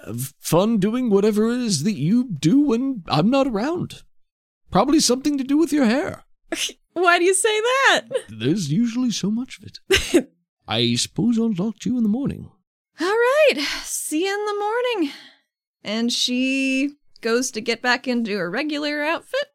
Speaker 3: have fun doing whatever it is that you do when I'm not around. Probably something to do with your hair.
Speaker 2: Why do you say that?
Speaker 3: There's usually so much of it. I suppose I'll talk to you in the morning.
Speaker 2: All right, see you in the morning. And she goes to get back into her regular outfit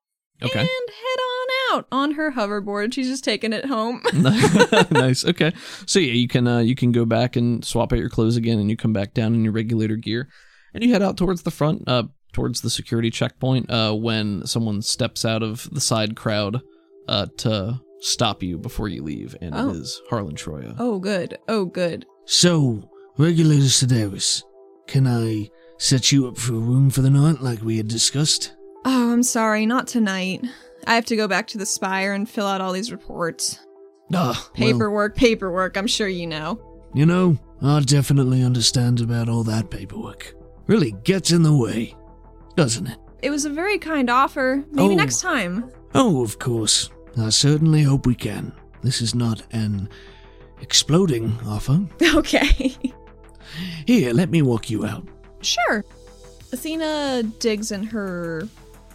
Speaker 1: Okay.
Speaker 2: and head on out on her hoverboard. She's just taking it home.
Speaker 1: nice. Okay. So yeah, you can uh, you can go back and swap out your clothes again, and you come back down in your regulator gear, and you head out towards the front, uh, towards the security checkpoint. Uh, when someone steps out of the side crowd, uh, to stop you before you leave, and
Speaker 2: Oh.
Speaker 1: it is Harlan Troya.
Speaker 2: Oh, good. Oh, good.
Speaker 3: So, Regulator Sedaris, can I set you up for a room for the night like we had discussed?
Speaker 2: Oh, I'm sorry, not tonight. I have to go back to the spire and fill out all these reports.
Speaker 3: Ah, well-
Speaker 2: Paperwork, paperwork, I'm sure you know.
Speaker 3: You know, I definitely understand about all that paperwork. Really gets in the way, doesn't it?
Speaker 2: It was a very kind offer. Maybe
Speaker 3: Oh.
Speaker 2: next time.
Speaker 3: Oh, of course. I certainly hope we can. This is not an exploding offer.
Speaker 2: Okay.
Speaker 3: Here, let me walk you out.
Speaker 2: Sure. Athena digs in her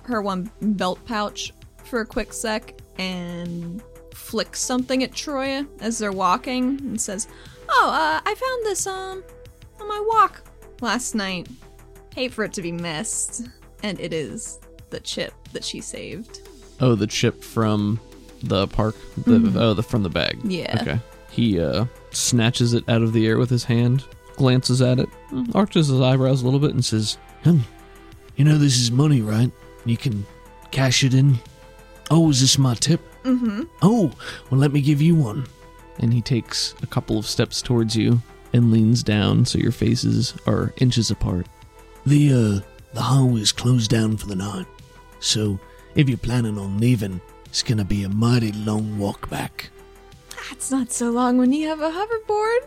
Speaker 2: her one belt pouch for a quick sec and flicks something at Troya as they're walking and says, "Oh, uh, I found this um on my walk last night. Hate for it to be missed, and it is the chip that she saved."
Speaker 1: Oh, the chip from the park. The, Oh, the from the bag.
Speaker 2: Yeah.
Speaker 1: Okay. He uh, snatches it out of the air with his hand, glances at it, arches his eyebrows a little bit, and says,
Speaker 3: Hmm. You know, this is money, right? You can cash it in. Oh, is this my tip?
Speaker 2: Mm-hmm.
Speaker 3: Oh, well, let me give you one.
Speaker 1: and he takes a couple of steps towards you and leans down so your faces are inches apart.
Speaker 3: The, uh, the hallway is closed down for the night. So if you're planning on leaving, it's gonna be a mighty long walk back.
Speaker 2: That's not so long when you have a hoverboard.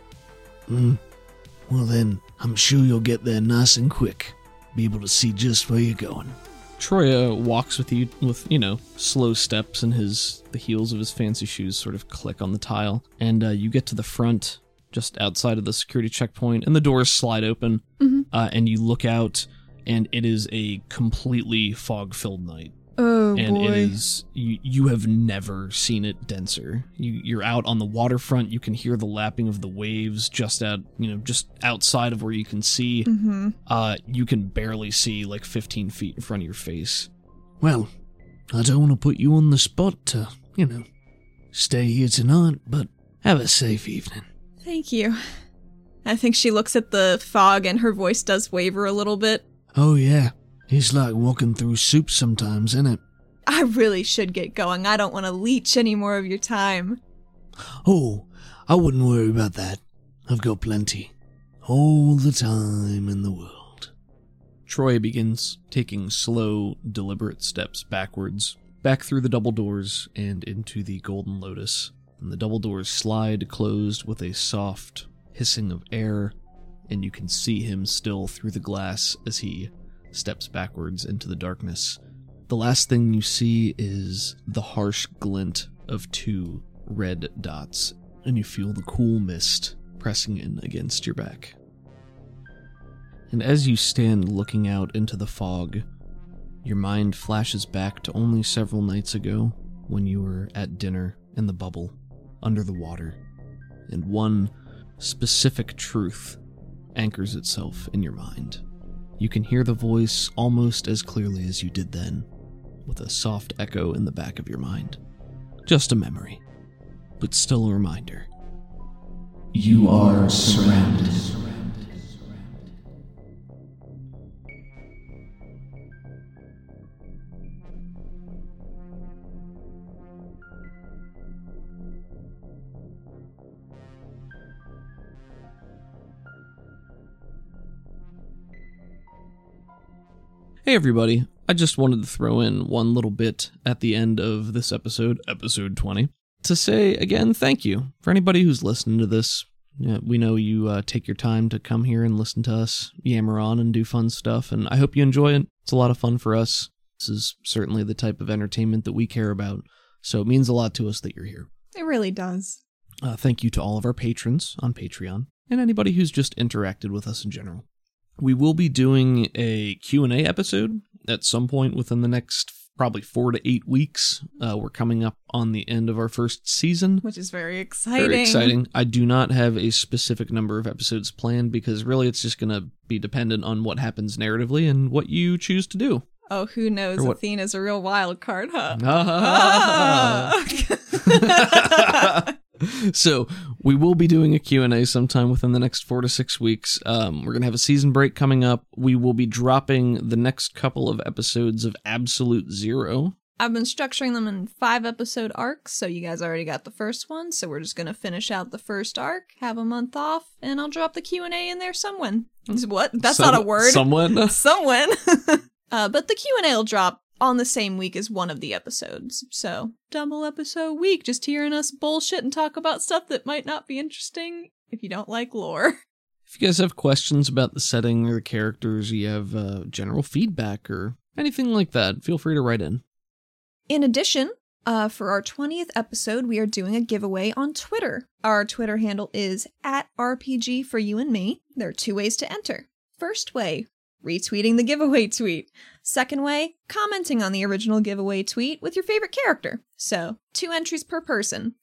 Speaker 3: Well, then, I'm sure you'll get there nice and quick. Be able to see just where you're going.
Speaker 1: Troya walks with you with, you know, slow steps and his the heels of his fancy shoes sort of click on the tile. And uh, you get to the front, just outside of the security checkpoint, and the doors slide open.
Speaker 2: Mm-hmm.
Speaker 1: Uh, and you look out, and it is a completely fog filled night.
Speaker 2: Oh
Speaker 1: and it is, you, you have never seen it denser. You, you're out on the waterfront, you can hear the lapping of the waves just out, you know, just outside of where you can see
Speaker 2: Mm-hmm.
Speaker 1: uh, you can barely see like 15 feet in front of your face.
Speaker 3: Well, I don't want to put you on the spot to, you know, stay here tonight, but have a safe evening.
Speaker 2: Thank you. I think she looks at the fog and her voice does waver a little bit.
Speaker 3: Oh, yeah. It's like walking through soup sometimes, isn't it?
Speaker 2: I really should get going. I don't want to leech any more of your time.
Speaker 3: Oh, I wouldn't worry about that. I've got plenty. All the time in the world.
Speaker 1: Troy begins taking slow, deliberate steps backwards, back through the double doors and into the Golden Lotus. And the double doors slide closed with a soft hissing of air, and you can see him still through the glass as he steps backwards into the darkness. The last thing you see is the harsh glint of two red dots, and you feel the cool mist pressing in against your back. And as you stand looking out into the fog, your mind flashes back to only several nights ago when you were at dinner in the bubble, under the water, and one specific truth anchors itself in your mind. You can hear the voice almost as clearly as you did then, with a soft echo in the back of your mind. Just a memory, but still a reminder. You are surrounded. Hey, everybody. I just wanted to throw in one little bit at the end of this episode, episode 20, to say again thank you for anybody who's listening to this. Yeah, we know you uh, take your time to come here and listen to us yammer on and do fun stuff, and I hope you enjoy it. It's a lot of fun for us. This is certainly the type of entertainment that we care about, so it means a lot to us that you're here.
Speaker 2: It really does.
Speaker 1: Uh, thank you to all of our patrons on Patreon and anybody who's just interacted with us in general. We will be doing a Q&A episode at some point within the next probably four to eight weeks. Uh, we're coming up on the end of our first season.
Speaker 2: Which is very exciting.
Speaker 1: Very exciting. I do not have a specific number of episodes planned because really it's just going to be dependent on what happens narratively and what you choose to do.
Speaker 2: Oh, who knows?
Speaker 1: Or what-
Speaker 2: Athena's a real wild card, huh? Ah!
Speaker 1: so we will be doing a q&a sometime within the next four to six weeks um, we're going to have a season break coming up we will be dropping the next couple of episodes of absolute zero
Speaker 2: I've been structuring them in five episode arcs, so you guys already got the first one. So we're just gonna finish out the first arc, have a month off, and I'll drop the Q and A in there. Someone, what? That's
Speaker 1: Some-
Speaker 2: not a word.
Speaker 1: someone
Speaker 2: Someone. uh, but the Q and A will drop on the same week as one of the episodes. So double episode week, just hearing us bullshit and talk about stuff that might not be interesting if you don't like lore.
Speaker 1: if you guys have questions about the setting or the characters you have uh, general feedback or anything like that feel free to write in
Speaker 2: In addition, uh, for our 20th episode, we are doing a giveaway on Twitter. Our Twitter handle is at RPG for you and me. There are two ways to enter. First way, retweeting the giveaway tweet. Second way, commenting on the original giveaway tweet with your favorite character. So, two entries per person.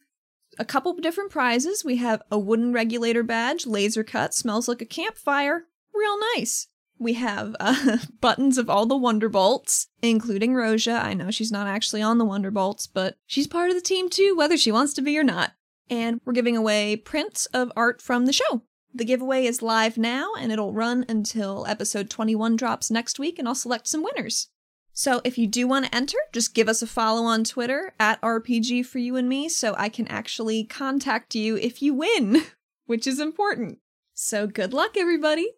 Speaker 2: A couple of different prizes. We have a wooden regulator badge, laser cut, smells like a campfire. Real nice. We have uh, buttons of all the Wonderbolts, including Rosia. I know she's not actually on the Wonderbolts, but she's part of the team too, whether she wants to be or not. And we're giving away prints of art from the show. The giveaway is live now, and it'll run until episode 21 drops next week, and I'll select some winners. So if you do want to enter, just give us a follow on Twitter at RPG for you and me so I can actually contact you if you win, which is important. So good luck, everybody.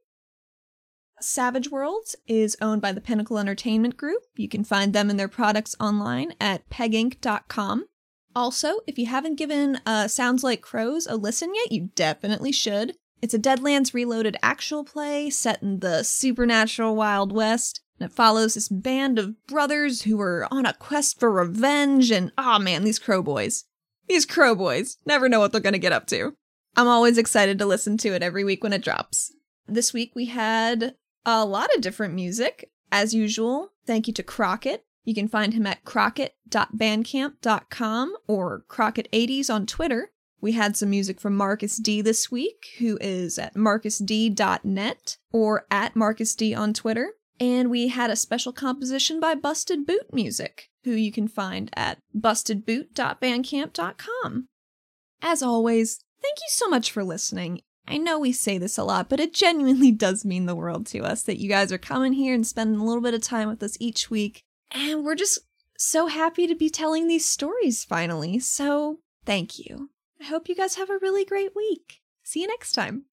Speaker 2: Savage Worlds is owned by the Pinnacle Entertainment Group. You can find them and their products online at peginc.com. Also, if you haven't given uh, Sounds Like Crows a listen yet, you definitely should. It's a Deadlands Reloaded actual play set in the supernatural Wild West, and it follows this band of brothers who are on a quest for revenge. And ah, man, these crow boys. These crow boys never know what they're going to get up to. I'm always excited to listen to it every week when it drops. This week we had a lot of different music. As usual, thank you to Crockett. You can find him at crockett.bandcamp.com or Crockett80s on Twitter. We had some music from Marcus D this week, who is at marcusd.net or at Marcus D on Twitter. And we had a special composition by Busted Boot Music, who you can find at bustedboot.bandcamp.com. As always, thank you so much for listening. I know we say this a lot, but it genuinely does mean the world to us that you guys are coming here and spending a little bit of time with us each week. And we're just so happy to be telling these stories finally. So, thank you. I hope you guys have a really great week. See you next time.